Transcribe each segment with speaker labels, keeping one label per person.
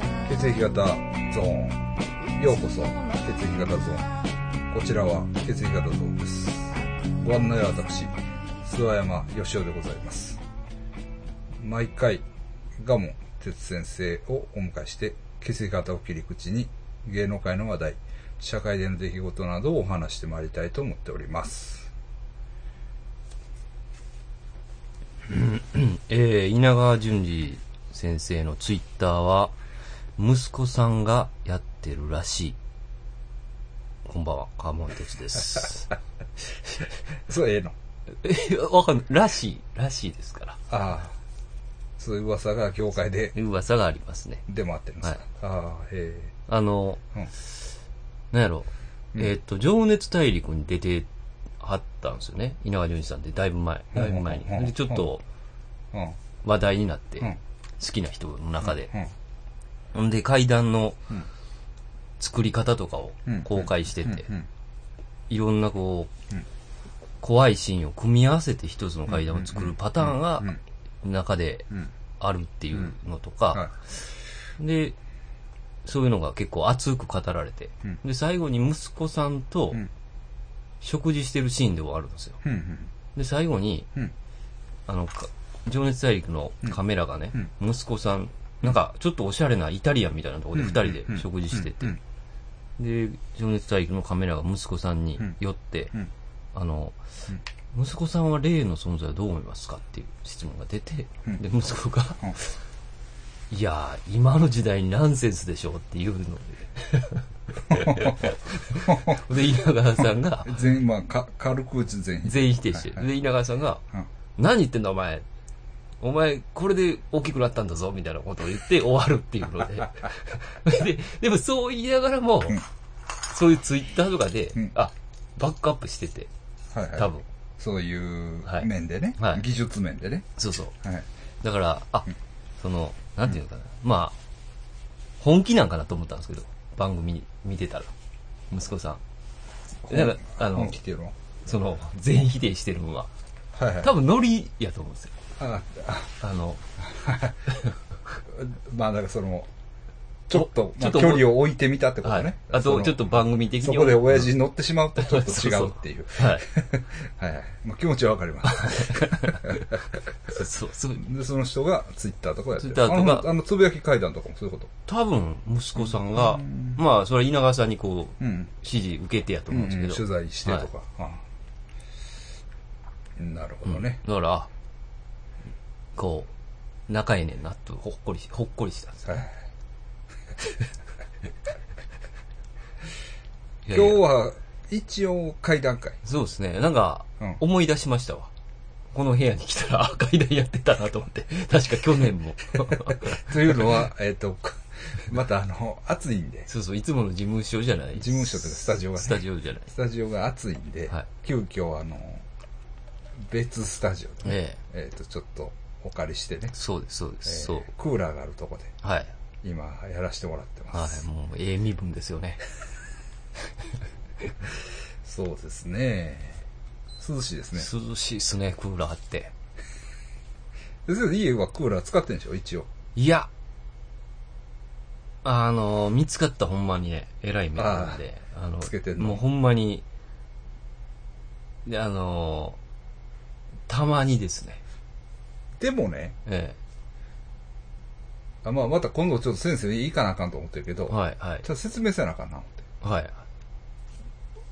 Speaker 1: 型ゾーンようこそ血液型ゾーンこちらは血液型ゾーンですご案内は私諏訪山義雄でございます毎回賀門哲先生をお迎えして血液型を切り口に芸能界の話題社会での出来事などをお話してまいりたいと思っております
Speaker 2: えー稲川淳二先生のツイッターは、息子さんがやってるらしい。こんばんは、カーモン 哲です。
Speaker 1: そうええの
Speaker 2: え、わかんない。らしい、らしいですから。
Speaker 1: ああそういう噂が業界で
Speaker 2: 噂がありますね。
Speaker 1: 出回ってるんですか、ああへ
Speaker 2: あの、
Speaker 1: え、うん
Speaker 2: なんやろ、
Speaker 1: うん
Speaker 2: えーっと、情熱大陸に出てはったんですよね。稲川淳二さんってだいぶ前、だいぶ前
Speaker 1: うんうんうん
Speaker 2: に。で、ちょっと
Speaker 1: うん
Speaker 2: 話題になって、
Speaker 1: うん
Speaker 2: 好きな人の中で。
Speaker 1: うん
Speaker 2: で、階段の
Speaker 1: うん
Speaker 2: 作り方とかを
Speaker 1: んうん
Speaker 2: 公開してて、
Speaker 1: ん、
Speaker 2: いろんなこう、
Speaker 1: うん
Speaker 2: 怖いシーンを組み合わせて一つの階段を作るパターンが
Speaker 1: うんうん
Speaker 2: 中で
Speaker 1: うんうん
Speaker 2: あるっていうのと
Speaker 1: はい
Speaker 2: か、で、そういうのが結構熱く語られて
Speaker 1: うん、
Speaker 2: で、最後に息子さんと
Speaker 1: うん
Speaker 2: 食事してるシーンで終わるんですよ。
Speaker 1: うん
Speaker 2: で、最後に、
Speaker 1: うん
Speaker 2: あの、か情熱大陸のカメラがね
Speaker 1: うん、
Speaker 2: 息子さん、なんかちょっとおしゃれなイタリアンみたいなとこ
Speaker 1: うん
Speaker 2: ろで二人で食事してて
Speaker 1: う、ん
Speaker 2: で、情熱大陸のカメラが息子さんに寄って
Speaker 1: うん、
Speaker 2: あの、息子さんは霊の存在をどう思いますかっていう質問が出て、
Speaker 1: うん
Speaker 2: で、息子が、
Speaker 1: うん
Speaker 2: いやー、今の時代にナンセンスでしょうっていうの で。で、稲川さんが
Speaker 1: う、ん全員まあか軽く全員
Speaker 2: 全員否定して、
Speaker 1: はいはい
Speaker 2: で、稲川さんが、
Speaker 1: うん
Speaker 2: 何言ってんだお前。お前、これで大きくなったんだぞ、みたいなことを言って終わるってい うので。で、でもそう言いながらも、そういうツイッターとかで、
Speaker 1: うん
Speaker 2: あ、バックアップしてて、
Speaker 1: はいはい
Speaker 2: 多分。
Speaker 1: そういう
Speaker 2: はい
Speaker 1: 面でね、
Speaker 2: はい
Speaker 1: 技術面でね、
Speaker 2: そうそう。
Speaker 1: はい、
Speaker 2: だから、あ、その、なんていうのかな。まあ、本気なんかなと思ったんですけど、番組見てたら、息子さん。なんか、あ
Speaker 1: 本
Speaker 2: の
Speaker 1: 気、っていうの
Speaker 2: その、全員否定してるのは、
Speaker 1: はいはい
Speaker 2: 多分ノリやと思うんですよ。
Speaker 1: ああ
Speaker 2: あの、
Speaker 1: まあだからそのちょっと
Speaker 2: お
Speaker 1: まあ
Speaker 2: ちょっと
Speaker 1: 距離を置いてみたってこと
Speaker 2: は
Speaker 1: ね、
Speaker 2: い。あ
Speaker 1: そ
Speaker 2: と、
Speaker 1: の
Speaker 2: ちょっと番組的に
Speaker 1: そ
Speaker 2: は。
Speaker 1: こで親父に乗ってしまうとちょっと違うっていう
Speaker 2: そそはい。
Speaker 1: はいはい、まあ、気持ちはわかります
Speaker 2: そうそう、すごい
Speaker 1: でその人がツイッターとかやってる
Speaker 2: Twitter とか
Speaker 1: あのあのつぶやき階段とかもそういうこ
Speaker 2: 多分、息子さんが、まあ、それは稲川さんにこう、
Speaker 1: とうん
Speaker 2: 指示受けてやと思うんですけど。
Speaker 1: 取材してとか、うんなるほどね、
Speaker 2: だから、あこう、仲ええねんなと、ほっこりし、ほっこりしたんですよ。
Speaker 1: はい
Speaker 2: いやい
Speaker 1: 今
Speaker 2: や
Speaker 1: 日は一応会談会
Speaker 2: そうですね。なんか
Speaker 1: うん、
Speaker 2: 思い出しましたわ。この部屋に来たら、 あ階段やってたなと思って。確か去年も。
Speaker 1: というのはえっとまたあの暑いんで
Speaker 2: そうそう、いつもの事務所じゃない。
Speaker 1: 事務所というかスタジオがね
Speaker 2: スタジオじゃない。
Speaker 1: スタジオが暑いんで、
Speaker 2: はい
Speaker 1: 急遽あの別スタジオで、ね
Speaker 2: ええ。
Speaker 1: えっとちょっとお借りしてね、
Speaker 2: そうです、そうで
Speaker 1: えー
Speaker 2: す。そう。
Speaker 1: クーラーがあるとこで
Speaker 2: はい。
Speaker 1: 今やらせてもらってま
Speaker 2: は
Speaker 1: す、
Speaker 2: い、もう、ええ身分ですよね。
Speaker 1: そうですね涼しいですね
Speaker 2: 涼しいっすね、クーラーって。
Speaker 1: 先生家はクーラー使ってんでしょ一応
Speaker 2: いや、あの、見つかったほんまにね、えらい目なんで、あの
Speaker 1: つけてんの
Speaker 2: もうほんまに、であの、たまにですね、
Speaker 1: でもね
Speaker 2: え
Speaker 1: あまあ、また今度ちょっと先生にいいかなあかんと思ってるけど、
Speaker 2: え、はい、はい
Speaker 1: ち、ょっと説明せなあかんな思って。
Speaker 2: はい。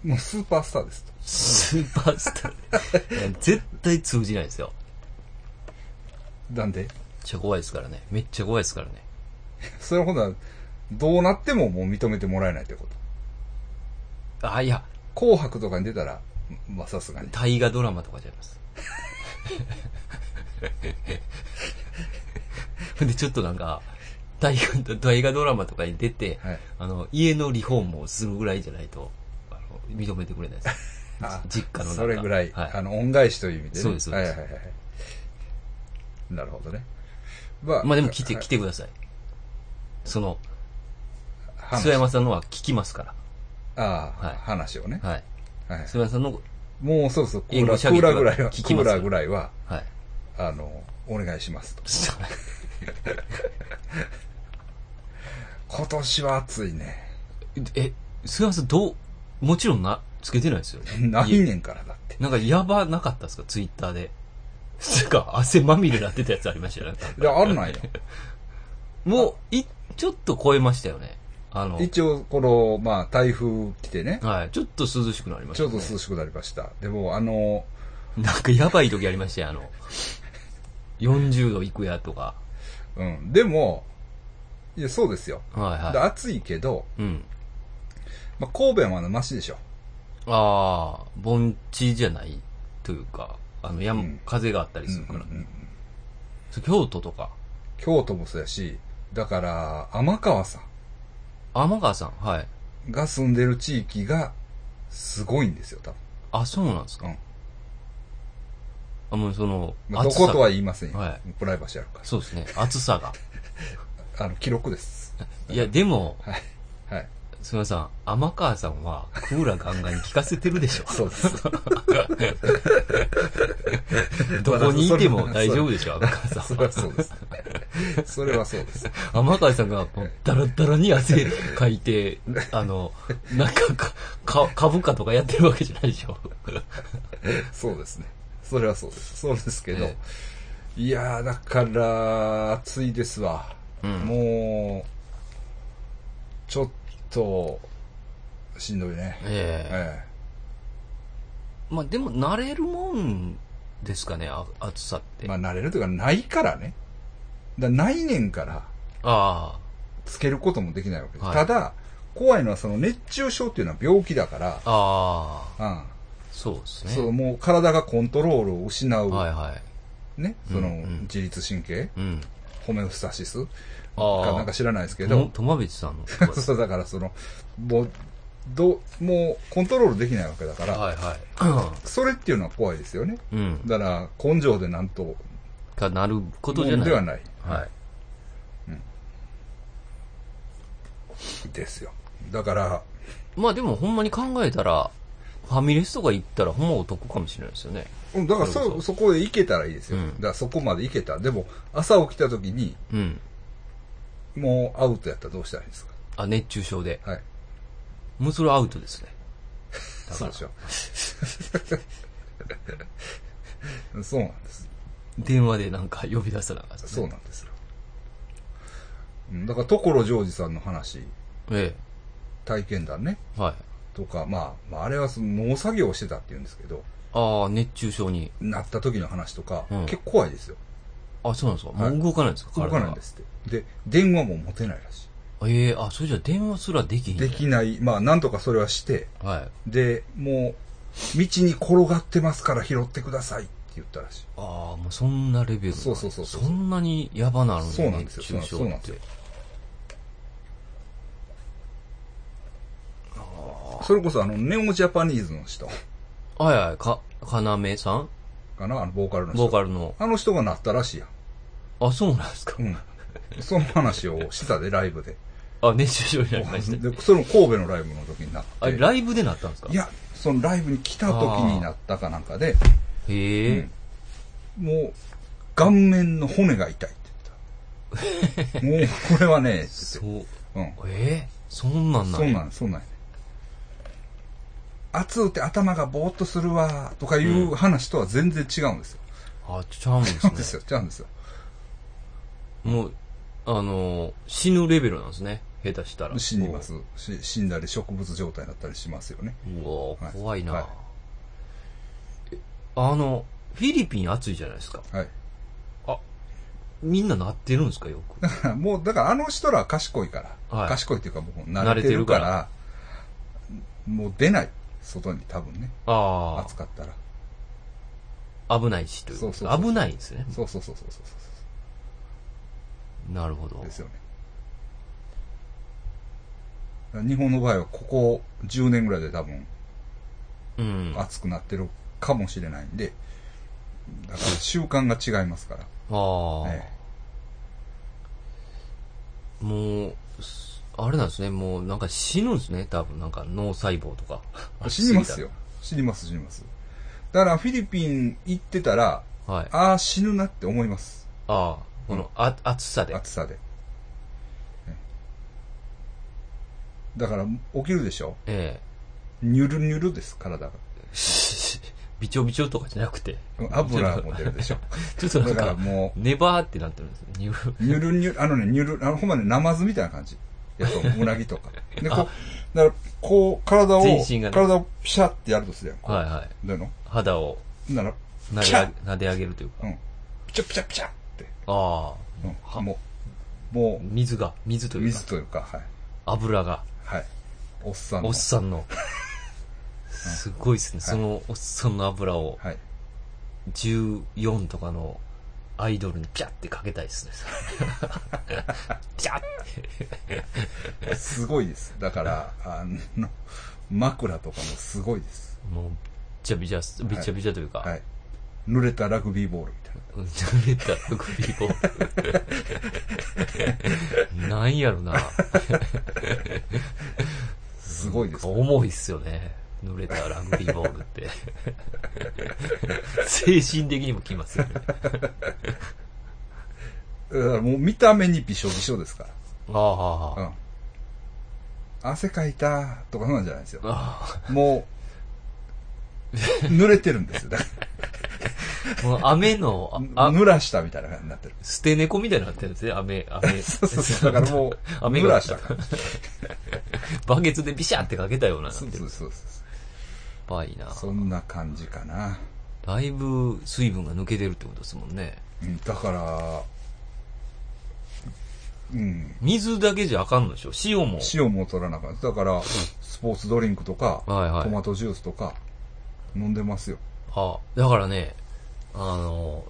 Speaker 1: もうスーパースターですと。
Speaker 2: スーパースター。い や絶対通じないですよ。
Speaker 1: なんで、
Speaker 2: めっちゃ怖いですからね。めっちゃ怖いですからね。
Speaker 1: それほどどうなってももう認めてもらえないということ。
Speaker 2: あ、いや、
Speaker 1: 紅白とかに出たら、まあさすがに。
Speaker 2: 大河ドラマとかじゃないです。 で、ちょっとなんか、大河、大河ドラマとかに出て、
Speaker 1: はい
Speaker 2: あの、家のリフォームをするぐらいじゃないと、あの、認めてくれないです。
Speaker 1: あ
Speaker 2: 実家の中
Speaker 1: それぐらい、
Speaker 2: はい
Speaker 1: あの、恩返しという意味でね。
Speaker 2: そうですそうです
Speaker 1: はいはいはいはい。なるほどね。ま
Speaker 2: まあでも来て、来
Speaker 1: て、
Speaker 2: てください。その、
Speaker 1: 話
Speaker 2: 諏訪山さんのは聞きますか
Speaker 1: ああ、
Speaker 2: はい
Speaker 1: 話をね。
Speaker 2: ら。はい。
Speaker 1: はい
Speaker 2: 諏訪山さんの、
Speaker 1: もうそうそう、ク
Speaker 2: 英
Speaker 1: ーラ
Speaker 2: 語
Speaker 1: ー、
Speaker 2: 喋
Speaker 1: クー
Speaker 2: りと
Speaker 1: ラ
Speaker 2: か
Speaker 1: ーぐらいは、ク
Speaker 2: 聞きます
Speaker 1: ーラーぐらいは、
Speaker 2: はい。
Speaker 1: あの、お願いしますと。
Speaker 2: ちょっと
Speaker 1: こ今年は暑いね。
Speaker 2: え、菅原さんどう、もちろんな、つけてないですよ ね。
Speaker 1: ないねんからだって。
Speaker 2: なんかやばなかったですかツイッターで。つうか、汗まみれなってたやつあり ましたよね。
Speaker 1: で、あるなんよ。
Speaker 2: もう、い、ちょっと超えましたよね。あの、
Speaker 1: 一応、この、まあ、台風来てね、
Speaker 2: はい。ちょっと涼しくなりまし
Speaker 1: ち
Speaker 2: た、
Speaker 1: ょ
Speaker 2: ね。
Speaker 1: っと涼しくなりました。でも、あの、
Speaker 2: なんかやばい時ありましたよ、あの。40度いくやとか。
Speaker 1: うん。でも、いや、そうですよ。
Speaker 2: はい
Speaker 1: で
Speaker 2: は
Speaker 1: 暑いけど、
Speaker 2: い。うん。
Speaker 1: まあ、神戸はまだマシでしょ。
Speaker 2: ああ、盆地じゃないというか、あの、山、
Speaker 1: うん
Speaker 2: 風があったりするから。
Speaker 1: うんうんうん
Speaker 2: そう京都とか、
Speaker 1: 京都もそうやし、だから、天川さん
Speaker 2: 天川さん、はい。
Speaker 1: が住んでる地域が、すごいんですよ、多分。
Speaker 2: あ、そうなんですか。
Speaker 1: うん
Speaker 2: あ、もうその、
Speaker 1: まあどことは言いませんよ。
Speaker 2: は
Speaker 1: プライバシーあるか
Speaker 2: そうですね、暑 さが。
Speaker 1: ら。あの、記録です。
Speaker 2: いや、でも、
Speaker 1: はい。はい。
Speaker 2: すみません、天川さんはクーラーガンガンに効かせてるでし ょ。
Speaker 1: そうです。
Speaker 2: どこにいても大丈夫でしょ、天川さ
Speaker 1: そ
Speaker 2: ん
Speaker 1: れ
Speaker 2: は
Speaker 1: は。そう です。それはそうです。
Speaker 2: 天川さんが、ダラダラに汗かいて、あの、なんかか、か、株価とかやってるわけじゃないでしょ。
Speaker 1: そうですね。それはそうです。そうですけど
Speaker 2: え。
Speaker 1: いやー、だから、暑いですわ。
Speaker 2: うん
Speaker 1: もう、ちょっと、しんどいね。
Speaker 2: ええ
Speaker 1: え
Speaker 2: まあでも、慣れるもんですかね、あ暑さっ
Speaker 1: え
Speaker 2: て。
Speaker 1: ま
Speaker 2: あ
Speaker 1: あ、慣れるというか、ないからね。だからないねんから、
Speaker 2: あ
Speaker 1: つけることもできないわけです。
Speaker 2: はい
Speaker 1: ただ、怖いのは、その熱中症っていうのは病気だから、
Speaker 2: あ、ああ、
Speaker 1: うん。
Speaker 2: そうですね。
Speaker 1: そう、もう体がコントロールを失う、
Speaker 2: はいはい。
Speaker 1: ね、その、
Speaker 2: うんうん
Speaker 1: 自律神経、
Speaker 2: うん。
Speaker 1: ホメオスタシス
Speaker 2: ああ
Speaker 1: かなんか知らないですけ
Speaker 2: け
Speaker 1: ど、
Speaker 2: 友淵さんのと こ
Speaker 1: そうだからその、もう、どう、もうコントロールできないわけだから、
Speaker 2: はいは
Speaker 1: それっていうのは怖いですよね。
Speaker 2: い。うん。
Speaker 1: だから、根性でなんと、
Speaker 2: がなることじゃ
Speaker 1: も
Speaker 2: なんい。
Speaker 1: ではない。
Speaker 2: はい。
Speaker 1: ですよ。だから、
Speaker 2: まあでもほんまに考えたら、ファミレスとか行ったらほんまお得かもしれないですよね。
Speaker 1: うんだからそ、
Speaker 2: そう
Speaker 1: そ
Speaker 2: そう
Speaker 1: こで行けたらいいですよ。
Speaker 2: うん
Speaker 1: だからそこまで行けた。でも、朝起きた時に、
Speaker 2: うん。
Speaker 1: もうアウトやったらどうしたらいいですか
Speaker 2: あ、熱中症で。
Speaker 1: はい。
Speaker 2: もうそれはアウトですね。だ
Speaker 1: そ
Speaker 2: か
Speaker 1: う
Speaker 2: ら
Speaker 1: でしょ。そう なんです。
Speaker 2: 電話でなんか呼び出さなかった、
Speaker 1: そうなんですよ。うんだから、所ジョージさんの話、
Speaker 2: え
Speaker 1: 体験談ね、
Speaker 2: え。はい。
Speaker 1: とか、まあ、まあ、あれはその農作業をしてたって言うんですけど、
Speaker 2: ああ、熱中症に。
Speaker 1: なった時の話とか、
Speaker 2: うん
Speaker 1: 結構怖いですよ。
Speaker 2: あ、そうなんですか。
Speaker 1: はい
Speaker 2: もう動かないんですか、
Speaker 1: 動かないんですって。で、電話も持てないらし
Speaker 2: 体が。ええあ、それじゃ電話すらできひ
Speaker 1: い。
Speaker 2: ん、
Speaker 1: できない、まあ、なんとかそれはして、
Speaker 2: はい。
Speaker 1: で、もう、道に転がってますから拾ってくださいって言ったらしい。
Speaker 2: ああ、もうそんなレベルなんだ
Speaker 1: そうそうそうそうん
Speaker 2: なにやばなのね
Speaker 1: そうなんですよ
Speaker 2: 熱中症
Speaker 1: そうなん
Speaker 2: っ
Speaker 1: です
Speaker 2: て
Speaker 1: よ。それこそ、あの、ネオジャパニーズの人
Speaker 2: はいはい、か、かなめさん
Speaker 1: かな、あの、ボーカルの人。
Speaker 2: ボーカルの。
Speaker 1: あの人がなったらしいやん。
Speaker 2: あ、そうなんですか。
Speaker 1: うん。その話をしたで、ライブで。
Speaker 2: あ、熱中症になりま した。
Speaker 1: で、その神戸のライブの時になって。
Speaker 2: あれ、ライブでなったんですか
Speaker 1: いや、そのライブに来た時になったかなんかで、
Speaker 2: へえ、
Speaker 1: もう、顔面の骨が痛いって 言ってた。もう、これはね、って
Speaker 2: そう。
Speaker 1: 言って
Speaker 2: ええそんな
Speaker 1: うんん。
Speaker 2: な
Speaker 1: そ
Speaker 2: ん
Speaker 1: う
Speaker 2: や
Speaker 1: なん、そうなんやね。熱うて頭がぼーっとするわーとかいう話とは全然違うんですよ。
Speaker 2: あ、ちゃうん
Speaker 1: 違うんで
Speaker 2: ですすね。
Speaker 1: よ、違うんですよ。
Speaker 2: もう、あのー、死ぬレベルなんですね。下手したら。
Speaker 1: 死にます。し死んだり植物状態になったりしますよね。はい
Speaker 2: うわぁ、怖いな、
Speaker 1: はい
Speaker 2: えあの、フィリピン暑いじゃないですか。
Speaker 1: はい。
Speaker 2: みんななってるんですか、よ く。
Speaker 1: もう、だからあの人らは賢いから。
Speaker 2: はい
Speaker 1: 賢いっていうかもう慣れてるから、もう出ない。外に多分ね。
Speaker 2: あ
Speaker 1: 暑かったら。
Speaker 2: あ、危ないしということ
Speaker 1: そうそうそう
Speaker 2: 危ないんですね。
Speaker 1: そうそうそうそうそうそ
Speaker 2: なるほど
Speaker 1: う。。ですよね。だから日本の場合はここ10年ぐらいで多分
Speaker 2: うん。あ
Speaker 1: 暑くなってるかもしれないんで、だから習慣が違いますから。
Speaker 2: あー、
Speaker 1: え
Speaker 2: もう、すあれなんですね、もうなんか死ぬんですね、多分なんか脳細 胞とか。
Speaker 1: え死にますよ。死にます死にます。だからフィリピン行ってたら、
Speaker 2: はい。あ
Speaker 1: ああ死ぬなって思います。
Speaker 2: あ、このあ暑さで。
Speaker 1: 暑さで。だから、起きるでしょ
Speaker 2: え
Speaker 1: ニュルニュルです、体が。
Speaker 2: え。びちょびちょとかじゃなくて。
Speaker 1: 油も出るで しょ。
Speaker 2: ちょっとな
Speaker 1: だ
Speaker 2: ん
Speaker 1: から
Speaker 2: か、
Speaker 1: も
Speaker 2: ネバーってなってるんですよ。ニュー
Speaker 1: う、ニュルニュル、あのね、ニュル、あの、ほんまね、ナマズみたいな感じ。やと、うなぎ とか。で、こう、だから、こう、体を、
Speaker 2: 全身がね
Speaker 1: 体をピシャってやるとするやん。こう
Speaker 2: はいはい。
Speaker 1: だの
Speaker 2: 肌を
Speaker 1: なら、
Speaker 2: 撫
Speaker 1: ピ
Speaker 2: で
Speaker 1: シャ
Speaker 2: 上げ撫で上げるというか。
Speaker 1: うん。ピチャピチャピチャって。
Speaker 2: あ
Speaker 1: う
Speaker 2: は
Speaker 1: ん。もう、も
Speaker 2: あ、水が、水
Speaker 1: う、
Speaker 2: というか
Speaker 1: 水、というか、はい。
Speaker 2: 油が、
Speaker 1: はい。おっさんの。
Speaker 2: おっさ んの、すごいですね。そのおっさんの油を、
Speaker 1: はい。
Speaker 2: 14とかのアイドルにピャってかけた いですね。ピャって。
Speaker 1: すごいです。だから、あの、枕とかもすごいです。
Speaker 2: もう、びちゃびちゃっす、びちゃびちゃというか、
Speaker 1: はい。濡れたラグビーボールみたいな。
Speaker 2: うん濡れたラグビーボール。 なんやろな。
Speaker 1: すごいです。
Speaker 2: 重いっすよね。濡れたラグビーボー ルって。精神的にもきますよね。
Speaker 1: だからもう見た目にびしょびしょですか
Speaker 2: ああ
Speaker 1: ら。うん。汗かいたとかそうなんじゃないですよ。
Speaker 2: あ
Speaker 1: もう、濡れてるんですよ。だか
Speaker 2: あ。もう雨の、
Speaker 1: ら、
Speaker 2: あ、あ
Speaker 1: 濡らしたみたいな感じになってる。
Speaker 2: 捨て猫みたいになってるんですね。雨、雨。
Speaker 1: そうそう そう。だからもう、
Speaker 2: 雨
Speaker 1: 濡
Speaker 2: が
Speaker 1: らしたから。
Speaker 2: バケツでビシャってかけたような。
Speaker 1: そうそうそうそう。
Speaker 2: やばいな。
Speaker 1: そんな感じかな。
Speaker 2: だいぶ水分が抜けてるってことですもんね。
Speaker 1: うんだから、うん。
Speaker 2: 水だけじゃあかんのでしょ塩も。
Speaker 1: 塩も取らなかった。だから、スポーツドリンクとか、
Speaker 2: はいはい
Speaker 1: トマトジュースとか、飲んでますよ。
Speaker 2: あ、だからね、あの、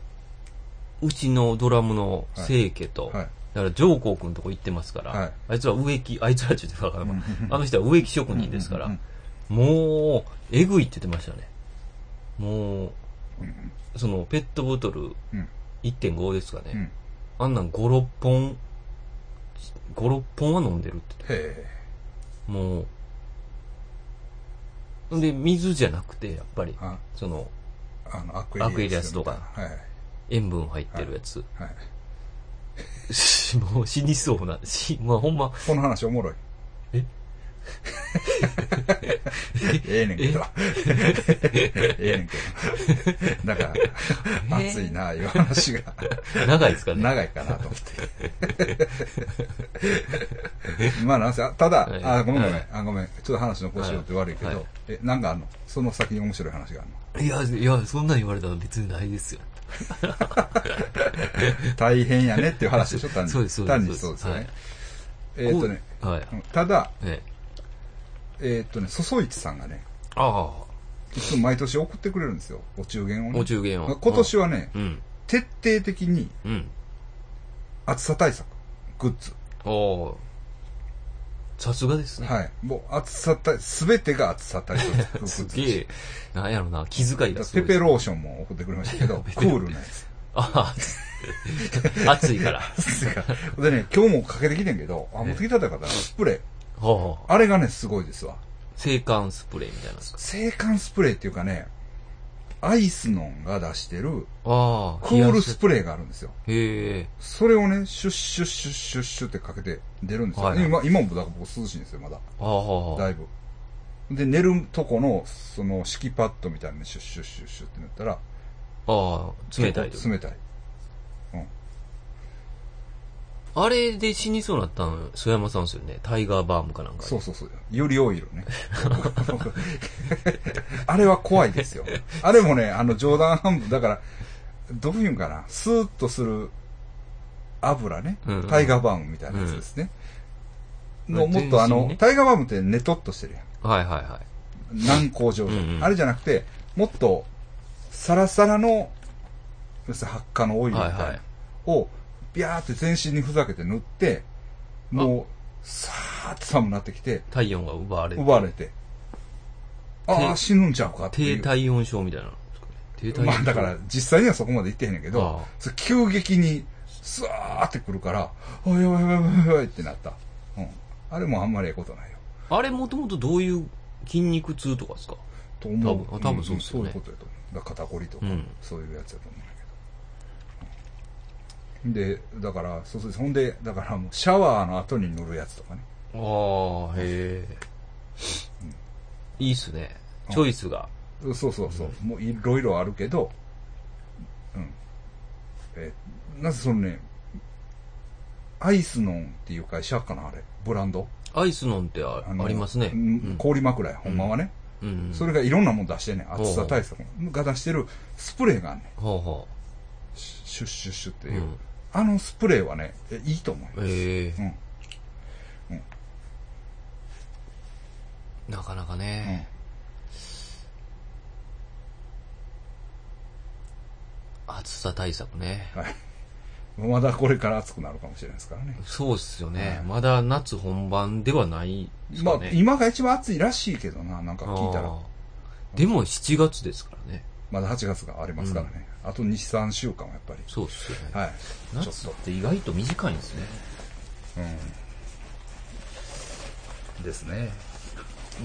Speaker 2: うちのドラムの清家と、
Speaker 1: はいはい
Speaker 2: だから上皇くんとこ行ってますから、
Speaker 1: はい
Speaker 2: あいつは植木、あいつらって言ってわからん
Speaker 1: うん
Speaker 2: あの人は植木職人ですから、
Speaker 1: うん
Speaker 2: もう、えぐいって言ってましたね。もう、そのペットボトル
Speaker 1: うん。
Speaker 2: 1.5ですかね。
Speaker 1: うん。へ
Speaker 2: あんなん5、6本、5、6本は飲んでるって言って
Speaker 1: え。
Speaker 2: もう、で、水じゃなくて、やっぱり、
Speaker 1: あ、
Speaker 2: その、
Speaker 1: あの、アク
Speaker 2: アクエリアスとか
Speaker 1: はい。
Speaker 2: 塩分入ってるやつ。
Speaker 1: はい。
Speaker 2: もう死にそうな、死、まあほんま、
Speaker 1: この話おもろい。
Speaker 2: え
Speaker 1: ええねんけど。 ええねんけど。だから、
Speaker 2: え
Speaker 1: 熱いな、いう話が。
Speaker 2: 長いですかね。
Speaker 1: 長いか なと思って。まあなんせ、あただ
Speaker 2: はい、
Speaker 1: あ、ごめんごめ
Speaker 2: は
Speaker 1: ん、あ、ごめん、ちょっと話の腰折って悪いけ
Speaker 2: はいは
Speaker 1: ど
Speaker 2: い、
Speaker 1: え、なんかあんのその先に面白い話があるの
Speaker 2: いや、いや、そんなん言われたら別にないですよ。
Speaker 1: 大変やねっていう話でしょ、単に。
Speaker 2: そうですそうです
Speaker 1: 単にそうですよね。えっとね、
Speaker 2: こうはい。
Speaker 1: うんただ、
Speaker 2: ええ。
Speaker 1: えっとね、そそいちさんがね、
Speaker 2: ああ、
Speaker 1: いつも毎年送ってくれるんですよ、お中元をね。
Speaker 2: お中元を。
Speaker 1: 今年はね、
Speaker 2: うん。
Speaker 1: 徹底的に
Speaker 2: うん。
Speaker 1: 暑さ対策、グッズ。
Speaker 2: おお。さすがですね。
Speaker 1: はい。もう暑さ対、すべてが暑さ対策、グッズ
Speaker 2: す
Speaker 1: で
Speaker 2: げ
Speaker 1: し
Speaker 2: え、なんやろな、気遣い
Speaker 1: た
Speaker 2: がすご
Speaker 1: ペ
Speaker 2: い。
Speaker 1: ペローションも送ってくれましたけ ど、クールなやつ。
Speaker 2: ああ、暑いから。
Speaker 1: でね、今日もかけてきてんけど、あ、持ってきたった方スプレー。
Speaker 2: ほう。
Speaker 1: あれがね、すごいですわ。
Speaker 2: 青函スプレーみたいなのですか。
Speaker 1: 青函スプレーっていうかね、アイスノンが出してる
Speaker 2: ああ、
Speaker 1: クール
Speaker 2: 冷や
Speaker 1: ス
Speaker 2: し
Speaker 1: プレーがあるんですよ。
Speaker 2: へえ。
Speaker 1: それをね、シュッシュッシュッシュッシュッってかけて出るんですよ。
Speaker 2: はいはい
Speaker 1: 今今もだから僕涼しいんですよ、まだ。
Speaker 2: ああ、
Speaker 1: だいぶ。で、寝るとこの、その、敷きパッドみたいなのにシュッシュッシュッシュッってなったら、
Speaker 2: ああ、冷たいと
Speaker 1: 結構冷たい。うん。
Speaker 2: あれで死にそうになったの、曽山さんですよね。タイガーバームかなんかで。
Speaker 1: そうそうそう。よりオイルね。 あれは怖いですよ。あれもね、あの冗談半分、だから、どういうんかな、スーッとする油ね
Speaker 2: うんうん。
Speaker 1: タイガーバームみたいなやつですね。
Speaker 2: うん
Speaker 1: のもっとあ
Speaker 2: 全身
Speaker 1: の
Speaker 2: ね、
Speaker 1: タイガーバームってネトっとしてるやん。
Speaker 2: はいはいはい。
Speaker 1: 軟膏状態、
Speaker 2: うんうん
Speaker 1: あれじゃなくて、もっと、サラサラの、要するに発火のオイルみたいな、
Speaker 2: はいはい
Speaker 1: を、ビャーって全身にふざけて塗って、もう、さーって寒くなってきて、
Speaker 2: 体温が奪われて。
Speaker 1: 奪われて、ああ、
Speaker 2: 低
Speaker 1: 死ぬんちゃうかってい
Speaker 2: 低
Speaker 1: う。
Speaker 2: 体温症みたいなのですかね。低体温
Speaker 1: ま
Speaker 2: 症。
Speaker 1: あだから、実際にはそこまでいってへんねんけ
Speaker 2: あ
Speaker 1: ど
Speaker 2: あ、
Speaker 1: それ急激に、スワーってくるから、あ、やばいやばいやばいやばいってなった。うん。あれもあんまりええことないよ。
Speaker 2: あれもともとどういう筋肉痛とかですか
Speaker 1: と思う。
Speaker 2: 多分あ多分そうですよね
Speaker 1: んそういうことやと思う。だから肩こりとか、
Speaker 2: うん
Speaker 1: そういうやつやと思うんだけど。で、だから、そうそうです。ほんで、だからもうシャワーの後に塗るやつとかね。
Speaker 2: ああ、へえ。いいっすね。チョイスが。
Speaker 1: そうそうそう。もういろいろあるけど、うん。え、なぜそのね、アイスノンっていう会社かな、あれ。ブランド。
Speaker 2: アイスノンってあ
Speaker 1: の
Speaker 2: ありますね。
Speaker 1: う
Speaker 2: うんん。
Speaker 1: 氷枕や、ほんまはね。
Speaker 2: うん
Speaker 1: それがいろんなもん出してんねん。暑さ対策が出してるスプレーがあんねん。
Speaker 2: ほうほ
Speaker 1: シュッシュッシュッって
Speaker 2: う。
Speaker 1: いう。
Speaker 2: うん
Speaker 1: あのスプレーはね、えいいと思う。
Speaker 2: へえ
Speaker 1: う。ん。
Speaker 2: なかなか
Speaker 1: う
Speaker 2: ね
Speaker 1: ん。。
Speaker 2: 暑さ対策ね。
Speaker 1: はい。まだこれから暑くなるかもしれないですからね。
Speaker 2: そうっすよね
Speaker 1: は。い
Speaker 2: まだ夏本番ではないです
Speaker 1: ま
Speaker 2: か
Speaker 1: あ、
Speaker 2: ね。
Speaker 1: 今が一番暑いらしいけどな、なんか聞いた
Speaker 2: あ
Speaker 1: ら。
Speaker 2: ーでも7月ですからね。
Speaker 1: まだ8月がありますからね。あと2、3週間はやっぱり。
Speaker 2: そうっすよね。
Speaker 1: はい。
Speaker 2: 夏って意外と短いんですね。
Speaker 1: ですね。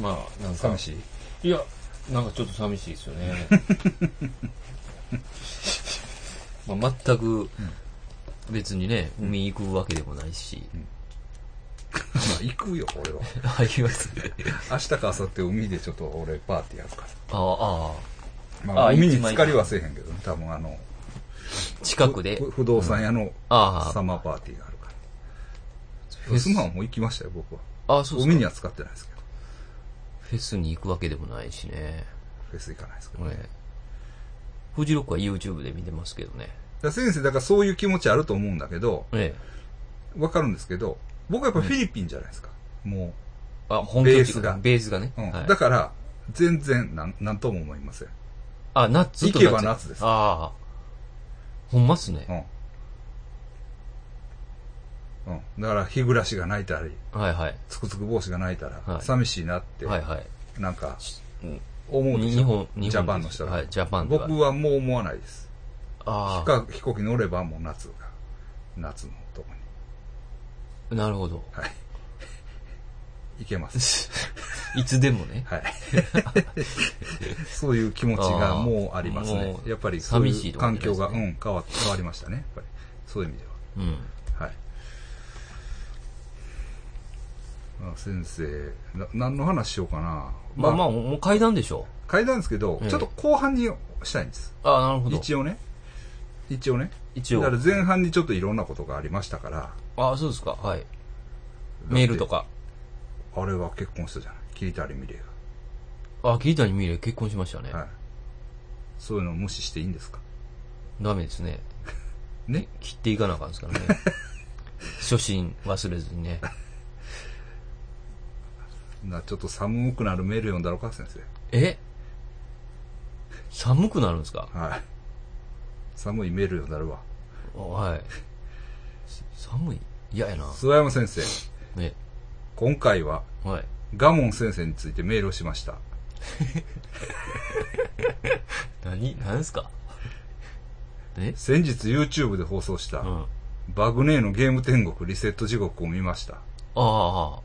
Speaker 2: まあ、なんか。
Speaker 1: 寂し
Speaker 2: い。いや、なんかちょっと寂しいですよね。 まあ、全く、別にね、海行くわけでもないし。
Speaker 1: まあ、行くよ、俺は。
Speaker 2: あ、います。
Speaker 1: 明日か明後日海でちょっと俺パーティーやるから。
Speaker 2: ああ、あ
Speaker 1: まあ、
Speaker 2: あ
Speaker 1: 海に
Speaker 2: 一枚
Speaker 1: 浸かりはせえへんけどね、多分あの、
Speaker 2: あ近くで
Speaker 1: ふ。不動産屋の
Speaker 2: あ
Speaker 1: サマーパーティーがあるから。
Speaker 2: フ
Speaker 1: フェ
Speaker 2: ェ
Speaker 1: ス
Speaker 2: ス
Speaker 1: マンも行きましたよ、僕は。
Speaker 2: あ、ああ、そうっすか
Speaker 1: 海には使ってないですけど。
Speaker 2: フェスに行くわけでもないしね。
Speaker 1: フェス行かないですけど。
Speaker 2: ねフジロックは YouTube で見てますけどね。
Speaker 1: だから先生、だからそういう気持ちあると思うんだけど、
Speaker 2: ね
Speaker 1: わかるんですけど、僕はやっぱフィリピンじゃないですか。も
Speaker 2: あ、本拠地
Speaker 1: ベースが
Speaker 2: ベースがね。
Speaker 1: う。うん
Speaker 2: はい
Speaker 1: だから、全然なん、なんとも思いません。
Speaker 2: あ、ナッツ
Speaker 1: 行
Speaker 2: と
Speaker 1: けばナッツです
Speaker 2: ああ。ほんまっすね。
Speaker 1: うん。うん。だから、日暮らしが泣いたり、
Speaker 2: はいはい。
Speaker 1: つくつく帽子が泣いた
Speaker 2: は
Speaker 1: ら、
Speaker 2: い
Speaker 1: 寂しいなって、
Speaker 2: はいはい。
Speaker 1: なんか、
Speaker 2: うん
Speaker 1: 思うでしょ
Speaker 2: 日本、日本。
Speaker 1: ジャパンの人が
Speaker 2: はい、ジャパンでは。
Speaker 1: 僕はもう思わないです。飛
Speaker 2: あ
Speaker 1: 行飛行機乗ればもう夏が、夏のとこに。
Speaker 2: あ、なるほど。
Speaker 1: はい。 行けます。
Speaker 2: いつでもね。
Speaker 1: はい。そういう気持ちがもうあります
Speaker 2: あー
Speaker 1: ね
Speaker 2: も。う
Speaker 1: やっぱりそうい
Speaker 2: 寂しいうところ
Speaker 1: 環
Speaker 2: じゃない
Speaker 1: 境
Speaker 2: ですね
Speaker 1: が、うん、変わ変わりましたね。やっぱり。そういう意味で
Speaker 2: うん。
Speaker 1: は。はい。あ先生、な何の話しようかな。
Speaker 2: まあまあ、もう階段でしょ。
Speaker 1: 階段ですけど、
Speaker 2: ええ
Speaker 1: ちょっと後半にしたいんです。
Speaker 2: ああ、なるほど。
Speaker 1: 一応ね。一応ね。
Speaker 2: 一
Speaker 1: だ
Speaker 2: 応。
Speaker 1: から前半にちょっといろんなことがありましたから、
Speaker 2: ああ、そうですか。はい。メールとか。
Speaker 1: あれは結婚したじゃない。桐谷美玲
Speaker 2: ああ、桐谷美玲結婚しましたね。
Speaker 1: が。はい。そういうのを無視していいんですか
Speaker 2: ダメですね。
Speaker 1: ね。
Speaker 2: 切っていかなあかんですからね。初心忘れずにね。
Speaker 1: なちょっと寒くなるメール読んだろか、先生。
Speaker 2: え寒くなるんですか
Speaker 1: はい。寒いメールになるわ。
Speaker 2: はい。す寒い嫌やな。
Speaker 1: 諏訪山先生、
Speaker 2: ね。
Speaker 1: 今回は、
Speaker 2: はい。
Speaker 1: ガモン先生についてメールをしました。
Speaker 2: 何何すかえ
Speaker 1: 先日 YouTube で放送した、
Speaker 2: うん。あ
Speaker 1: バグネーのゲーム天国リセット地獄を見ました。
Speaker 2: あ、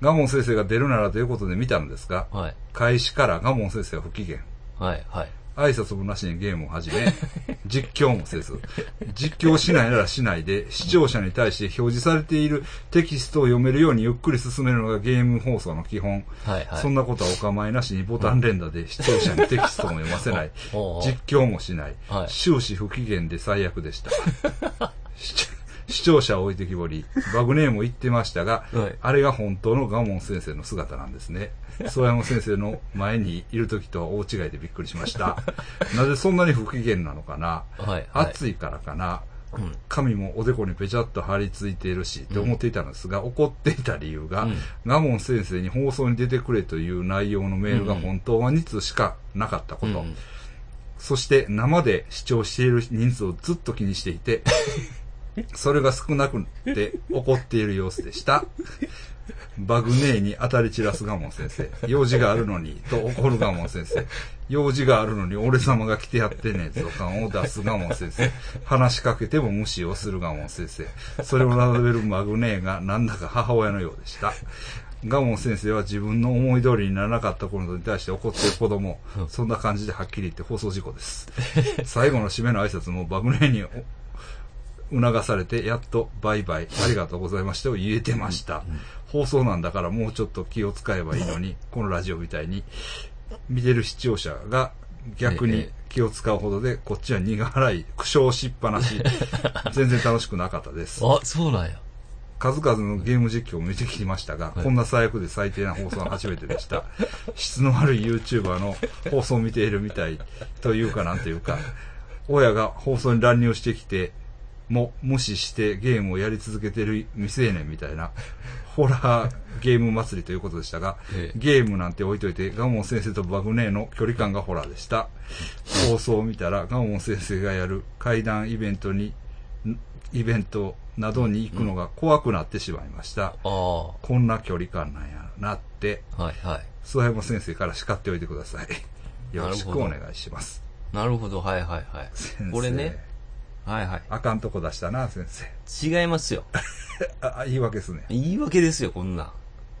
Speaker 1: ガモン先生が出るならということで見たのですが、
Speaker 2: はい。
Speaker 1: 開始からガモン先生は不機嫌。
Speaker 2: はい、はい。
Speaker 1: 挨拶もなしにゲームを始 め、実況もせず、実況しないならしないで、視聴者に対して表示されているテキストを読めるようにゆっくり進めるのがゲーム放送の基本。
Speaker 2: はい、はい。
Speaker 1: そんなことはお構いなしにボタン連打で視聴者にテキストも読ませない。
Speaker 2: おうおう
Speaker 1: 実況もしない
Speaker 2: は。い
Speaker 1: 終始不機嫌で最悪でした。視聴 視聴者を置いてきぼり、バグネームを言ってましたが、
Speaker 2: はい
Speaker 1: あれが本当のガモン先生の姿なんですね。曽山先生の前にいる時とは大違いでびっくりしました。 なぜそんなに不機嫌なのかな、
Speaker 2: はい、はい。
Speaker 1: 暑いからかな、
Speaker 2: うん。
Speaker 1: 髪もおでこにべちゃっと張り付いているし、って思っていたのですが、怒っていた理由が、
Speaker 2: うん
Speaker 1: ガモン先生に放送に出てくれという内容のメールが本当は2通しかなかったこ
Speaker 2: う
Speaker 1: と。
Speaker 2: ん。
Speaker 1: そして生で視聴している人数をずっと気にしていて、それが少なくなって怒っている様子でした。バグネーに当たり散らすガモン先生。用事があるのに、と怒るガモン先生。用事があるのに俺様が来てやってねえぞ感を出すガモン先生。話しかけても無視をするガモン先生。それを並べるマグネーがなんだか母親のようでした。ガモン先生は自分の思い通りにならなかったことに対して怒っている子供。そんな感じではっきり言って放送事故です。最後の締めの挨拶もバグネーに促されてやっとバイバイありがとうございましたを言えてました。放送なんだからもうちょっと気を使えばいいのに、このラジオみたいに見てる視聴者が逆
Speaker 2: え
Speaker 1: に
Speaker 2: え
Speaker 1: 気を使うほどで、こっちは苦笑い、苦笑しっぱなし、全然楽しくなかったです。
Speaker 2: あ、そうなんや。
Speaker 1: 数々のゲーム実況を見てきましたが、
Speaker 2: い
Speaker 1: こんな最悪で最低な放送は初めてでした。質の悪い YouTuber の放送を見ているみたいというかなんというか、親が放送に乱入してきて、も無視してゲームをやり続けてる未成年みたいな、ホラーゲーム祭りということでしたが
Speaker 2: ええ、
Speaker 1: ゲームなんて置いといて、ガモン先生とバグネーの距離感がホラーでした。放送を見たら、ガモン先生がやる怪談イベントに、んイベントなどに行くのが怖くなってしまいました。
Speaker 2: ああ。は
Speaker 1: こんな距離感なんやなって、
Speaker 2: いはい。
Speaker 1: 諏訪山先生から叱っておいてください。よろしくお願いします。
Speaker 2: なるほど、はいはいは
Speaker 1: 先
Speaker 2: い。
Speaker 1: 生。
Speaker 2: これね、はいは
Speaker 1: あかんとこ出したな、先生。
Speaker 2: い。違いますよ。
Speaker 1: あ、言い訳ですね。
Speaker 2: 言い訳ですよ、こんなん。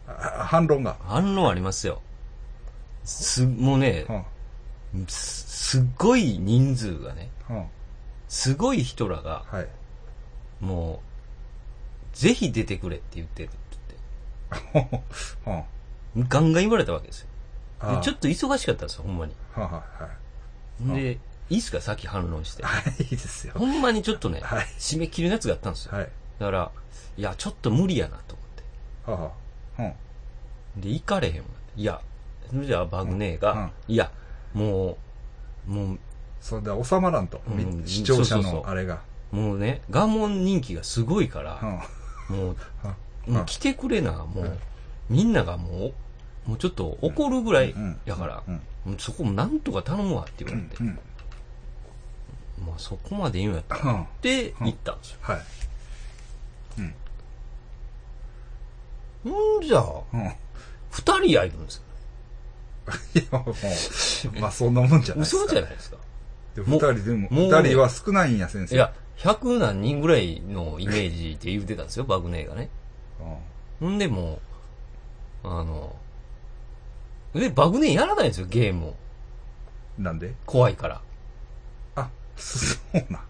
Speaker 1: あ反論が。
Speaker 2: 反論ありますよ。す、もうね
Speaker 1: う、ん。
Speaker 2: すすっごい人数がね、
Speaker 1: うん。
Speaker 2: すごい人らが、
Speaker 1: はい。
Speaker 2: もう、ぜひ出てくれって言ってるって
Speaker 1: うん。
Speaker 2: 言って、ガンガン言われたわけですよ。
Speaker 1: あ
Speaker 2: でちょっと忙しかったんですよ、ほんまに。
Speaker 1: はいはい
Speaker 2: で、いいっすか、さっき反論して。
Speaker 1: はい。はい、いいですよ。
Speaker 2: ほんまにちょっとね、
Speaker 1: はい
Speaker 2: 締め切りのやつがあったんですよ。
Speaker 1: はい。
Speaker 2: だから、いや、ちょっと無理やなと思って。
Speaker 1: はは。うん。
Speaker 2: で、行かれへんわ。いや、それじゃあバグネーが、いや、もう、も
Speaker 1: それで収まらんと。み
Speaker 2: うん
Speaker 1: 視聴者
Speaker 2: そうそう
Speaker 1: の
Speaker 2: そう
Speaker 1: あれが。
Speaker 2: う、もうね、ガモン人気がすごいから、もう、
Speaker 1: うん
Speaker 2: もう来てくれな、も
Speaker 1: うん
Speaker 2: う、みんながもう、もうちょっと怒るぐらい
Speaker 1: うん
Speaker 2: やから
Speaker 1: う、ん。
Speaker 2: もうそこもなんとか頼むわって言われて
Speaker 1: う、ん。
Speaker 2: まあそこまで言うんやったら、
Speaker 1: うん。
Speaker 2: で、行ったんですよ。
Speaker 1: はい。
Speaker 2: んじゃあ、
Speaker 1: うん。い
Speaker 2: 二人やいるんですよ。
Speaker 1: や、もう、まあそんなもんじゃないですか。
Speaker 2: 嘘じゃないですか。
Speaker 1: で
Speaker 2: も
Speaker 1: 二
Speaker 2: う
Speaker 1: 人でも、
Speaker 2: もう
Speaker 1: 二人は少ないんや、先
Speaker 2: い
Speaker 1: 生。
Speaker 2: や、百何人ぐらいのイメージで言うてたんですよ、バグネーがね。
Speaker 1: うん。
Speaker 2: ほんでもう、あの、で、バグネーやらないんですよ、ゲームを。
Speaker 1: なんで
Speaker 2: 怖いから。
Speaker 1: あ、そうなん。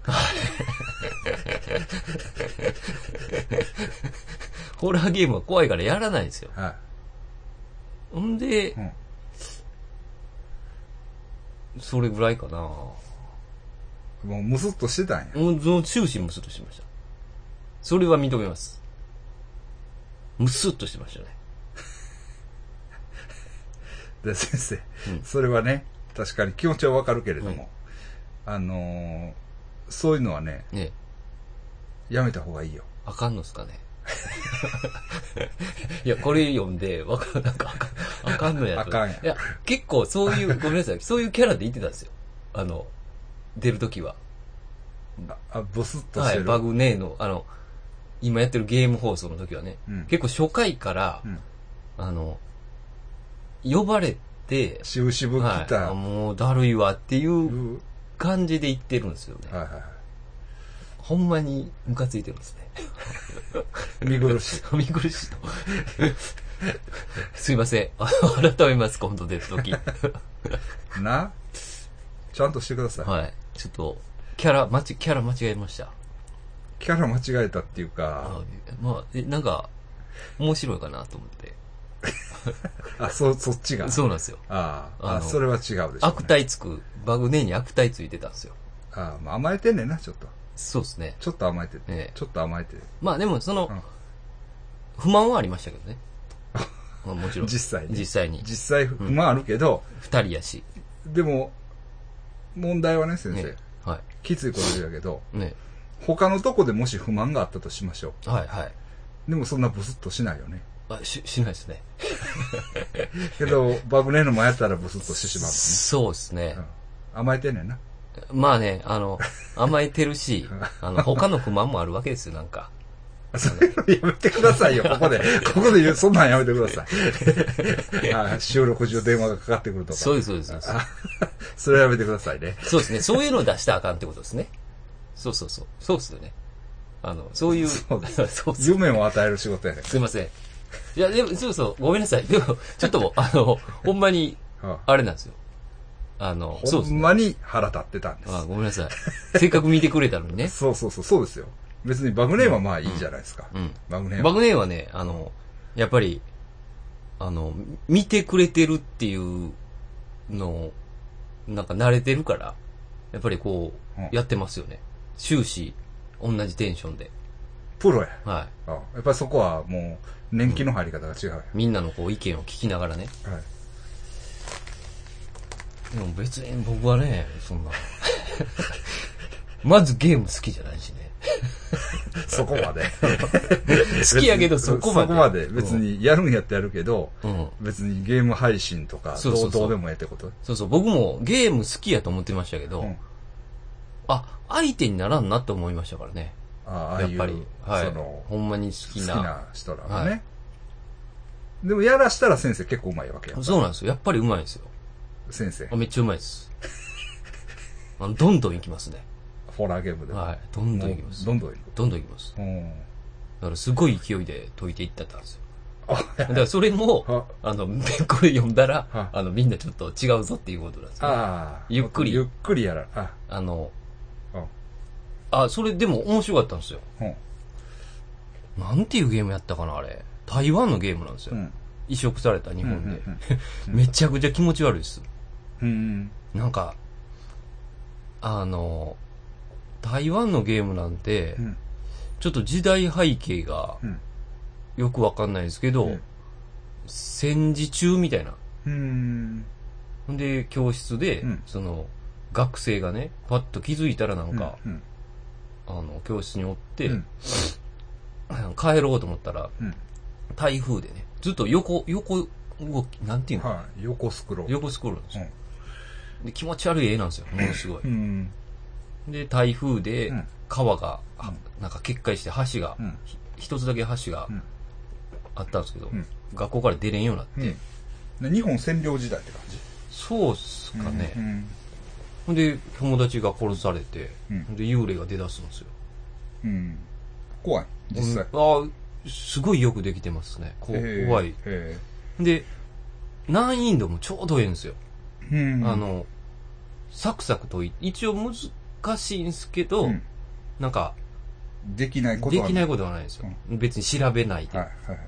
Speaker 2: ホラーゲームは怖いからやらないんですよ。
Speaker 1: は
Speaker 2: ほんで
Speaker 1: い。う、ん。
Speaker 2: それぐらいかな
Speaker 1: もう、むすっとしてたんや。
Speaker 2: もう、その終始ムスッとしました。それは認めます。ムスッとしてましたね。
Speaker 1: で、先生
Speaker 2: うん、
Speaker 1: それはね、確かに気持ちはわかるけれども、あのー、そういうのはね、
Speaker 2: ね
Speaker 1: やめた方がいいよ。
Speaker 2: あかんのっすかね。 いや、これ読んで、わかん、なんか、あかんあかんのやと。
Speaker 1: あかんや
Speaker 2: いや、結構そう いう、ごめんなさい、そういうキャラで言ってたんですよ。あの、出るときは。
Speaker 1: ああ、ブスっとし
Speaker 2: は
Speaker 1: て
Speaker 2: い、
Speaker 1: る。
Speaker 2: バグネーの、あの、今やってるゲーム放送の時はね、
Speaker 1: うん
Speaker 2: 結構初回から、
Speaker 1: うん。
Speaker 2: あの、呼ばれて、
Speaker 1: しぶしぶ来
Speaker 2: はい、
Speaker 1: た。
Speaker 2: あ
Speaker 1: は
Speaker 2: もうだるいわっていううん感じで言ってるんですよね。
Speaker 1: はいは
Speaker 2: ほんまにムカついてるんですね。
Speaker 1: い。見苦しい。
Speaker 2: 見苦しいと。 すいません。 あの改めます、今度出る時
Speaker 1: なちゃんとしてください。
Speaker 2: はい。ちょっと、キャラ、まち、キャラ間違えました。
Speaker 1: キャラ間違えたっていうか、
Speaker 2: まあ、え、なんか、面白いかなと思って。
Speaker 1: あ、そ、そっちが。
Speaker 2: そうなんですよ。
Speaker 1: ああ
Speaker 2: あ
Speaker 1: あ、
Speaker 2: の
Speaker 1: それは違うでしょうね。
Speaker 2: 悪態つく、バグネーに悪態ついてたんですよ。
Speaker 1: ああ、まあ甘えてんねんな、ちょっと。
Speaker 2: そうですね。
Speaker 1: ちょっと甘えて
Speaker 2: ええ
Speaker 1: ちょっと甘えて
Speaker 2: まあでもその
Speaker 1: うん、
Speaker 2: 不満はありましたけ どね。まあもちろん。
Speaker 1: 実際に
Speaker 2: 実際に。
Speaker 1: 実際、まああるけど、
Speaker 2: 二人やし。
Speaker 1: でも、問題はね、先生、
Speaker 2: ね。は
Speaker 1: きついことだけど、
Speaker 2: い。ね。
Speaker 1: 他のとこでもし不満があったとしましょ
Speaker 2: はいはい。
Speaker 1: う。でもそんなブスッとしないよね。
Speaker 2: あ、し、しないですね。
Speaker 1: けど、バグネーの前やったらブスッとしてしまう
Speaker 2: そうですね
Speaker 1: もんね。。うん、甘えてんねんな。
Speaker 2: まあね、あの、甘えてるし
Speaker 1: うん、
Speaker 2: あの、他の不満もあるわけですよ、な んか。
Speaker 1: それやめてくだ さいよ、ここで。ここで言う、そんなんやめてください。 ああ収録中電話がかかってくるとか。
Speaker 2: そうです、そうです。そうです
Speaker 1: あそれはやめてくださいね。
Speaker 2: そうですね。そういうのを出したらあかんってことですね。そうそうそう。そうですよね。あの、そういう、
Speaker 1: そうで
Speaker 2: そうそう
Speaker 1: 夢を与える仕事やねん。
Speaker 2: すいません。いや、でも、そうそう、ごめんなさい。でも、ちょっともう、あの、ほんまに、
Speaker 1: うん
Speaker 2: あれなんですよ。あの、そ
Speaker 1: ほ
Speaker 2: うです
Speaker 1: ん
Speaker 2: ね。
Speaker 1: まに腹立ってたんです。
Speaker 2: あごめんなさい。せっかく見てくれたのにね。
Speaker 1: そうそうそう、そうですよ。別にバグネームはまあいいじゃないですか。
Speaker 2: うん。
Speaker 1: バグネーム。
Speaker 2: バグネーはね、あの、やっぱり、あの、見てくれてるっていうのなんか慣れてるから、やっぱりこ
Speaker 1: うん
Speaker 2: う、やってますよね。終始、同じテンションで。
Speaker 1: プロや。
Speaker 2: は
Speaker 1: あやっぱりそこはもう、年季の入り方が違うよ。
Speaker 2: い。みんなのこう意見を聞きながらね。
Speaker 1: はい。
Speaker 2: でも別に僕はね、そんな。まずゲーム好きじゃないしね。
Speaker 1: そこまで。
Speaker 2: 好きやけどそこま
Speaker 1: そ
Speaker 2: で。
Speaker 1: こまで。別にやるんやってやるけど、
Speaker 2: うん。うん。
Speaker 1: 別にゲーム配信とか、
Speaker 2: そう
Speaker 1: ど
Speaker 2: そううそう
Speaker 1: どうでもええってこと
Speaker 2: そうそう、僕もゲーム好きやと思ってましたけど、
Speaker 1: うん
Speaker 2: あ、相手にならんなって思いましたからね。
Speaker 1: ああああ
Speaker 2: やっ
Speaker 1: いう、
Speaker 2: ぱり。はい。
Speaker 1: その、
Speaker 2: ほんまに
Speaker 1: 好
Speaker 2: 好
Speaker 1: き
Speaker 2: きな。
Speaker 1: な人らは
Speaker 2: は
Speaker 1: ね。でもやらしたら先生結構うまいわけやん。
Speaker 2: そうなんですよ。やっぱりうまいですよ。
Speaker 1: 先生
Speaker 2: あ。めっちゃうまいです。 あのどんどんいきますね。
Speaker 1: ホラーゲームでも。
Speaker 2: はい。どんどんい
Speaker 1: も
Speaker 2: きま
Speaker 1: う
Speaker 2: す。
Speaker 1: どんどんいく。
Speaker 2: どんどんいきます。
Speaker 1: うん。
Speaker 2: だからすごい勢いで解いていったったんですよ。
Speaker 1: あ、
Speaker 2: だからそれ
Speaker 1: は
Speaker 2: も、あの、 これ読んだ
Speaker 1: は
Speaker 2: ら、あの、みんなちょっと違うぞっていうことなんですよ。
Speaker 1: ああ。
Speaker 2: ゆっくり
Speaker 1: ゆっくりやら。あ、
Speaker 2: あの、
Speaker 1: うん。
Speaker 2: あ、それでも面白かったんですよ。
Speaker 1: うん
Speaker 2: なんていうゲームやったかな、あれ。台湾のゲームなんですよ。
Speaker 1: うん。
Speaker 2: 移植された日
Speaker 1: うん
Speaker 2: 本で。
Speaker 1: うん
Speaker 2: めちゃくちゃ気持ち悪いです。
Speaker 1: うんうん。
Speaker 2: なんか、あの、台湾のゲームなんて
Speaker 1: う、ん。
Speaker 2: ちょっと時代背景が
Speaker 1: うん。
Speaker 2: よくわかんないですけど、
Speaker 1: うん
Speaker 2: 戦時中みたいな。
Speaker 1: うん。
Speaker 2: ほんで、教室で、
Speaker 1: うん
Speaker 2: その、学生がね、パッと気づいたらなんか、
Speaker 1: うん。
Speaker 2: あの、教室におって、
Speaker 1: うん
Speaker 2: 帰ろうと思ったら、
Speaker 1: うん。
Speaker 2: 台風でね、ずっと横、横動き、なんていうの、
Speaker 1: はい。横スクロール。
Speaker 2: 横スクロールなんですよ。で、気持ち悪い絵なんですよ、ものすごい。
Speaker 1: うん。
Speaker 2: で、台風で
Speaker 1: うん、
Speaker 2: 川が、はなんか決壊して橋が、
Speaker 1: うん。
Speaker 2: ひ一つだけ橋が
Speaker 1: うん
Speaker 2: あったんですけど、
Speaker 1: うん
Speaker 2: 学校から出れんようになって、
Speaker 1: うん。で日本占領時代って感じ。
Speaker 2: そうっすかね。
Speaker 1: うん。
Speaker 2: ほんで、友達が殺されて、
Speaker 1: うん
Speaker 2: ほんで、幽霊が出だすんですよ。
Speaker 1: うん。怖い。実際。
Speaker 2: うんああ、すごいよくできてますね。こ
Speaker 1: えー
Speaker 2: 怖い。。
Speaker 1: え
Speaker 2: で、難易度もちょうどええんですよ。
Speaker 1: えうん。
Speaker 2: あ、の、サクサクとい、一応難しいんですけど、
Speaker 1: うん
Speaker 2: なんか、
Speaker 1: できないこと
Speaker 2: で
Speaker 1: は
Speaker 2: きないことはないんですよ。別に調べないで。
Speaker 1: はい。はい。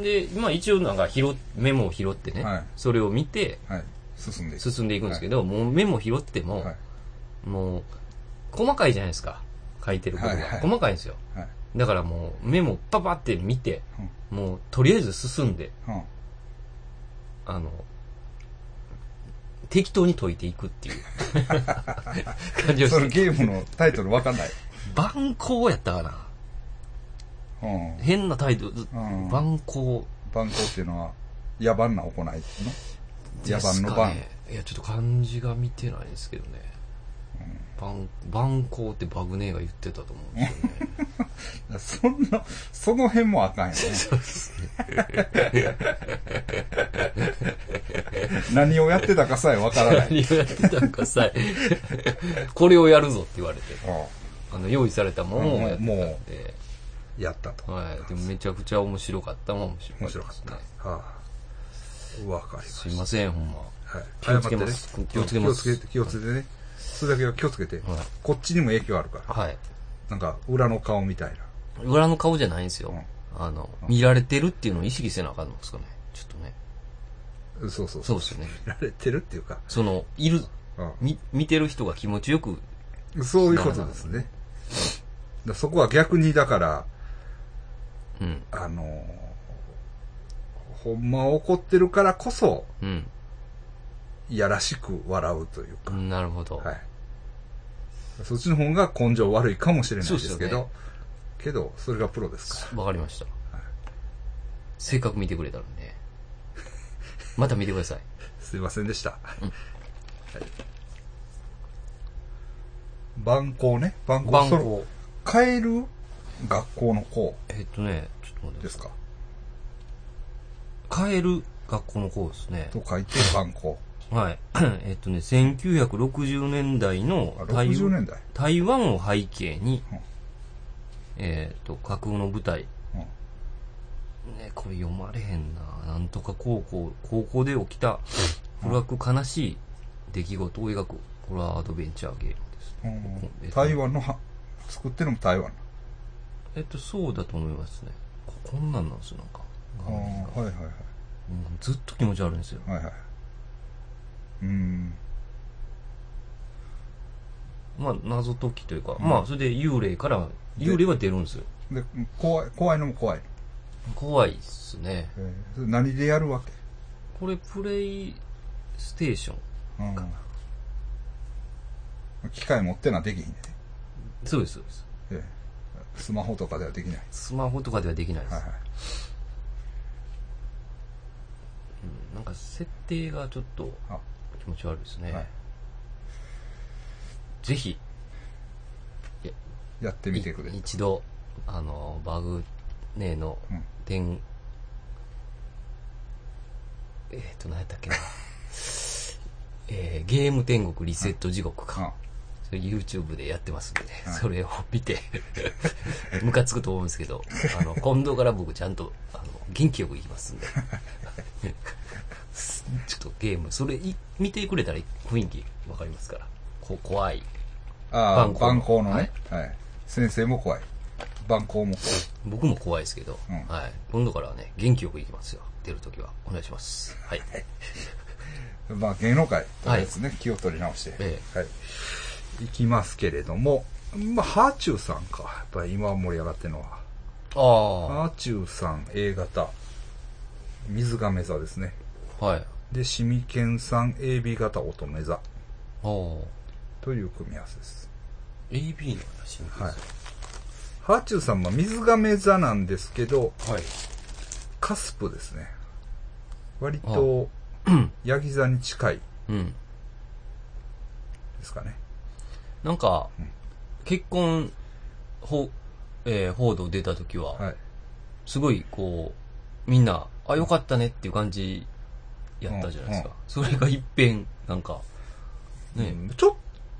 Speaker 2: で、まあ一応なんか拾っ、メモを拾ってね、
Speaker 1: はい
Speaker 2: それを見て
Speaker 1: はい。はい進んでいく。
Speaker 2: 進んでいくんですけど、もうメモ拾っても、
Speaker 1: はい。
Speaker 2: もう、細かいじゃないですか。書いてることが。
Speaker 1: はいはい
Speaker 2: 細かいんですよ。
Speaker 1: はい。
Speaker 2: だからもうメモパパって見て、もうとりあえず進んで、
Speaker 1: うん。うん
Speaker 2: あの、適当に解いてい くっていう感じを
Speaker 1: そ
Speaker 2: し
Speaker 1: れ
Speaker 2: て。
Speaker 1: ゲームのタイトルわかんない。
Speaker 2: 番号やったかな
Speaker 1: うん。
Speaker 2: 変な態度、
Speaker 1: ん
Speaker 2: 番号
Speaker 1: 番号っていうのは、野蛮な行いっていうの
Speaker 2: で
Speaker 1: 野
Speaker 2: す
Speaker 1: 蛮の
Speaker 2: か
Speaker 1: 番。
Speaker 2: ね。いや、ちょっと漢字が見てないんですけどね。番、番号ってバグネーが言ってたと思うんですよ
Speaker 1: そ
Speaker 2: ね。
Speaker 1: んな、その辺もあかんよね。何をやってたかさえわからない。
Speaker 2: 何をやってたんかさえ、これをやるぞって言われて、
Speaker 1: う
Speaker 2: あの、用意されたものをやってたんで、
Speaker 1: んやったと。
Speaker 2: はい。でもめちゃくちゃ面白かったもん
Speaker 1: 面
Speaker 2: 面白かった
Speaker 1: 白
Speaker 2: で
Speaker 1: かっ
Speaker 2: すね。
Speaker 1: た。はあ。わかります
Speaker 2: いません、ほんま。
Speaker 1: はい。
Speaker 2: 気をつけます
Speaker 1: 謝ってね
Speaker 2: 気をつけます
Speaker 1: 気をつけて、気をつけてね。それだけは気をつけて
Speaker 2: はい。
Speaker 1: こっちにも影響あるから。
Speaker 2: はい。
Speaker 1: なんか、裏の顔みたいな。
Speaker 2: 裏の顔じゃないんですよ
Speaker 1: うん。
Speaker 2: あの、見られてるっていうのを意識せなあかんのですかね。ちょっとね。
Speaker 1: うんそうそう
Speaker 2: そうですよね。
Speaker 1: 見られてるっていうか。
Speaker 2: その、いる、
Speaker 1: うん
Speaker 2: み、見てる人が気持ちよく、
Speaker 1: そういうことですね。だからそこは逆に、だから、
Speaker 2: うん、
Speaker 1: あのーほんま怒ってるからこそ、
Speaker 2: うん、
Speaker 1: いやらしく笑うという
Speaker 2: う
Speaker 1: か、
Speaker 2: んなるほど。
Speaker 1: はい。そっちの方が根性悪いかもしれない
Speaker 2: そ
Speaker 1: で
Speaker 2: うです
Speaker 1: す
Speaker 2: よ
Speaker 1: け
Speaker 2: ね
Speaker 1: ど、けど、それがプロですか
Speaker 2: わかりました。せっかく見てくれたのね。また見てください。
Speaker 1: ら。すいませんでした。はい。番号ね。番号。
Speaker 2: 番
Speaker 1: それ
Speaker 2: 号。
Speaker 1: 変える学校の校
Speaker 2: えっとね、ちょっと待っ
Speaker 1: で
Speaker 2: てくだ
Speaker 1: す
Speaker 2: さ
Speaker 1: か
Speaker 2: い。変える学校の子ですね。
Speaker 1: と書い て番号。
Speaker 2: はい。 えっとね、1960年代の
Speaker 1: あ
Speaker 2: 台
Speaker 1: 60年代。
Speaker 2: 台湾を背景に
Speaker 1: うん、
Speaker 2: えっと、架空の舞台。
Speaker 1: うん
Speaker 2: ね、これ読まれへんな。なんとか高校、高校で起きた暗く悲しい出来事を描くホラーアドベンチャーゲームです。
Speaker 1: うん
Speaker 2: えっと
Speaker 1: 台湾のは作ってるのも台湾
Speaker 2: えっと、そうだと思いますね。ここんなんなんですよ、なんか。
Speaker 1: ああーはいはいはい
Speaker 2: うんずっと気持ち悪いんですよ。
Speaker 1: はいはいうん
Speaker 2: まあ、謎解きというか、まあ、それで幽霊から、幽霊は出るんですよ。
Speaker 1: で怖い怖いのも怖い、
Speaker 2: 怖いっすね。
Speaker 1: えーそれ何でやるわけ、
Speaker 2: これ、プレイステーション。
Speaker 1: うん、機械持ってなできひんね、
Speaker 2: そうです、そうです。
Speaker 1: えースマホとかではできない
Speaker 2: スマホとかではできないです。
Speaker 1: はいはい
Speaker 2: うんなんか、設定がちょっと
Speaker 1: あ
Speaker 2: 気持ち悪いですね。
Speaker 1: はい
Speaker 2: ぜひ、
Speaker 1: やってみてくれ
Speaker 2: い一度、あの、バグネーの
Speaker 1: うん
Speaker 2: 点、えっ、と、何やったっ けな。えーゲーム天国リセット地獄か。
Speaker 1: あ
Speaker 2: それ YouTube でやってますんでね、それを見て、 ムカつくと思うんですけど、あの、今度から僕ちゃんと、あの、元気よく行きますんで。 ちょっとゲーム、それい見てくれたら雰囲気わかりますから。こ怖い。
Speaker 1: あー
Speaker 2: 番
Speaker 1: 番
Speaker 2: 号
Speaker 1: 号
Speaker 2: の
Speaker 1: のね、はい先生も怖い番号も怖い
Speaker 2: 僕も怖いですけど、
Speaker 1: うん
Speaker 2: はい。今度からはね、元気よく行きますよ。出るときは。お願いします。はい。
Speaker 1: まあ芸能界とかですね、気を取り直して、
Speaker 2: え
Speaker 1: はい、いきますけれども、まあ、ハーチューさんか。やっぱり今盛り上がってるのは。
Speaker 2: あ
Speaker 1: ハーチューさん A 型、水亀座ですね。
Speaker 2: あ、はい。
Speaker 1: で、シミケンさん AB 型乙女座
Speaker 2: おー
Speaker 1: という組み合わせです。
Speaker 2: AB の話に
Speaker 1: はい。ハーチューさんは水亀座なんですけど、
Speaker 2: はい。
Speaker 1: カスプですね。割と、 ヤギ座に近い
Speaker 2: うん。
Speaker 1: ですかね。
Speaker 2: なんか、結婚、ほ、えー報道出た時は、
Speaker 1: はい。
Speaker 2: すごい、こう、みんな、あ、よかったねっていう感じ、やったじゃないですか。それが一変、なんか、ね、
Speaker 1: うんちょっ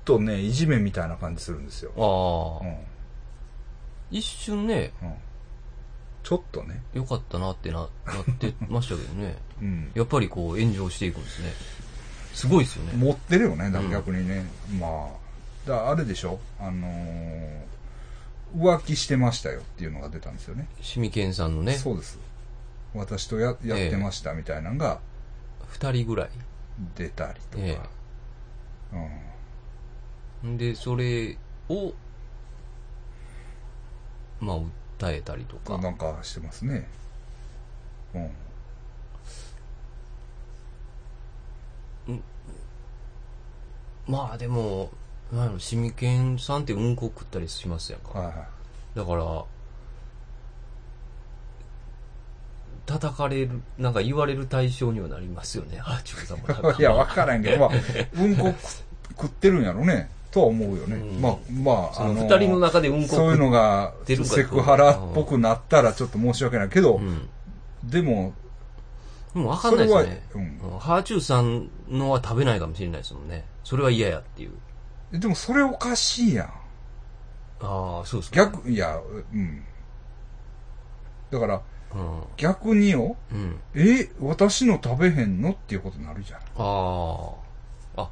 Speaker 1: とね、いじめみたいな感じするんですよ。
Speaker 2: ああ、
Speaker 1: うん。
Speaker 2: 一瞬ね、
Speaker 1: うん。ちょっとね。
Speaker 2: よかったなってな、なってましたけど ね。
Speaker 1: うん。
Speaker 2: やっぱりこう、炎上していくんですね。すごいですよね。
Speaker 1: 持ってるよね、だ
Speaker 2: うん
Speaker 1: 逆にね。まあ。だあれでしょあのー浮気してましたよっていうのが出たんですよね。
Speaker 2: シミケンさんのね、
Speaker 1: そうです。私とややってましたみたいなのが
Speaker 2: 二人ぐらい。
Speaker 1: 出たりとか。
Speaker 2: ええんで、それを、まあ、訴えたりと
Speaker 1: う
Speaker 2: か
Speaker 1: ん。。なんかしてますね。うん。
Speaker 2: まあでも、なんやろ、シミケンさんってうんこ食ったりしますやんか。
Speaker 1: はいはい。
Speaker 2: だから、叩かれる、なんか言われる対象にはなりま すよね、ハーチューさんもなんか。
Speaker 1: いや、わからんけど、まあ、うんこ食ってるんやろね、とは思うよね。
Speaker 2: うん
Speaker 1: まあ、まあ、
Speaker 2: その
Speaker 1: あ
Speaker 2: 二人の中でうんこ食
Speaker 1: そういうのが
Speaker 2: てるかどう
Speaker 1: セ
Speaker 2: か
Speaker 1: クハラっぽくなったらちょっと申し訳ないけど、
Speaker 2: うん。
Speaker 1: でも、
Speaker 2: でもわかんないですよね。
Speaker 1: それはう
Speaker 2: ハーチューさんのは食べないかもしれないですもんね。それは嫌やっていう。
Speaker 1: でもそれおかしいやん。
Speaker 2: ああ、そうですか。
Speaker 1: 逆、いや、うん。だから、
Speaker 2: うん。
Speaker 1: 逆によ、
Speaker 2: うん。
Speaker 1: え、私の食べへんのっていうことになるじゃん。
Speaker 2: ああ。あ、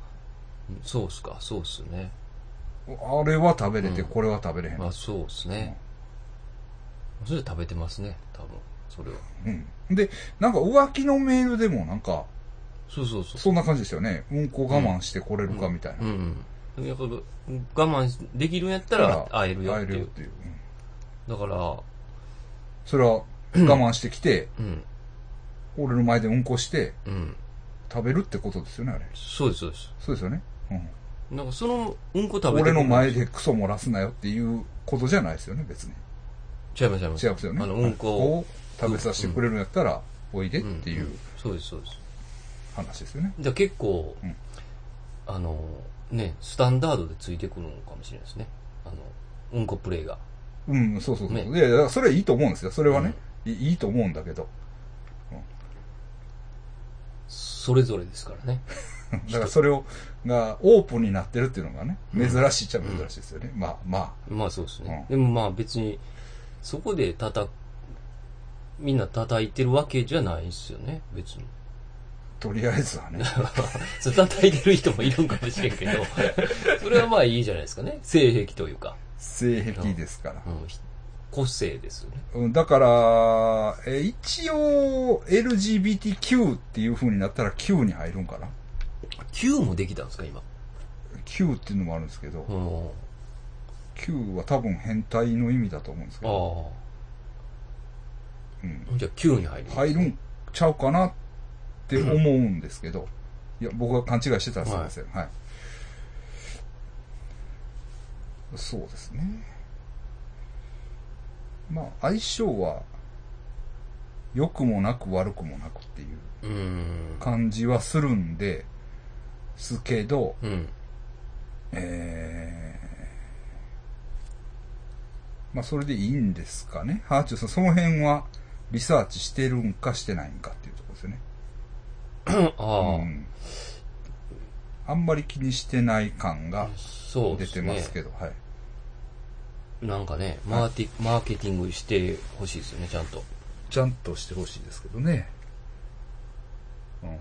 Speaker 2: そうっすか、そうっすね。
Speaker 1: あれは食べれて、
Speaker 2: うん
Speaker 1: これは食べれへん。
Speaker 2: まあそうっすね。それで食べてますね、多分。それは。
Speaker 1: うん。で、なんか浮気のメールでもなんか、
Speaker 2: そうそうそう。
Speaker 1: そんな感じですよね。うんこ我慢してこれるかみたいな。
Speaker 2: うん、うん。やっぱ我慢できるんやった
Speaker 1: だ
Speaker 2: ら会えるよっ
Speaker 1: 会え
Speaker 2: て
Speaker 1: る
Speaker 2: い
Speaker 1: よっ
Speaker 2: う。
Speaker 1: ていう。うん
Speaker 2: だから、
Speaker 1: それは我慢してきて、
Speaker 2: うん、
Speaker 1: 俺の前でうんこして
Speaker 2: うん。
Speaker 1: 食べるってことですよね、あれ。
Speaker 2: そうです、そうです。
Speaker 1: そうですよね。うん。
Speaker 2: なんかそのうんこ食べて
Speaker 1: 俺
Speaker 2: くる
Speaker 1: の前でクソ漏らすなよっていうことじゃないですよね、別に。
Speaker 2: 違います、違います。
Speaker 1: 違うんですよね。
Speaker 2: あの、うんこ
Speaker 1: を食べさせてくれるんやったら、おいでっていうん
Speaker 2: んそうです、そうです。
Speaker 1: 話ですよね。
Speaker 2: じゃ結構、
Speaker 1: うん
Speaker 2: あの、ね、スタンダードでついてくるのかもしれないですね。あの、うんこプレイが。
Speaker 1: うん、そうそうそう。
Speaker 2: ね
Speaker 1: いやいや、それはいいと思うんですよ。それはね、いいいと思うんだけど。
Speaker 2: それぞれですからね。
Speaker 1: だからそれを、が、オープンになってるっていうのがね、珍しいっちゃ珍しいですよね。まあまあ。
Speaker 2: まあそうですね。
Speaker 1: う
Speaker 2: でもまあ別に、そこで叩く、みんな叩いてるわけじゃないですよね、別に。
Speaker 1: とりあえずは ね。
Speaker 2: そう叩いてる人もいるんかもしれんけど、それはまあいいじゃないですかね。性癖というか。
Speaker 1: 性癖ですから。
Speaker 2: うん、ひ個性ですよね。
Speaker 1: うん、だから、えー一応、LGBTQ っていう風になったら Q に入るんかな
Speaker 2: Q もできたんですか、今。
Speaker 1: ?Q っていうのもあるんですけど、
Speaker 2: うん。あ
Speaker 1: Q は多分変態の意味だと思うんですけど、
Speaker 2: あ。
Speaker 1: うん、
Speaker 2: じゃあ Q に入る。
Speaker 1: 入るんちゃうかなって思うんですけど、いや、僕が勘違いしてたらすいません。はい。そうですね。まあ、相性は、良くもなく悪くもなくっていう
Speaker 2: うーん。
Speaker 1: 感じはするんで、すけど、
Speaker 2: うん。
Speaker 1: えーまあ、それでいいんですかね。ハーチューさん、その辺はリサーチしてるんかしてないんかっていうところですよね。
Speaker 2: ああ、
Speaker 1: うん。あんまり気にしてない感が
Speaker 2: そうで
Speaker 1: 出
Speaker 2: す
Speaker 1: て
Speaker 2: ね。
Speaker 1: ますけど、はい。
Speaker 2: なんかね、マーティ、マーケティングしてほしいですよね、ちゃんと。
Speaker 1: ちゃんとしてほしいですけどね。うん。い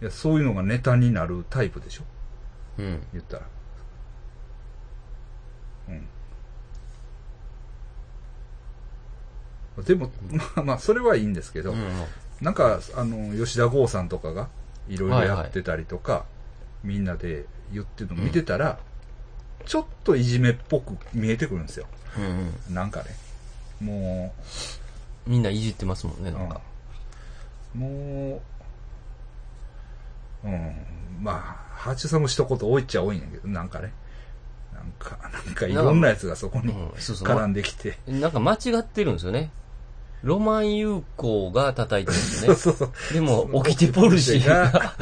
Speaker 1: や、そういうのがネタになるタイプでしょ
Speaker 2: うん。
Speaker 1: 言ったら。うん。でも、まあまあ、それはいいんですけど、
Speaker 2: うん。
Speaker 1: なんか、あの、吉田剛さんとかが、いろいろやってたりとか、みんなで言ってるの見てたら、ちょっといじめっぽく見えてくるんですよ。
Speaker 2: うんうん。
Speaker 1: なんかね。も
Speaker 2: みんないじってますもんね、
Speaker 1: う、
Speaker 2: なんか。
Speaker 1: うん、もう、うん、まあ、ハーチューさんも一言多いっちゃ多いんやけど、なんかね。なんか、なんかいろんなやつがそこ
Speaker 2: う
Speaker 1: に
Speaker 2: ん、そうそう。
Speaker 1: 絡んできて。
Speaker 2: なんか間違ってるんですよね。ロマン友好が叩いてるんで
Speaker 1: そうそ
Speaker 2: すよね。
Speaker 1: うそう。
Speaker 2: でも、オキテポルシーが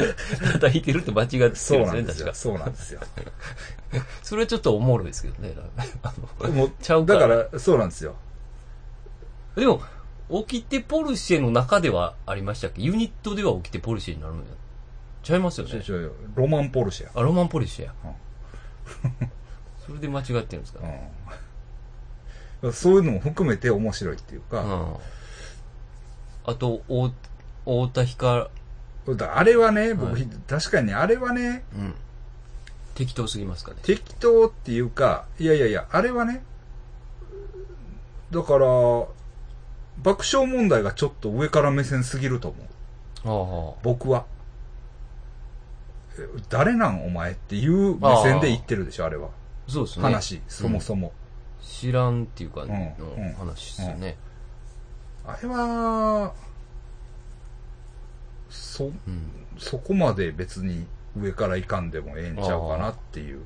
Speaker 2: 叩いてるって間違ってるんです
Speaker 1: そう
Speaker 2: よ
Speaker 1: なん
Speaker 2: ね、
Speaker 1: です
Speaker 2: 確
Speaker 1: よ。
Speaker 2: か。
Speaker 1: そうなんですよ。
Speaker 2: それはちょっとおもろいですけどね。あの
Speaker 1: もう
Speaker 2: ちゃうか
Speaker 1: だ
Speaker 2: ら
Speaker 1: から、そうなんですよ。
Speaker 2: でも、オキテポルシェの中ではありましたっけユニットではオキテポルシェになるのよ。ちゃいますよ
Speaker 1: ちょ
Speaker 2: ね
Speaker 1: ち。ょロマンポルシェや。
Speaker 2: あ、ロマンポルシェや
Speaker 1: うん。
Speaker 2: それで間違ってるんですか
Speaker 1: うん、 そういうのも含めて面白いっていう
Speaker 2: う
Speaker 1: か、
Speaker 2: ん。あと、お、大田光、
Speaker 1: だあれはね、僕、
Speaker 2: はい
Speaker 1: 確かにあれはね、
Speaker 2: うん。適当すぎますかね。
Speaker 1: 適当っていうか、いやいやいや、あれはね、だから、爆笑問題がちょっと上から目線すぎると思う。
Speaker 2: ああ。
Speaker 1: 僕は。え誰なんお前っていう目線で言ってるでしょ、あれは。
Speaker 2: そうですね。
Speaker 1: 話、そもそも。
Speaker 2: 知らんっていうか、の
Speaker 1: うん
Speaker 2: 話ですよね。
Speaker 1: あれは、そ、
Speaker 2: うん。
Speaker 1: そこまで別に上からいかんでもええんちゃうかなっていう。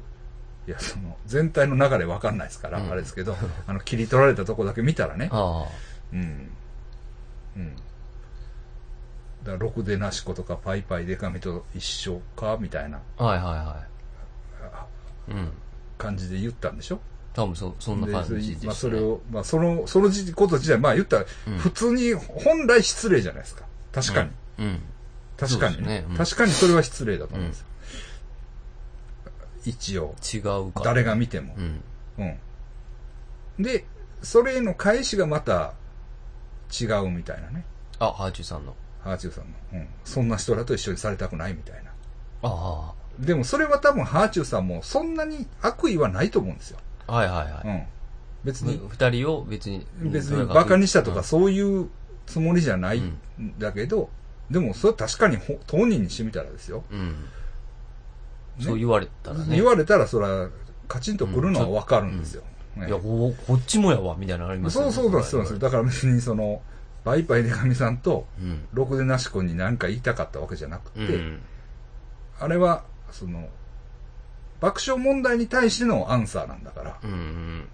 Speaker 1: いや、その、全体の流れわかんないですから、
Speaker 2: うん
Speaker 1: あれです けど、あの、切り取られたとこだけ見たらね、
Speaker 2: あ
Speaker 1: うん。うん。だから、ろくでなしことか、パイパイでかみと一緒か、みたいな
Speaker 2: あ。はいはいは
Speaker 1: あ
Speaker 2: い。うん。
Speaker 1: 感じで言ったんでしょ
Speaker 2: 多分そ、そんな
Speaker 1: で
Speaker 2: 感
Speaker 1: それ
Speaker 2: じでした、ね。
Speaker 1: まあ、それを、まあ、その、そのじこと自体、まあ、言ったら、
Speaker 2: うん
Speaker 1: 普通に、本来失礼じゃないですか。確かに。
Speaker 2: うん。
Speaker 1: 確か
Speaker 2: そ
Speaker 1: に
Speaker 2: うですね
Speaker 1: ね
Speaker 2: う。ん
Speaker 1: 確かにそれは失礼だと思うんですよ。一応、
Speaker 2: 違うから。
Speaker 1: 誰が見ても
Speaker 2: う。ん。
Speaker 1: うん。で、それへの返しがまた違うみたいなね。
Speaker 2: あ、ハーチューさんの。
Speaker 1: ハーチューさんの。うん。そんな人らと一緒にされたくないみたいな。
Speaker 2: あ
Speaker 1: でもそれは多分ハーチューさんもそんなに悪意はないと思うんですよ。
Speaker 2: あ。はいはいは
Speaker 1: う
Speaker 2: い。
Speaker 1: ん。別
Speaker 2: に
Speaker 1: に、
Speaker 2: 二人を別に。
Speaker 1: 別に馬鹿にしたと
Speaker 2: う
Speaker 1: か
Speaker 2: ん
Speaker 1: そういうつもりじゃない
Speaker 2: うん
Speaker 1: んだけど、でもそれは確かにほ当人にしてみたらですよ。
Speaker 2: うん。
Speaker 1: ね
Speaker 2: そう言われたらね。
Speaker 1: 言われたらそれはカチンとくるのはわかるんですよ。ね
Speaker 2: いや、ここっちもやわ、みたいなのありますよ
Speaker 1: そう
Speaker 2: ね。
Speaker 1: そうなんですよ。だから別にその、バイバイでかみさんと、
Speaker 2: うん。
Speaker 1: ろくでなし子に何か言いたかったわけじゃなくて、
Speaker 2: うん。
Speaker 1: あれは、その、爆笑問題に対してのアンサーなんだから、
Speaker 2: うん。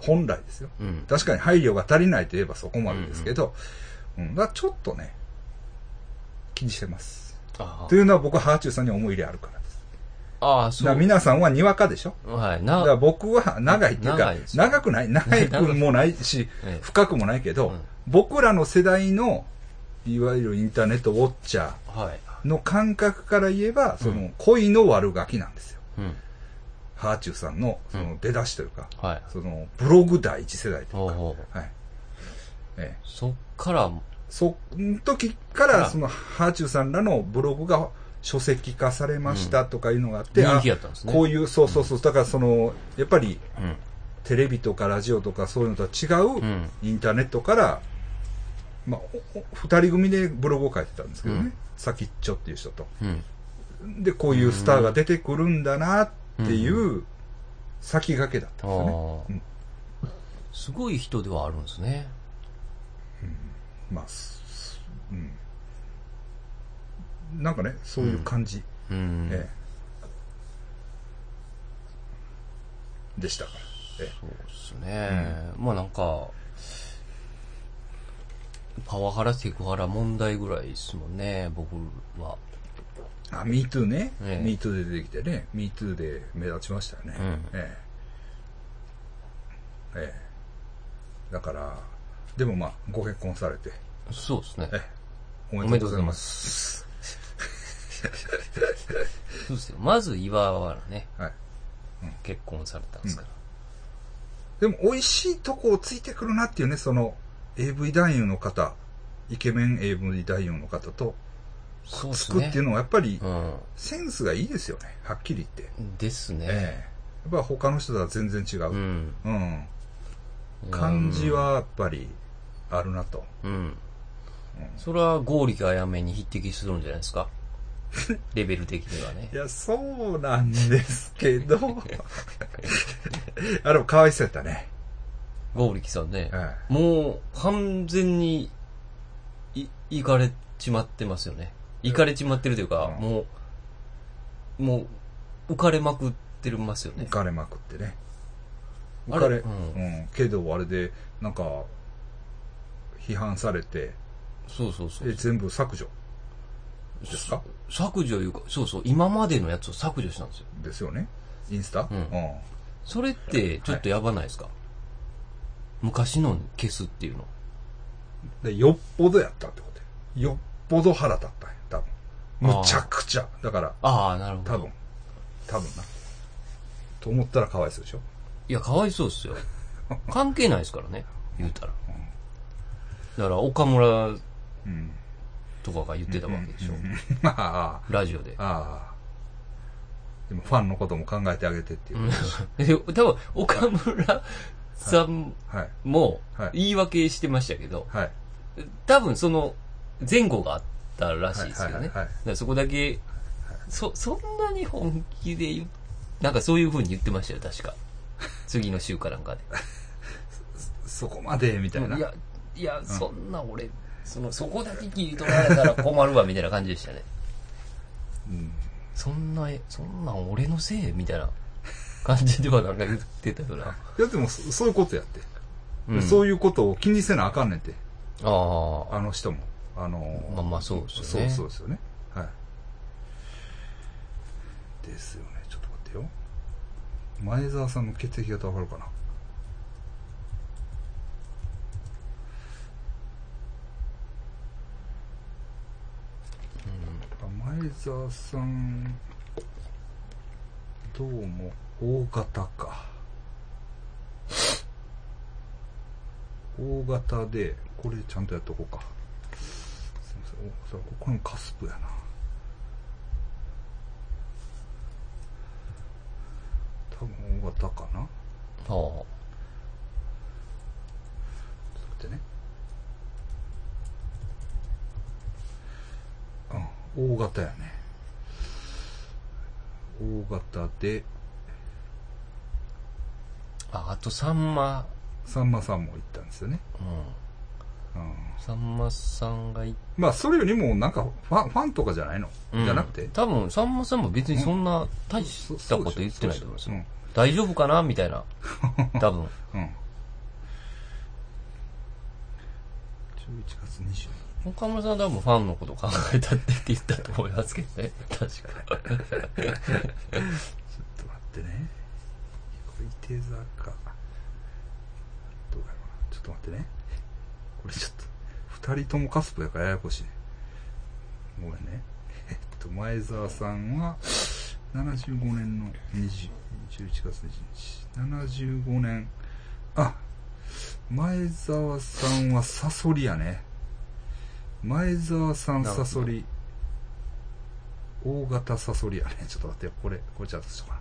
Speaker 1: 本来ですよ。
Speaker 2: うん。
Speaker 1: 確かに配慮が足りないといえばそこまでですけど、うんだからちょっとね、気にしてます。
Speaker 2: あ
Speaker 1: というのは僕はハーチューさんに思い入れあるからです。
Speaker 2: あ。ああ、
Speaker 1: だ
Speaker 2: そ
Speaker 1: から
Speaker 2: う。
Speaker 1: 皆さんはにわかでしょ
Speaker 2: はい。
Speaker 1: だから
Speaker 2: な、
Speaker 1: 僕は長いっていう
Speaker 2: 長
Speaker 1: か
Speaker 2: いで、す
Speaker 1: 長くない、長くもないし
Speaker 2: ええ、
Speaker 1: 深くもないけど、
Speaker 2: うん
Speaker 1: 僕らの世代の、いわゆるインターネットウォッチャ
Speaker 2: はい。
Speaker 1: ーの感覚から言えば、その恋の悪ガキなんですよ。
Speaker 2: うん。
Speaker 1: ハーチューさんのそうの出だしというか、
Speaker 2: はい。
Speaker 1: そのブログ第一世代とい
Speaker 2: ほうほう。
Speaker 1: うか、はいええ、
Speaker 2: そっから、
Speaker 1: その時か
Speaker 2: から
Speaker 1: らそのハーチューさんらのブログが書籍化されましたとかいうのがあって、
Speaker 2: うん
Speaker 1: あ
Speaker 2: 人気やったんですね
Speaker 1: こういう、そうそうそう、だからその、やっぱり
Speaker 2: うん。
Speaker 1: テレビとかラジオとかそういうのとは違う、
Speaker 2: うん
Speaker 1: インターネットから、まあ、おお二人組でブログを書いてたんですけどね、
Speaker 2: うん
Speaker 1: さきっちょっていう人と。
Speaker 2: うん。
Speaker 1: で、こういうスターが出てくるんだなっていう先駆けだったんですよね。
Speaker 2: あ
Speaker 1: う
Speaker 2: あ
Speaker 1: ん
Speaker 2: すごい人ではあるんですね。
Speaker 1: まあ、すうん。なんかね、そういう感じ、
Speaker 2: うん。
Speaker 1: ええでしたから。え
Speaker 2: そうですね。まあなんか、パワハラ、セクハラ問題ぐらいですもんね、僕は。
Speaker 1: え、あ、MeToo ね。
Speaker 2: ええ
Speaker 1: MeToo で出てきてね。MeToo で目立ちましたよね。
Speaker 2: うん
Speaker 1: ええええだから、でもまあ、ご結婚されて、
Speaker 2: そうですね
Speaker 1: え。えおめでとうございます。
Speaker 2: そうですよ。まず岩はね、
Speaker 1: はい。
Speaker 2: 結婚されたんですから。
Speaker 1: でも、美味しいとこをついてくるなっていうね、その、AV 男優の方、イケメン AV 男優の方と、
Speaker 2: そうで
Speaker 1: つ
Speaker 2: す
Speaker 1: く
Speaker 2: ね。
Speaker 1: っていうのは、やっぱり、
Speaker 2: うん。
Speaker 1: センスがいいですよね。はっきり言って。
Speaker 2: ですね。
Speaker 1: ええ。やっぱ他の人とは全然違
Speaker 2: う
Speaker 1: う。
Speaker 2: ん。
Speaker 1: うん。感じは、やっぱり、あるなと。
Speaker 2: うん。それは、合理がやめに匹敵するんじゃないです か。レベル的にはね
Speaker 1: い。や、そうなんですけど、 あ、でも、可愛そうやったね。
Speaker 2: 合力さんね、
Speaker 1: え
Speaker 2: もう、完全に、い、いかれちまってますよね。いかれちまってるというか、
Speaker 1: うん
Speaker 2: もう、もう、浮かれまくってますよ
Speaker 1: え。浮
Speaker 2: ね。
Speaker 1: かれまくってね。浮
Speaker 2: あ
Speaker 1: か
Speaker 2: れ
Speaker 1: れ、
Speaker 2: う
Speaker 1: うんん。けど、あれで、なんか、批判されて、
Speaker 2: そうそうそう
Speaker 1: え。全部削除ですか
Speaker 2: 削除いうか、そうそう、今までのやつを削除したんですよ。
Speaker 1: ですよねインスタ、
Speaker 2: うん
Speaker 1: うん
Speaker 2: それって、ちょっとやばないですか、昔の消すっていうの。
Speaker 1: でよっぽどやったってことやよっぽど腹立ったんや多分
Speaker 2: あー
Speaker 1: むちゃくちゃだから
Speaker 2: ああ、なるほど。
Speaker 1: 多分多分なと思ったらかわいそうでしょ
Speaker 2: いや、かわいそうです よ。関係ないですからね、言うたら。だから、岡村
Speaker 1: うん
Speaker 2: とかが言ってたわけでしょ。
Speaker 1: ま あ
Speaker 2: ラジオで
Speaker 1: あ。あでもファンのことも考えてあげてっていう、
Speaker 2: で、多分、岡村さん
Speaker 1: はい
Speaker 2: も
Speaker 1: はい
Speaker 2: 言い訳してましたけど、
Speaker 1: はい
Speaker 2: 多分その前後があったらしいですよ
Speaker 1: はいはい
Speaker 2: ね。だ
Speaker 1: はいはい
Speaker 2: からそこだけ、そ、そんなに本気で言う、なんかそういう風に言ってましたよ、確か。次の週かなんかで。
Speaker 1: そこまでみたいない
Speaker 2: や、いや、そんな俺、その、そこだけ切り取られたら困るわ、みたいな感じでしたね。
Speaker 1: うん
Speaker 2: そんな、そんなん俺のせいみたいな感じではなんか言ってたよな。
Speaker 1: いやでもそそういうことやって、
Speaker 2: うん
Speaker 1: そういうことを気にせなあかんねんて
Speaker 2: ああ、
Speaker 1: あの人もあのー
Speaker 2: まあまあそうですよね。
Speaker 1: そうそうですよね。はい。ですよね。ちょっと待ってよ。前澤さんの血液型わかるかなあ前澤さん、どうも大型か。大型で、これちゃんとやっとこうか。すいませんおそうこれもカスプやな多分大型かなちょ
Speaker 2: ああ
Speaker 1: っと待ってねうん大型やね大型で
Speaker 2: あ、あとさんま、
Speaker 1: さんまさんも行ったんですよね、
Speaker 2: うん。
Speaker 1: うん、
Speaker 2: さんまさんがい、
Speaker 1: まあそれよりもなんかファンファンとかじゃないの、
Speaker 2: うん
Speaker 1: じゃなくて
Speaker 2: 多分、さんまさんも別にそんな大したこと言ってないと思いますよ。大丈夫かなみたいな。多分。
Speaker 1: うん、うん、11月22日
Speaker 2: 岡村さんは多分ファンのこと考えたって言って言ったと思いますけどね。確か。
Speaker 1: ちょっと待ってね。これ、いて座か。どうかな。ちょっと待ってね。これちょっと、二人ともカスプやからややこしいね。ごめんね。えっと、前澤さんは、75年の20 11月21日。75年。あ、前澤さんはサソリやね。前澤さんサソリ。大型サソリやねちょっと待ってよこれこれちゃんとしようかな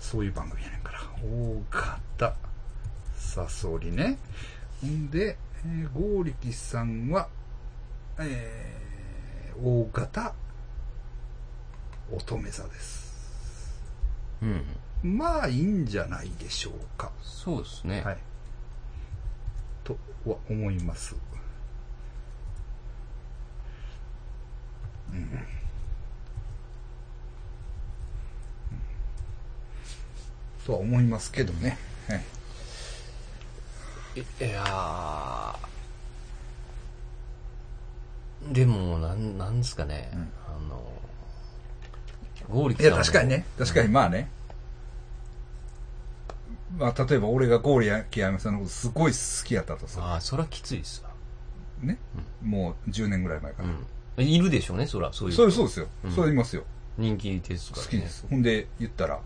Speaker 1: そういう番組やねんから大型サソリねほんで、えー、剛力さんはえー、大型乙女座です
Speaker 2: うん。
Speaker 1: まあいいんじゃないでしょうか
Speaker 2: そうですね。
Speaker 1: はい。とは思います。うん。とは思いますけどね。はい。
Speaker 2: いいやーでも、なん、なんですかね。
Speaker 1: うん
Speaker 2: あの、ゴーリ
Speaker 1: いや、確かにね。確かに、まあね。まあ、例えば俺がゴーリアキアさんのことすごい好きやったとさ、
Speaker 2: ああ、そらきついっすわ。
Speaker 1: ね。もう10年ぐらい前から。
Speaker 2: うん。いるでしょうね、そら。そういう。
Speaker 1: それそうですよ。
Speaker 2: うん
Speaker 1: それいますよ。
Speaker 2: 人気です
Speaker 1: 好
Speaker 2: からね。
Speaker 1: きです、ほんで言ったら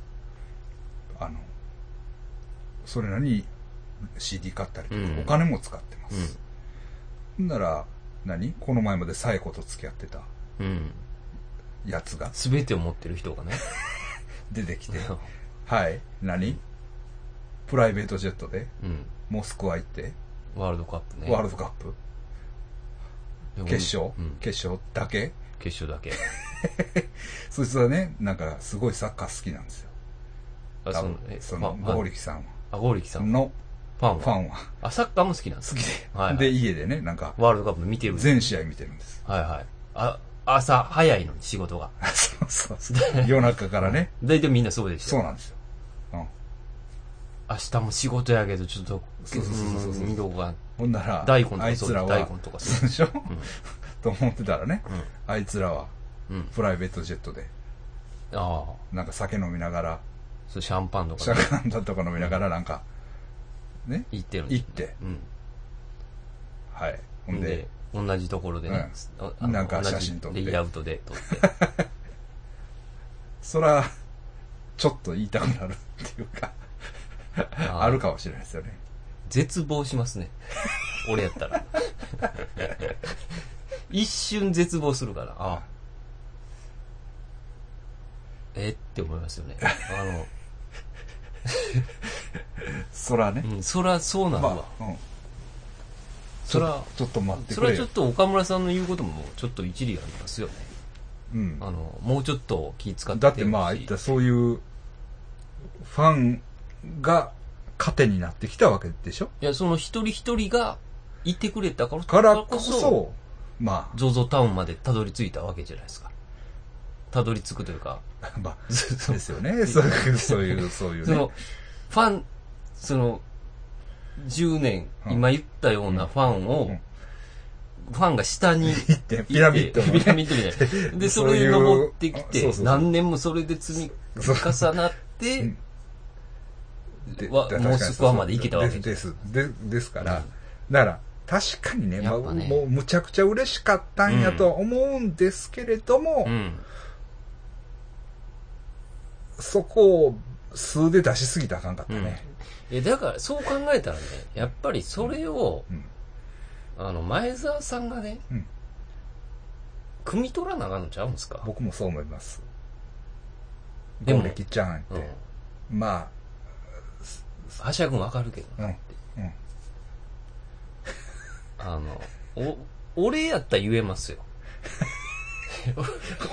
Speaker 1: あのそれなりに CD 買ったりとか、
Speaker 2: うん
Speaker 1: お金も使ってます、ほんなら何この前までサエ子と付き合ってた
Speaker 2: うん。
Speaker 1: やつが
Speaker 2: すべてを持ってる人が ね。
Speaker 1: 出てきてはい何プライベートジェットで
Speaker 2: うん。
Speaker 1: モスクワ行って、
Speaker 2: ワールドカップね。
Speaker 1: ワールドカップ
Speaker 2: でも
Speaker 1: 決勝、
Speaker 2: うん。
Speaker 1: 決勝だけ
Speaker 2: 決勝だけ。
Speaker 1: そいつはねなんかすごいサッカー好きなんですよ
Speaker 2: あ
Speaker 1: 多分
Speaker 2: え
Speaker 1: その
Speaker 2: ファン
Speaker 1: 剛力さん
Speaker 2: あ、ゴーリキさ
Speaker 1: は
Speaker 2: ん。フ
Speaker 1: の
Speaker 2: ァン
Speaker 1: フ
Speaker 2: は。
Speaker 1: ァンは
Speaker 2: あ、サッカーも好きなんです
Speaker 1: 好きで、
Speaker 2: はい
Speaker 1: で家でねなんか
Speaker 2: ワールドカップ見てる。
Speaker 1: 全試合見てるんです
Speaker 2: はいはい。あ、朝早いのに仕事が。
Speaker 1: そうそうそう。夜中からね。
Speaker 2: 大体みんなそうでした
Speaker 1: そう
Speaker 2: よ。
Speaker 1: なんですよ。うん。
Speaker 2: 明日も仕事やけど、ちょっと、
Speaker 1: そうそうそうそうそうん
Speaker 2: 見とこうかな。
Speaker 1: ほんなら、
Speaker 2: 大根と
Speaker 1: あ
Speaker 2: か
Speaker 1: い
Speaker 2: そ
Speaker 1: つ
Speaker 2: うで
Speaker 1: ら
Speaker 2: す。
Speaker 1: は、
Speaker 2: 大根とか
Speaker 1: そう
Speaker 2: そう
Speaker 1: でしょ、 と思ってたらね、あいつらは、
Speaker 2: うん。うん。
Speaker 1: プライベートジェットで、
Speaker 2: ああ。
Speaker 1: なんか酒飲みながら、
Speaker 2: そう、シャンパンと
Speaker 1: シ
Speaker 2: か
Speaker 1: ャ
Speaker 2: ね
Speaker 1: カンだとか飲みながら、なんか、ね、
Speaker 2: 行ってるんです
Speaker 1: 行っ
Speaker 2: よ
Speaker 1: て、
Speaker 2: うん。
Speaker 1: はい。ほん
Speaker 2: ん
Speaker 1: で
Speaker 2: で、、同じところでね、
Speaker 1: うん
Speaker 2: あの
Speaker 1: なんか写真撮って
Speaker 2: 同じレイアウトで 撮って。
Speaker 1: そら、ちょっと言いたくなるっていうか、
Speaker 2: あ
Speaker 1: あるかもしれないですよね。
Speaker 2: 絶望 しますね。俺やったら。一瞬絶望するから、ああえって思いますよね。あ
Speaker 1: そらね、
Speaker 2: の、うん、そらそうなるわ。
Speaker 1: まあ、うん。
Speaker 2: そら、
Speaker 1: ちょっと待って
Speaker 2: そ
Speaker 1: く
Speaker 2: れ
Speaker 1: れ
Speaker 2: はちょ
Speaker 1: よ
Speaker 2: っ。と岡村さんの言うこともちょっと一理ありますよね。
Speaker 1: うん。
Speaker 2: あの、もうちょっと気使って
Speaker 1: だってまあ言ったらそういうファンが糧になってきたわけでしょ
Speaker 2: いや、その一人一人がいてくれたから
Speaker 1: からこそ、ま
Speaker 2: ZOZO タウンまでたどり着いたわけじゃないですか。たどり着くというか、
Speaker 1: あ、まあ、
Speaker 2: ず
Speaker 1: そうですよ ね。そういう、そういう、そういう
Speaker 2: そ
Speaker 1: ね
Speaker 2: の、。ファン、その、10年、
Speaker 1: うん
Speaker 2: 今言ったようなファンを、
Speaker 1: うん
Speaker 2: ファンが下に行って、
Speaker 1: で ピラミッドの
Speaker 2: ピラ
Speaker 1: ね、
Speaker 2: ミッドみたいな。で、そ
Speaker 1: そう
Speaker 2: れ
Speaker 1: い
Speaker 2: に
Speaker 1: う
Speaker 2: 登ってき
Speaker 1: そうそ
Speaker 2: て
Speaker 1: うそう、
Speaker 2: 何年もそれで積み
Speaker 1: そう
Speaker 2: 重なって、
Speaker 1: うんで
Speaker 2: は
Speaker 1: だ
Speaker 2: モスクワまで行けたわけ
Speaker 1: で
Speaker 2: じゃん
Speaker 1: です。で、ですから、
Speaker 2: うん
Speaker 1: だから、確かにね、まあ、
Speaker 2: やっぱね
Speaker 1: もうむちゃくちゃ嬉しかったんやとは思うんですけれども、
Speaker 2: うん。
Speaker 1: そこを数で出しすぎたらあかんかった
Speaker 2: うん
Speaker 1: ね。
Speaker 2: え、だから、そう考えたらね、やっぱりそれを、
Speaker 1: うん
Speaker 2: あの、前澤さんがね、
Speaker 1: うん
Speaker 2: 汲み取らなあかんのちゃうんですか
Speaker 1: 僕もそう思います。
Speaker 2: でも
Speaker 1: ゴレキちゃんっ
Speaker 2: うん
Speaker 1: て、。まあ、
Speaker 2: はしゃぐんわかるけどな。
Speaker 1: うん。うん。
Speaker 2: あの、お、俺やったら言えますよ。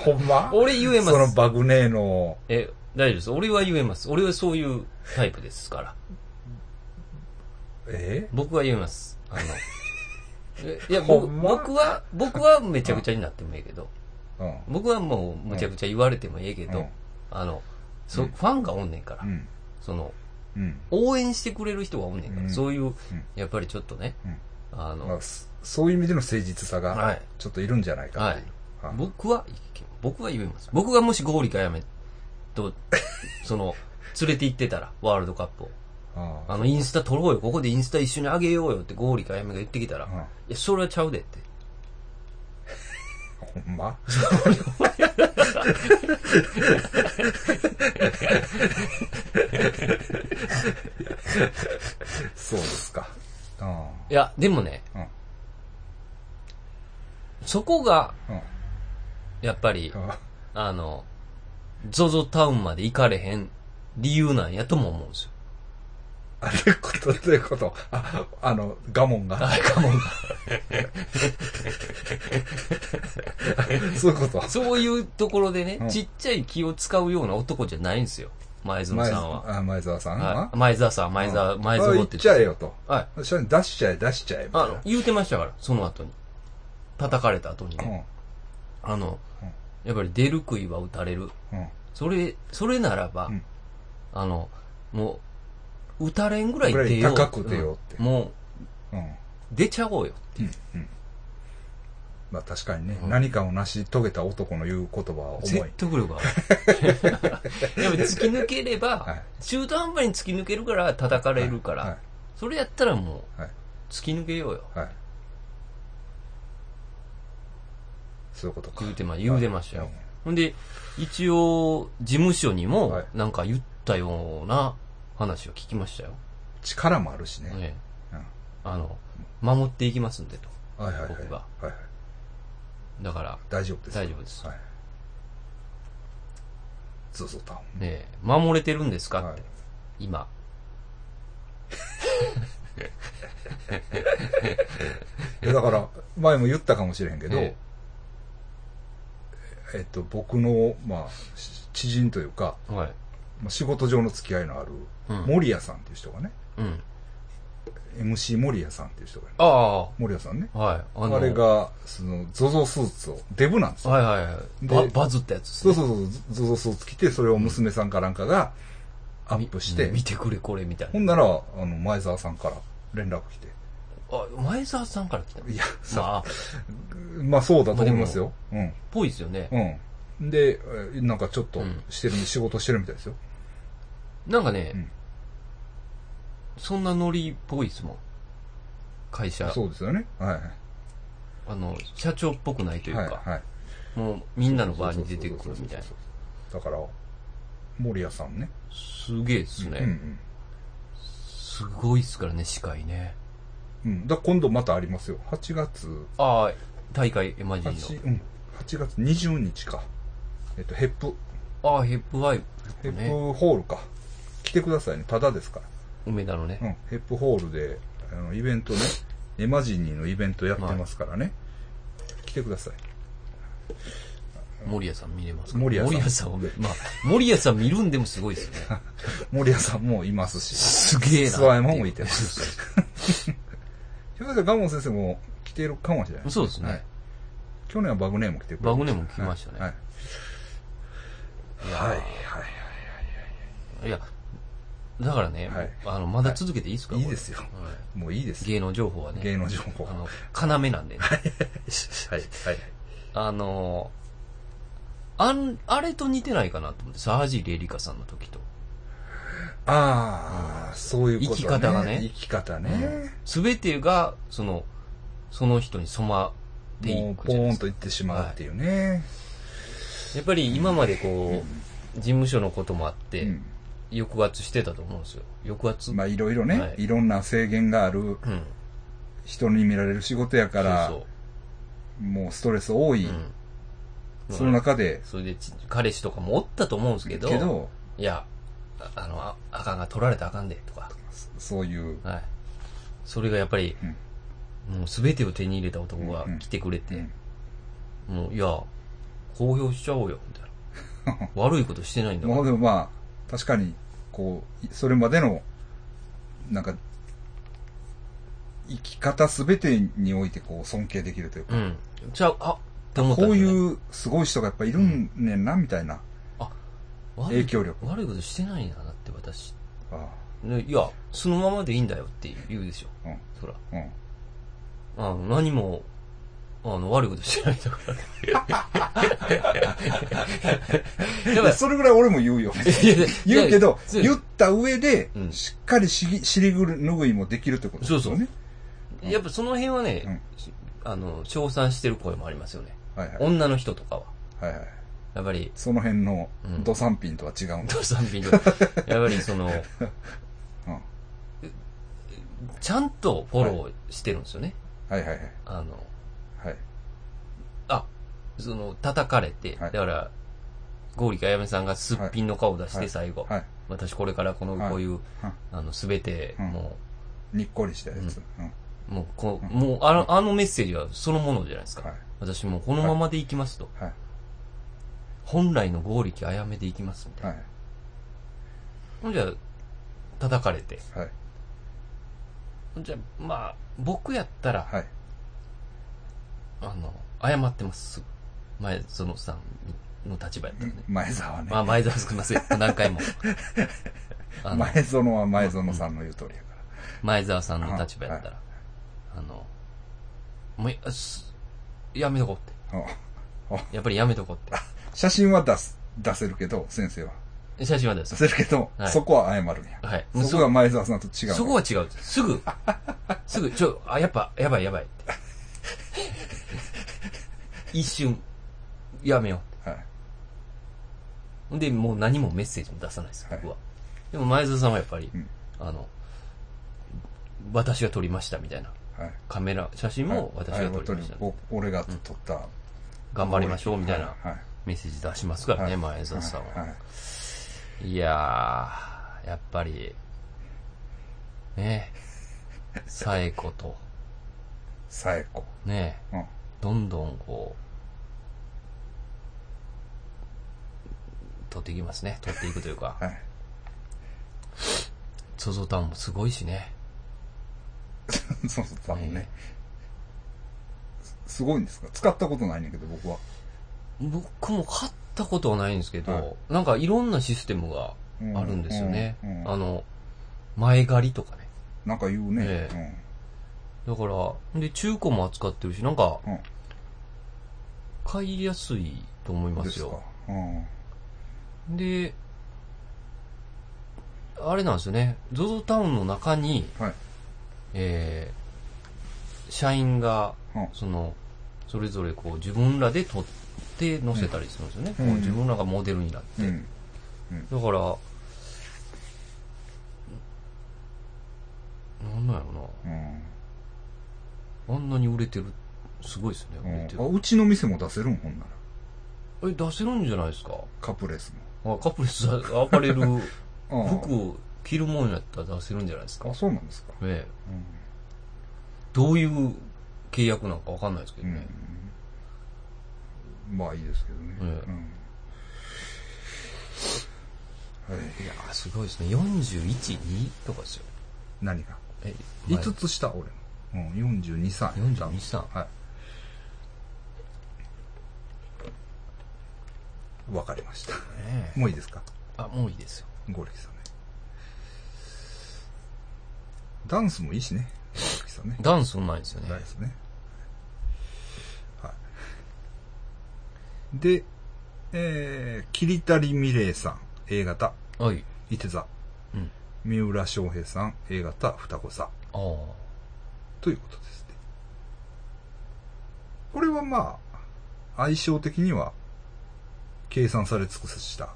Speaker 1: ほんま
Speaker 2: 俺言えます。
Speaker 1: そのバグネーの、
Speaker 2: え、大丈夫です。俺は言えます。俺はそういうタイプですから。
Speaker 1: え
Speaker 2: 僕は言えます。あの、えいや、
Speaker 1: ほ
Speaker 2: 僕
Speaker 1: んま
Speaker 2: 僕は、僕はめちゃくちゃになってもいいけど、
Speaker 1: うん。
Speaker 2: 僕はもうむちゃくちゃ言われてもいいけど、
Speaker 1: うん
Speaker 2: あの、そ、
Speaker 1: うん
Speaker 2: ファンがおんねんから、
Speaker 1: うん。
Speaker 2: その、
Speaker 1: うん。
Speaker 2: 応援してくれる人がおんねんから、
Speaker 1: うん
Speaker 2: そういう、やっぱりちょっとね、
Speaker 1: うん
Speaker 2: あの、
Speaker 1: まあ、そそういう意味での誠実さが、
Speaker 2: はい。
Speaker 1: ちょっといるんじゃないかっていう。はい
Speaker 2: 僕は、僕は言えます。僕がもしゴーリかやめと、 その、連れて行ってたら、ワールドカップを。
Speaker 1: ああ
Speaker 2: あの、インスタ撮ろうよ、ここでインスタ一緒にあげようよってゴーリかやめが言ってきたら、い
Speaker 1: うん
Speaker 2: や、それはちゃうでって。
Speaker 1: ほんま そうですか。あ
Speaker 2: いや、でもね、
Speaker 1: うん
Speaker 2: そこが、
Speaker 1: あうん
Speaker 2: やっぱり、
Speaker 1: うん
Speaker 2: あの、ゾゾタウンまで行かれへん理由なんやとも思うんですよ。
Speaker 1: あれこと、ということ。あ、あの、ガモンが。
Speaker 2: あれかもんが。
Speaker 1: そういうこと。
Speaker 2: そういうところでね、
Speaker 1: うん
Speaker 2: ちっちゃい気を使うような男じゃないんですよ。前園
Speaker 1: 前
Speaker 2: さんは。
Speaker 1: あ前澤さんは
Speaker 2: はい、前澤さん、前澤、前
Speaker 1: あ
Speaker 2: 園
Speaker 1: 行
Speaker 2: っ
Speaker 1: ってちゃえよと。
Speaker 2: はい。
Speaker 1: それに出しちゃえ、出しちゃえ、み
Speaker 2: あ
Speaker 1: たい
Speaker 2: の、言うてましたから、その後に。叩かれた後にね。
Speaker 1: な。
Speaker 2: あの
Speaker 1: うん、
Speaker 2: やっぱり出る杭は打たれる。
Speaker 1: うん。うん。
Speaker 2: それ、それならば、
Speaker 1: うん
Speaker 2: あの、もう、打たれんぐらい
Speaker 1: ぐら
Speaker 2: 出
Speaker 1: い
Speaker 2: よう。
Speaker 1: 高く出ようって
Speaker 2: うんも
Speaker 1: うん。
Speaker 2: う、出ちゃおうよ。
Speaker 1: うん。うん。まあ確かにね、
Speaker 2: うん
Speaker 1: 何かを成し遂げた男の言う言葉は重
Speaker 2: 説
Speaker 1: い。
Speaker 2: 得力 がある。やっぱり突き抜ければ、
Speaker 1: はい
Speaker 2: 中途半端に突き抜けるから叩かれるから、
Speaker 1: はい
Speaker 2: それやったらもう、
Speaker 1: はい
Speaker 2: 突き抜けようよ。
Speaker 1: はい。はい。そういうことか。
Speaker 2: 言うてま、言うてましたよ。
Speaker 1: はい
Speaker 2: ほんで、一応、事務所に
Speaker 1: は
Speaker 2: も
Speaker 1: い、
Speaker 2: なんか言ったような話を聞きましたよ。
Speaker 1: 力もあるしね。
Speaker 2: ええ
Speaker 1: うん
Speaker 2: あの、守っていきますんでと。
Speaker 1: はいはいはい。
Speaker 2: 僕が
Speaker 1: はいはい。
Speaker 2: だから、
Speaker 1: 大丈夫です。
Speaker 2: 大丈夫です。
Speaker 1: はい。ゾゾタウン。
Speaker 2: ねえ守れてるんですかって、
Speaker 1: はい
Speaker 2: 今。
Speaker 1: いやだから、 前も言ったかもしれへんけど、
Speaker 2: え
Speaker 1: えっと、僕の、まあ、し知人というか、
Speaker 2: えはい。
Speaker 1: まあ、仕事上の付き合いのある、
Speaker 2: うん。
Speaker 1: 森谷さんっていう人がね、
Speaker 2: うん。
Speaker 1: MC 森谷さんっていう人がね、
Speaker 2: ああ、
Speaker 1: 森谷さんね、
Speaker 2: はい。
Speaker 1: あ
Speaker 2: あの
Speaker 1: れが、その、ゾゾスーツを、デブなんですよ。
Speaker 2: はいはいはい。
Speaker 1: で
Speaker 2: ババズったやつ
Speaker 1: そう
Speaker 2: ですね。
Speaker 1: そうそう、ゾゾスーツ着て、それを娘さんかなんかがアップして、
Speaker 2: み見てくれこれみたい
Speaker 1: ほんなら、あの、前澤さんから連絡来て、
Speaker 2: な。あ、前澤さんから来たの
Speaker 1: いや、さ、
Speaker 2: まあ、
Speaker 1: まあそうだと思いますよ。うん。
Speaker 2: ぽいですよね。
Speaker 1: うん。で、えーなんかちょっとしてる、仕事してるみたいですよ。
Speaker 2: なんかね、
Speaker 1: うん
Speaker 2: そんなノリっぽいですもん。会社。
Speaker 1: そうですよね。はい。
Speaker 2: あの、社長っぽくないというか、
Speaker 1: はい、はい。
Speaker 2: もうみんなの場に出てくるみた
Speaker 1: そう。そ
Speaker 2: いな
Speaker 1: うそうそう。だから、森谷さんね。
Speaker 2: すげえですね、
Speaker 1: うんうん。
Speaker 2: すごいっすからね、司会ね。
Speaker 1: うん。だから今度またありますよ。8月、
Speaker 2: ああ、大会エマジー
Speaker 1: 8、うん。8月20日か。えっと、ヘップ、
Speaker 2: の。ああ、ヘップワイ
Speaker 1: ヘ
Speaker 2: プ
Speaker 1: ッ
Speaker 2: ね。
Speaker 1: プホールか。来てくださいね。ただですから。
Speaker 2: 梅田のね。
Speaker 1: うん、ヘップホールで、あの、イベントね、エマジニーのイベントやってますからね。来てください。
Speaker 2: 森谷さん見れますから
Speaker 1: 森谷さん
Speaker 2: を見まあ、森谷さん見るんでもすごいですよね。
Speaker 1: 森谷さんもい ますし。
Speaker 2: すげえな。
Speaker 1: 諏訪山もいてま
Speaker 2: そうそう
Speaker 1: す。ひょっとしたらガモン先生も来てるかもしれない。
Speaker 2: そうですね
Speaker 1: はい去年はバグネーも来てくれて
Speaker 2: バグネーも来ましたね
Speaker 1: はい。はい。はいはい
Speaker 2: いや、だからね、
Speaker 1: はい
Speaker 2: あの、まだ続けていいですか、
Speaker 1: はい。いい
Speaker 2: これ
Speaker 1: ですよ。
Speaker 2: はい
Speaker 1: もういいです。
Speaker 2: 芸能情報はね。
Speaker 1: 芸能情報。
Speaker 2: あ
Speaker 1: は
Speaker 2: の、要なんで
Speaker 1: い。
Speaker 2: ね。
Speaker 1: はい。
Speaker 2: あのー、あん、あれと似てないかなと思って、サージレリカさんの時と。
Speaker 1: ああ、そういうことね。
Speaker 2: 生き方がね
Speaker 1: 生き方ね。
Speaker 2: すべてが、その、その人に染まって
Speaker 1: も
Speaker 2: いうく
Speaker 1: ポ
Speaker 2: じゃない
Speaker 1: ーン
Speaker 2: ですか
Speaker 1: といってしまうっていうね。
Speaker 2: やっぱり今までこう、事務所のこともあって、
Speaker 1: うん
Speaker 2: 抑圧してたと思うんですよ。抑圧、
Speaker 1: まあいろいろ
Speaker 2: は
Speaker 1: ね、
Speaker 2: い
Speaker 1: いろんな制限がある
Speaker 2: うん。
Speaker 1: 人に見られる仕事やから
Speaker 2: そう、
Speaker 1: もうストレス多い
Speaker 2: そう。う。ん。
Speaker 1: その中で、
Speaker 2: それでち、彼氏とかもおったと思うんですけど、
Speaker 1: けど、
Speaker 2: いや、ああの、ああかんが取られたらあかんで、とか。
Speaker 1: そういう、
Speaker 2: はい。それがやっぱり、もう全てを手に入れた男が来てくれて、もう、いや、公表しちゃおうよ、みたい な。悪いことしてないんだか
Speaker 1: まあ
Speaker 2: ら。
Speaker 1: でもまあ、確かに、こう、いそれまでの、なんか、生き方すべてにおいてこう尊敬できるというか、
Speaker 2: うん。じゃあ、あって思ったん
Speaker 1: こ
Speaker 2: だ
Speaker 1: う
Speaker 2: よね、
Speaker 1: いうすごい人がやっぱいるんねんな、みたいな。
Speaker 2: 悪
Speaker 1: 影
Speaker 2: い
Speaker 1: 響力
Speaker 2: 悪いことしてないな、だって私。
Speaker 1: あ
Speaker 2: ねいや、そのままでいいんだよって言うでしょ。
Speaker 1: うん
Speaker 2: そら。
Speaker 1: あうん
Speaker 2: あの、何も、あの、悪いことしてないんだから。
Speaker 1: い
Speaker 2: だから
Speaker 1: や、それぐらい俺も言うよ。
Speaker 2: いやいや
Speaker 1: 言うけど、
Speaker 2: そう
Speaker 1: 言った上で
Speaker 2: う、ん
Speaker 1: しっかりしぎ尻ぐる拭いもできるってことですよね。
Speaker 2: やっぱその辺はね、
Speaker 1: うん
Speaker 2: しあの、称賛してる声もありますよね。
Speaker 1: はいはい。
Speaker 2: 女の人とかは。
Speaker 1: はいはい。
Speaker 2: やっ ぱり、
Speaker 1: その辺の
Speaker 2: うん
Speaker 1: 土産品とは違うんだ。
Speaker 2: ドサンピンとか、やっぱりその、
Speaker 1: うん
Speaker 2: ちゃんとフォローしてるんですよね。
Speaker 1: はいはいはい。
Speaker 2: あの、
Speaker 1: はい。
Speaker 2: あ、その、叩かれて、
Speaker 1: はい
Speaker 2: だから、ゴーリキあやめさんがすっぴんの顔を出し
Speaker 1: は
Speaker 2: て
Speaker 1: い
Speaker 2: 最後。
Speaker 1: はい
Speaker 2: 私これからこの、
Speaker 1: はい
Speaker 2: こういう、
Speaker 1: うん
Speaker 2: あの、すべて、
Speaker 1: うん
Speaker 2: も
Speaker 1: にっこりしたやつ、うん
Speaker 2: う、もう、こう、もう、あの、あのメッセージはそのものじゃないですか。
Speaker 1: はい
Speaker 2: 私もうこのままでいきますと。
Speaker 1: はい
Speaker 2: 本来の剛力あやめでいきますみたいな。
Speaker 1: はい
Speaker 2: ほんじゃ、叩かれて。
Speaker 1: はい
Speaker 2: ほんじゃ、まあ、僕やったら、
Speaker 1: はい
Speaker 2: あの、謝ってます。前園さんの立場やったらね。
Speaker 1: 前澤ね、
Speaker 2: まあ、前澤すんません。何回も。あの、
Speaker 1: 前園は前園さんの言う通りやか
Speaker 2: 前澤さんの立場やったら、あの、もうや、すやめとこうっ
Speaker 1: ら、うん
Speaker 2: て。やっぱりやめとこうっ
Speaker 1: 写真は出す出せるけど先生は
Speaker 2: て。写真はです
Speaker 1: 出。せるけど、
Speaker 2: はい
Speaker 1: そこは謝るんや
Speaker 2: はい。もう
Speaker 1: そこが前澤さんと違うの
Speaker 2: そこは違う。すぐ、 すぐ、ちょ、あ、やっぱ、やばいやばいって。一瞬、やめよ
Speaker 1: はい、
Speaker 2: う。ほんで、もう何もメッセージも出さないです、
Speaker 1: はい
Speaker 2: 僕は。でも前澤さんはやっぱり、
Speaker 1: うん
Speaker 2: あの、私が撮りましたみたいな。
Speaker 1: はい
Speaker 2: カメラ、写真も私が撮りました。
Speaker 1: はいお俺が撮った、
Speaker 2: 頑張りましょうみたいな
Speaker 1: はいはい
Speaker 2: メッセージ出しますからね、前澤さん
Speaker 1: はい
Speaker 2: は。
Speaker 1: はい
Speaker 2: いやー、やっぱり、ねえ、さえこと、
Speaker 1: さえこ
Speaker 2: ねえ、
Speaker 1: うん
Speaker 2: どんどんこう、取っていきますね。取っていくというか。
Speaker 1: はい
Speaker 2: ゾゾタウンもすごいしね。
Speaker 1: そうそう、多分ね
Speaker 2: ね。
Speaker 1: すごいんですか使ったことないんだけど、僕は。
Speaker 2: 僕も買ったことはないんですけど、
Speaker 1: はい
Speaker 2: なんかいろんなシステムがあるんですよね。
Speaker 1: うんうんうん
Speaker 2: あの、前借りとかね。
Speaker 1: なんか言うね。
Speaker 2: えだから、で、中古も扱ってるし、なんか
Speaker 1: うん。うん。
Speaker 2: 買いやすいと思いま
Speaker 1: ですすか
Speaker 2: よ。。
Speaker 1: うん。
Speaker 2: で、あれなんですよね。ゾゾタウンの中に、
Speaker 1: はい。
Speaker 2: えー社員が、
Speaker 1: うん
Speaker 2: その、それぞれこう自分らで撮って載せたりするんですよね。
Speaker 1: うん
Speaker 2: こう自分らがモデルになって。
Speaker 1: うん。
Speaker 2: だから、なんなんやろ
Speaker 1: うん
Speaker 2: な。あんなに売れてる。すごいですね、
Speaker 1: う
Speaker 2: 売れ
Speaker 1: ん
Speaker 2: て。
Speaker 1: あ
Speaker 2: る。
Speaker 1: うちの店も出せるんほんなら。
Speaker 2: え、出せるんじゃないですか
Speaker 1: カプレス
Speaker 2: あカプ レスアパレル、
Speaker 1: も。あ
Speaker 2: 服を着るもんやったら出せるんじゃないですか。
Speaker 1: あ、
Speaker 2: ね
Speaker 1: そうなんですか。
Speaker 2: え
Speaker 1: うん。
Speaker 2: どういう契約なんかわかんないですけどね。
Speaker 1: うんまあいいですけどね。
Speaker 2: え
Speaker 1: う
Speaker 2: え
Speaker 1: ん。はい。
Speaker 2: いやー、すごいですね。41、2とかですよ。
Speaker 1: 何が
Speaker 2: え、前
Speaker 1: ?5 つ下、俺も。うん、42歳。
Speaker 2: 42歳
Speaker 1: はい。わかりました。
Speaker 2: ねえ
Speaker 1: もういいですか
Speaker 2: あ、もういいですよ。
Speaker 1: ゴリキさんね。ダンスもいいしね。ゴリキさんね。
Speaker 2: ダンスうまいですよね。
Speaker 1: ダンスね。はい。で、えー、桐谷美玲さん、A 型、
Speaker 2: はい。
Speaker 1: 伊手座。
Speaker 2: うん。
Speaker 1: 三浦翔平さん、A 型、双子座。
Speaker 2: ああ。
Speaker 1: ということですね。これはまあ、相性的には、計算され尽くした、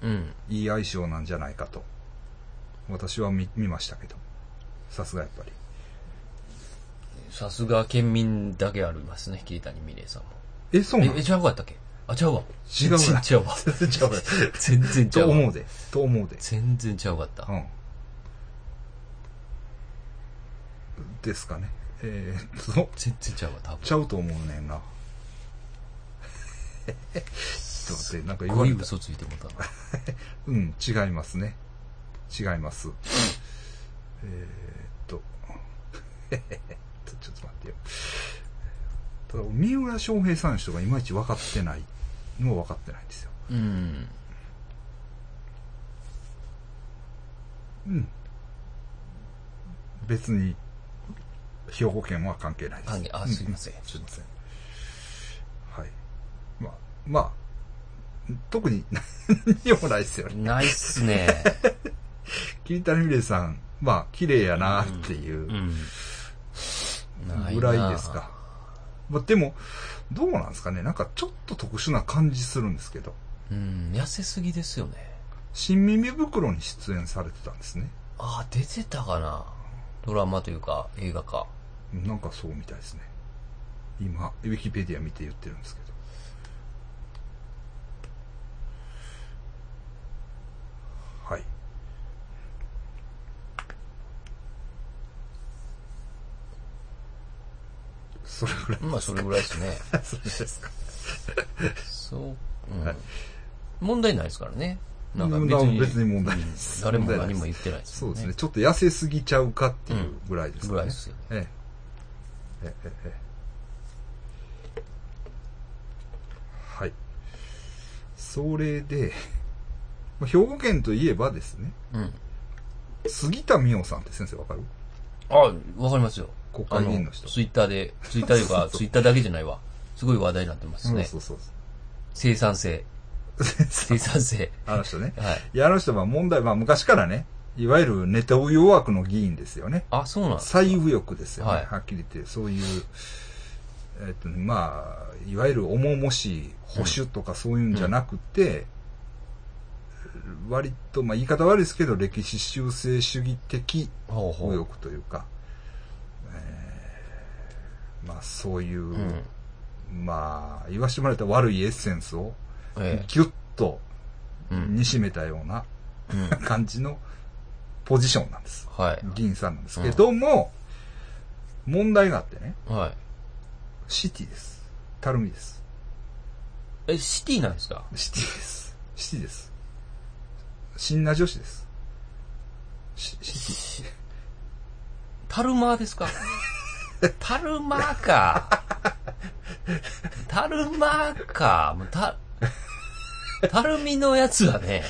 Speaker 2: うん。
Speaker 1: いい相性なんじゃないかと、私は見見ましたけど。さすがやっぱり。
Speaker 2: さすが県民だけありますね、桐谷美玲さんも。
Speaker 1: え、そうなの
Speaker 2: え、え、ちゃうかったっけあ、ちゃうわ。
Speaker 1: 違うな
Speaker 2: 全然ちゃうわ。
Speaker 1: 全然ちゃうわ
Speaker 2: 全然ちゃ
Speaker 1: と
Speaker 2: うわ。
Speaker 1: 思うで。と思うで。
Speaker 2: 全然ちゃうかった
Speaker 1: う。ん。ですかね。えー、っと、
Speaker 2: 全然ちゃうわ、多分。
Speaker 1: ちゃうと思うねんな。 ちょっと待って、なんか言わ
Speaker 2: こうい
Speaker 1: れ
Speaker 2: う
Speaker 1: た。
Speaker 2: 嘘ついてもうたな。
Speaker 1: うん、違いますね。違います。えーっと、 えーっと、ちょっと待ってよ。ただ、三浦翔平さんの人がいまいち分かってないのは分かってないんですよ。
Speaker 2: うん。
Speaker 1: うん。別に、兵庫県は関係ないです。
Speaker 2: 関係あすいません
Speaker 1: うすいません。はい。まあ、まあ、特に何にもないですよね。
Speaker 2: ないっ すね。
Speaker 1: 桐谷美玲さん、まあ、綺麗やなっていう
Speaker 2: うん。ないな
Speaker 1: ぐらいですか。。まあ、でも、どうなんですかね。なんかちょっと特殊な感じするんですけど、
Speaker 2: うん。痩せすぎですよね。
Speaker 1: 新耳袋に出演されてたんですね。
Speaker 2: あー、出てたかな。ドラマというか、映画か。
Speaker 1: なんかそうみたいですね。今、ウィキペディア見て言ってるんですけど。それぐらい。
Speaker 2: まあ、それぐらいですね。
Speaker 1: そうですか。
Speaker 2: そう、うん問題ないですからね。なんか別
Speaker 1: 別に
Speaker 2: に、
Speaker 1: 別に問題ないです。
Speaker 2: 誰も
Speaker 1: 問題ない
Speaker 2: 何
Speaker 1: です
Speaker 2: も言ってないです、
Speaker 1: そうですね。ちょっと痩せすぎちゃうかっていうぐらいですね。
Speaker 2: ぐらいですよ。
Speaker 1: ええ。ええええ。はい。それで、まあ兵庫県といえばですね、
Speaker 2: うん。
Speaker 1: 杉田美桜さんって先生わかる
Speaker 2: あ、わかりますよ。
Speaker 1: 国
Speaker 2: あ
Speaker 1: 会議員
Speaker 2: の
Speaker 1: の、人。
Speaker 2: ツイッターで、ツイッター というか、ツイッターだけじゃないわ。すごい話題になってますね。
Speaker 1: そうそうそう
Speaker 2: 生産性。生産性。
Speaker 1: あの人ね。
Speaker 2: はい。
Speaker 1: いや、あの人は問題、まあ昔からね、いわゆるネタ右翼の議員ですよね。
Speaker 2: あ、そうなんです
Speaker 1: 最右翼ですよね。
Speaker 2: はい
Speaker 1: はっきり言って、そういう、えっとね、まあ、いわゆる重々しい保守とかそういうんじゃなくて、割と、まあ言い方悪いですけど、歴史修正主義的
Speaker 2: ほうほ
Speaker 1: 右
Speaker 2: う。
Speaker 1: 翼というか、えーまあそういう、
Speaker 2: うん。
Speaker 1: まあ、言わしてもらえたら悪いエッセンスを、
Speaker 2: ええ。
Speaker 1: ギュッと
Speaker 2: うん。
Speaker 1: 煮しめたような
Speaker 2: うん。
Speaker 1: 感じのポジションなんです。
Speaker 2: はい。
Speaker 1: 議員さんなんですけども、問題があってね、
Speaker 2: はい。
Speaker 1: シティです。たるみです。
Speaker 2: え、シティなんですか
Speaker 1: シティです。シティです。シンナ女子です。シシテ
Speaker 2: タルマ ーですかタルマーか。タルマーか。もうた、タルミのやつはね、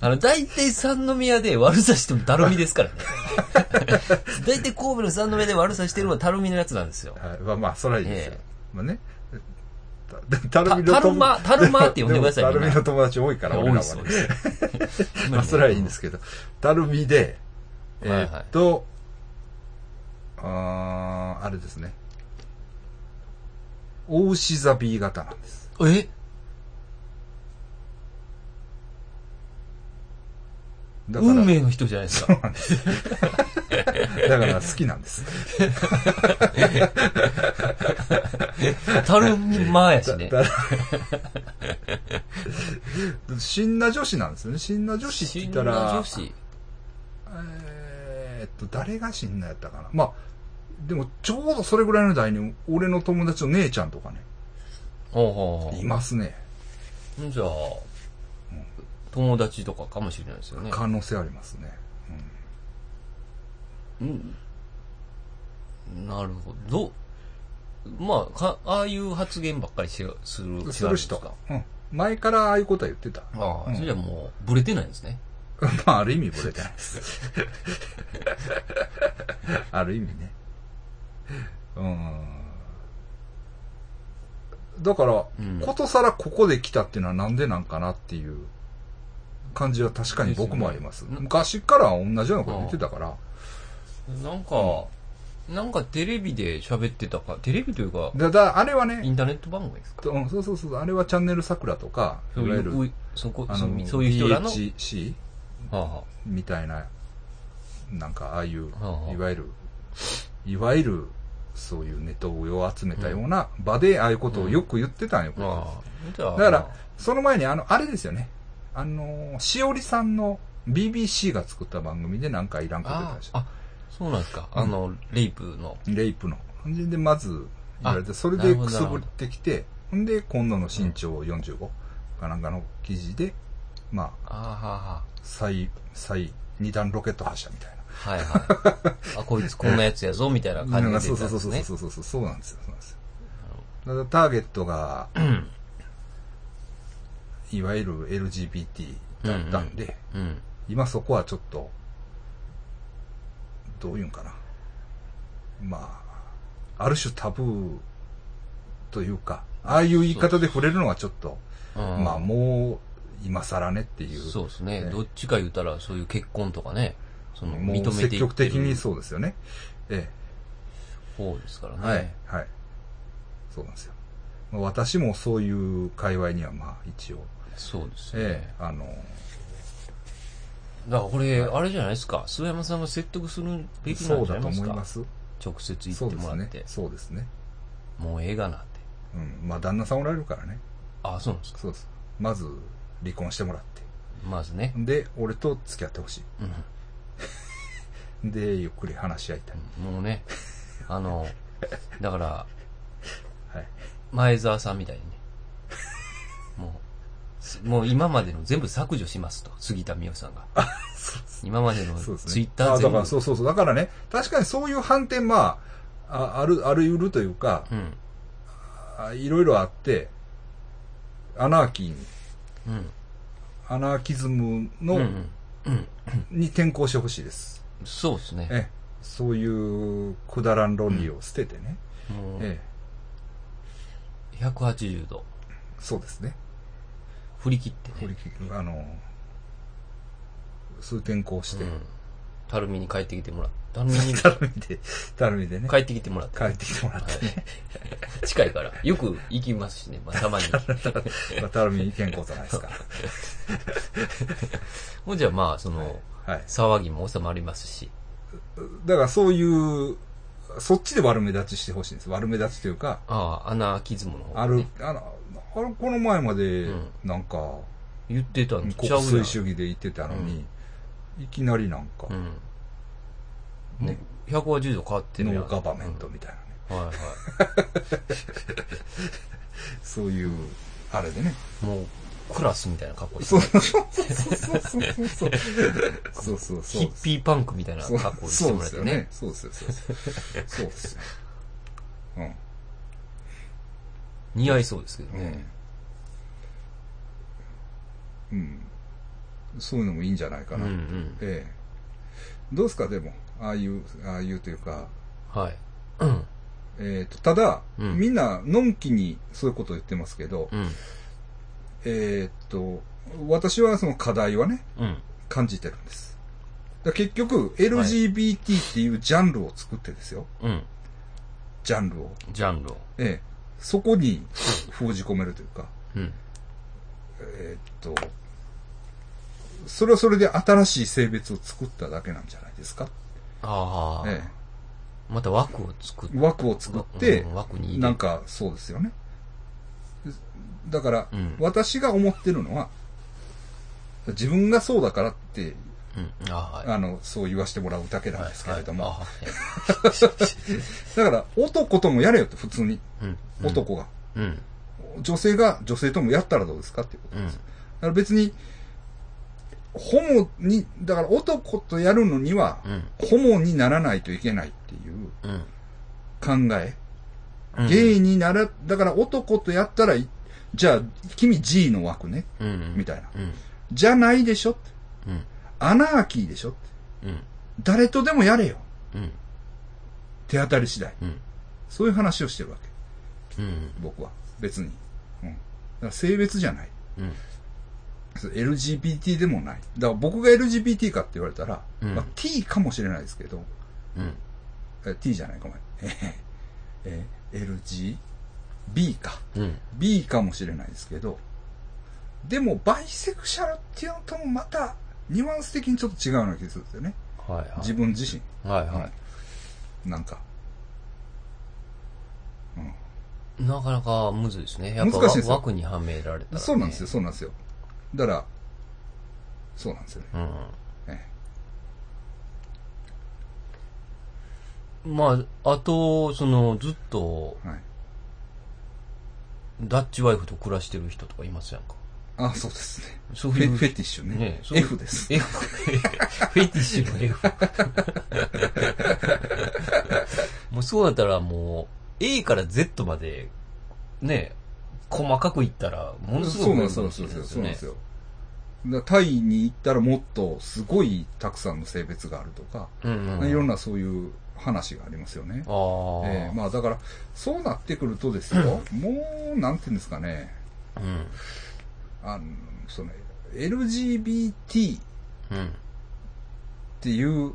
Speaker 2: あの、大体三宮で悪さしてもタルミですから ね。大体神戸の三宮で悪さしてるのはタルミのやつなんですよ
Speaker 1: ィ。。はい、まあまあ、それはいいですよ。
Speaker 2: え
Speaker 1: まあね。たた
Speaker 2: た
Speaker 1: るみの
Speaker 2: タル
Speaker 1: 友
Speaker 2: マ、
Speaker 1: 達。
Speaker 2: タルマって呼んでください
Speaker 1: も
Speaker 2: み
Speaker 1: た
Speaker 2: ん
Speaker 1: る
Speaker 2: な
Speaker 1: みの友達多いから、
Speaker 2: 多
Speaker 1: 俺ら
Speaker 2: い
Speaker 1: は
Speaker 2: そう
Speaker 1: ね
Speaker 2: で。す。
Speaker 1: まあ、それはいいんですけど。たるみで、え
Speaker 2: はいはい
Speaker 1: ーっと、あーあれですね。大牛座 B 型なんです。
Speaker 2: え
Speaker 1: だから
Speaker 2: 運命の人じゃないですか。
Speaker 1: だから好きなんです。
Speaker 2: タルマーやしね。
Speaker 1: だから死んだ女子なんですよね。死んだ女子って言った
Speaker 2: 死んだ
Speaker 1: ら
Speaker 2: 女、子。
Speaker 1: えーっと、誰が死んだやったかな。まあ、でもちょうどそれぐらいの代に、俺の友達の姉ちゃんとかね、
Speaker 2: ほうほうほう
Speaker 1: いますね。
Speaker 2: じゃあ、友達とかかもしれないですよね。
Speaker 1: 可能性ありますね。
Speaker 2: うんなるほど。どまあ、かああいう発言ばっかりしする
Speaker 1: うん。
Speaker 2: し
Speaker 1: す
Speaker 2: は
Speaker 1: る
Speaker 2: るんです
Speaker 1: 人
Speaker 2: か。。
Speaker 1: うん。前からああいうことは言ってた。
Speaker 2: ああ、
Speaker 1: うん
Speaker 2: それじゃもう、ブレてないんですね。
Speaker 1: まあ、ある意味ブレてないです。 ある意味ね。うん。だから、
Speaker 2: うん
Speaker 1: ことさらここで来たっていうのはなんでなんかなっていう感じは確かに僕もあります。
Speaker 2: ですよね
Speaker 1: 昔から同じようなこと言ってたから、
Speaker 2: なんか、なんかテレビで喋ってたか、テレビというか、
Speaker 1: だだあれは
Speaker 2: イ
Speaker 1: ね、
Speaker 2: ンターネット番組ですか。
Speaker 1: うんそうそうそう、あれはチャンネル桜とか、い
Speaker 2: そう
Speaker 1: わ
Speaker 2: い
Speaker 1: ゆ
Speaker 2: う
Speaker 1: る、
Speaker 2: そこ
Speaker 1: あ
Speaker 2: そ
Speaker 1: の、
Speaker 2: そういう人らの、
Speaker 1: DHC
Speaker 2: はあは
Speaker 1: みたいな、なんかああいう
Speaker 2: はあ、
Speaker 1: いわゆる、いわゆる、そういうネトウヨを集めたような場で、ああいうことをよく言ってたんよ。
Speaker 2: あ、ああじゃあ、
Speaker 1: だから
Speaker 2: まあ、
Speaker 1: その前に、あの、あれですよね。あの、しおりさんの BBC が作った番組でなんかいらんこと言ってた
Speaker 2: あ
Speaker 1: でし
Speaker 2: あ
Speaker 1: ょ。
Speaker 2: あ、そうなんですか。あの、レイプの、
Speaker 1: レイプの。で、まず言われて、
Speaker 2: あ
Speaker 1: それ
Speaker 2: な
Speaker 1: で
Speaker 2: るほど
Speaker 1: くすぶってきて、ほんで、今度の身長45かなんかの記事で、まあ、
Speaker 2: ああ、はあはあ。
Speaker 1: 再、再、二段ロケット発射みたいな。
Speaker 2: はいはい。あ、こいつこんなやつやぞ、みたいな感じ
Speaker 1: な
Speaker 2: で
Speaker 1: ん
Speaker 2: 出
Speaker 1: か
Speaker 2: て
Speaker 1: そ
Speaker 2: た
Speaker 1: うんそう
Speaker 2: で
Speaker 1: そうそうそ
Speaker 2: すね。
Speaker 1: うそうそうそうなんですよそうなんですよだからターゲットがいわゆる LGBT だったんで、
Speaker 2: うん。
Speaker 1: 今そこはちょっとどういうんかなまあある種タブーというかああいう言い方で触れるのはちょっとまあもう今更ねっていう
Speaker 2: そうですね。
Speaker 1: ね
Speaker 2: どっちか言うたら、そういう結婚とかね、その、認
Speaker 1: も
Speaker 2: め
Speaker 1: う
Speaker 2: ていって
Speaker 1: 積
Speaker 2: る
Speaker 1: 極的にそうですよねええ
Speaker 2: 方ですからね。
Speaker 1: はい。はい。そうなんですよ。まあ私もそういう界隈にはまあ一応、
Speaker 2: そうですね。
Speaker 1: ええあの、
Speaker 2: だからこれ、あれじゃないですか。諏訪山さんが説得するべきな
Speaker 1: そ
Speaker 2: ん
Speaker 1: う
Speaker 2: じゃな
Speaker 1: だと
Speaker 2: いです
Speaker 1: 思い
Speaker 2: か。
Speaker 1: ます。
Speaker 2: 直接言
Speaker 1: そ
Speaker 2: っ
Speaker 1: う
Speaker 2: て
Speaker 1: で
Speaker 2: も
Speaker 1: す
Speaker 2: らっ
Speaker 1: ね
Speaker 2: て。。
Speaker 1: そうですね。
Speaker 2: もうええがなって。
Speaker 1: うん。まあ旦那さんおられるからね。
Speaker 2: あ、そうなんですか。
Speaker 1: そうです。まず離婚してもらって。
Speaker 2: まずね。
Speaker 1: で、俺と付き合ってほし
Speaker 2: うん
Speaker 1: い。で、ゆっくり話し合いたい。
Speaker 2: もうね、あの、だから、前澤さんみたいにね。もうす、もう今までの全部削除しますと、杉田美代さんが。今までの
Speaker 1: そうですね。
Speaker 2: ツイッター
Speaker 1: あだ
Speaker 2: 全
Speaker 1: か
Speaker 2: 部。
Speaker 1: らそうそうそう。だからね、確かにそういう反転、まあ、あある、ある得るというか、
Speaker 2: うん。
Speaker 1: あいろいろあって、アナーキーに、
Speaker 2: うん。
Speaker 1: アナーキズムの、
Speaker 2: うんうん。
Speaker 1: に転向してほしいです。
Speaker 2: そうですね。
Speaker 1: ええ、そういうくだらん論理を捨ててね。
Speaker 2: もう、
Speaker 1: ええ、
Speaker 2: 180度。
Speaker 1: そうですね。
Speaker 2: 振り切って
Speaker 1: これ
Speaker 2: ね。
Speaker 1: 結局あの、数転向して
Speaker 2: う、ん。たるみに帰ってきてもらった。 たるみに
Speaker 1: たるみで、たるみでね
Speaker 2: 帰、ってきてもらった。
Speaker 1: 帰ってきてもらってね、
Speaker 2: 近いから。よく行きますしね。まあ、たまに。
Speaker 1: まあたるみに転向じゃないですか。
Speaker 2: ほんじゃ、まあ、その、
Speaker 1: はい。
Speaker 2: 騒ぎも収まりますし。
Speaker 1: だからそういう、そっちで悪目立ちしてほしいんです。悪目立ちというか、
Speaker 2: ああ、アナーキズムの方、ね。
Speaker 1: ある、あの、あのこの前まで
Speaker 2: うん、
Speaker 1: なんか、
Speaker 2: 言ってたんちゃ
Speaker 1: 国
Speaker 2: うや
Speaker 1: 粋
Speaker 2: ん。
Speaker 1: 主義で言ってたのに、いきなりなんか
Speaker 2: う、ん。ね、180度変わってるや
Speaker 1: ノ
Speaker 2: ん。
Speaker 1: ーガバメントみたいなね、
Speaker 2: うん。はいは
Speaker 1: そういう、あれでね。
Speaker 2: い。もう、クラスみたいな格好して
Speaker 1: そう
Speaker 2: る。
Speaker 1: そうそうそうそうそう。そうそうそう。
Speaker 2: ヒッピーパンクみたいな
Speaker 1: そう
Speaker 2: 格好してもらってね。
Speaker 1: そうですよね。そうですよ。そうですよ。うん。
Speaker 2: 似合いそうですけど
Speaker 1: う
Speaker 2: ね
Speaker 1: ん。うん。そういうのもいいんじゃないか
Speaker 2: うんう
Speaker 1: な。
Speaker 2: ん。
Speaker 1: ええ。どうですか、でも。ああいう、ああいうというか。
Speaker 2: はい。うん。
Speaker 1: えっ、と、ただ、
Speaker 2: うん
Speaker 1: みんな、のんきにそういうことを言ってますけど、
Speaker 2: うん。
Speaker 1: えっ、と、私はその課題はね、
Speaker 2: うん。
Speaker 1: 感じてるんです。だから結局、LGBT っていうジャンルを作ってですよ。
Speaker 2: うん。
Speaker 1: ジャンルを。
Speaker 2: ジャンルを。
Speaker 1: ええ。そこに封じ込めるというか。
Speaker 2: うん。
Speaker 1: えーっと、それはそれで新しい性別を作っただけなんじゃないですか。
Speaker 2: ああ、
Speaker 1: え
Speaker 2: また枠を作っ
Speaker 1: え、枠を作って
Speaker 2: うん、枠に入れる
Speaker 1: なんかそうですよね。だから、
Speaker 2: うん
Speaker 1: 私が思ってるのは、自分がそうだからって、
Speaker 2: うん。ああ、はい。
Speaker 1: あの、そう言わせてもらうだけなんですけれども、
Speaker 2: はいはい
Speaker 1: だから男ともやれよと、普通に。
Speaker 2: あはいうん。
Speaker 1: 男が。
Speaker 2: うん。
Speaker 1: 女性が女性ともやったらどうですかっていうこと
Speaker 2: う
Speaker 1: で
Speaker 2: ん
Speaker 1: す。。だから別に、ホモに、だから男とやるのには、
Speaker 2: うん。
Speaker 1: ホモにならないといけないっていう
Speaker 2: うん。
Speaker 1: 考え。
Speaker 2: うん。
Speaker 1: ゲイになら、だから男とやったらい、じゃあ、君 G の枠ね、
Speaker 2: うん。
Speaker 1: みたいな。
Speaker 2: うん。
Speaker 1: じゃないでしょって
Speaker 2: うん。
Speaker 1: アナーキーでしょって
Speaker 2: うん。
Speaker 1: 誰とでもやれよ。
Speaker 2: うん。
Speaker 1: 手当たり次第。
Speaker 2: うん。
Speaker 1: そういう話をしてるわけ。
Speaker 2: うん。
Speaker 1: 僕は。別に。うん。だから性別じゃない。
Speaker 2: うん。
Speaker 1: そう LGBT でもない。だから僕が LGBT かって言われたら、
Speaker 2: うん
Speaker 1: まあ、T かもしれないですけど、
Speaker 2: うん。
Speaker 1: え T じゃない、ごめん。えー、LGB か。
Speaker 2: うん。
Speaker 1: B かもしれないですけど、でもバイセクシャルっていうのともまたニュアンス的にちょっと違うような気がするんですよね。
Speaker 2: はいはい。
Speaker 1: 自分自身。
Speaker 2: はいは
Speaker 1: なんか。
Speaker 2: い。なかなかむずいですね。やっぱ
Speaker 1: 難しいですよ
Speaker 2: 枠にはめられたら、ね。
Speaker 1: そうなんですよ、。そうなんですよ。だから、そうなんですよね。
Speaker 2: う
Speaker 1: え
Speaker 2: ん。まあ、あと、その、ずっと、
Speaker 1: えはい。
Speaker 2: ダッチワイフと暮らしてる人とかいますやんか。
Speaker 1: あ、そうですね。
Speaker 2: そう
Speaker 1: フ
Speaker 2: い
Speaker 1: ェ
Speaker 2: う。
Speaker 1: フェティッシュね。
Speaker 2: ねそう
Speaker 1: F です。
Speaker 2: F フェティッシュの F。もうそうだったらもう、A から Z まで、ね、細かくいったら、ものす
Speaker 1: そ
Speaker 2: ご
Speaker 1: う
Speaker 2: く
Speaker 1: なん
Speaker 2: 増
Speaker 1: ですよ、
Speaker 2: えるかも
Speaker 1: そ
Speaker 2: し
Speaker 1: う
Speaker 2: れ
Speaker 1: なんで
Speaker 2: ないで
Speaker 1: よ。そ
Speaker 2: すす
Speaker 1: うなん
Speaker 2: よね
Speaker 1: ですよ。だからタイに行ったらもっとすごいたくさんの性別があるとか、
Speaker 2: うんうん。
Speaker 1: いろんなそういう話がありますよね。
Speaker 2: ああ。
Speaker 1: ええまあだから、そうなってくると ですよ、もう、なんていうんですかね、
Speaker 2: うん。
Speaker 1: あの、その、LGBT っ
Speaker 2: うん。
Speaker 1: ていう、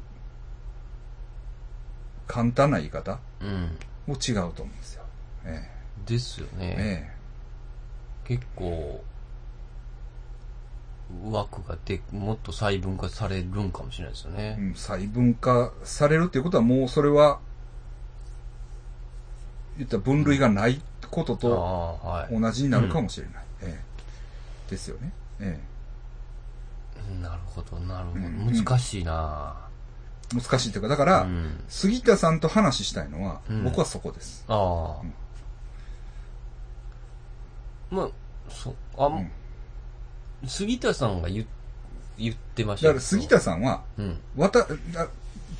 Speaker 1: 簡単な言い方
Speaker 2: うん。
Speaker 1: も違うと思うんですよ。え
Speaker 2: ですよ
Speaker 1: え
Speaker 2: ね。
Speaker 1: え
Speaker 2: 結構、枠がで、もっと細分化されるんかもしれないですよ
Speaker 1: えう
Speaker 2: ね。
Speaker 1: ん細分化されるっていうことは、もうそれは、言ったら分類がないこと
Speaker 2: あ
Speaker 1: と
Speaker 2: あ、はい。
Speaker 1: 同じになるかもしれない。ええですよね。え
Speaker 2: なるほど、なるほど。
Speaker 1: うん
Speaker 2: 難しいな
Speaker 1: え難しいというか、だから、
Speaker 2: うん。
Speaker 1: 杉田さんと話したいのは、
Speaker 2: うん
Speaker 1: 僕はそこです。
Speaker 2: ああ、
Speaker 1: うん
Speaker 2: まあ、そう、あ、
Speaker 1: ん
Speaker 2: 杉田さんが言言ってました
Speaker 1: だから杉田さんは、
Speaker 2: うん、
Speaker 1: わた、だ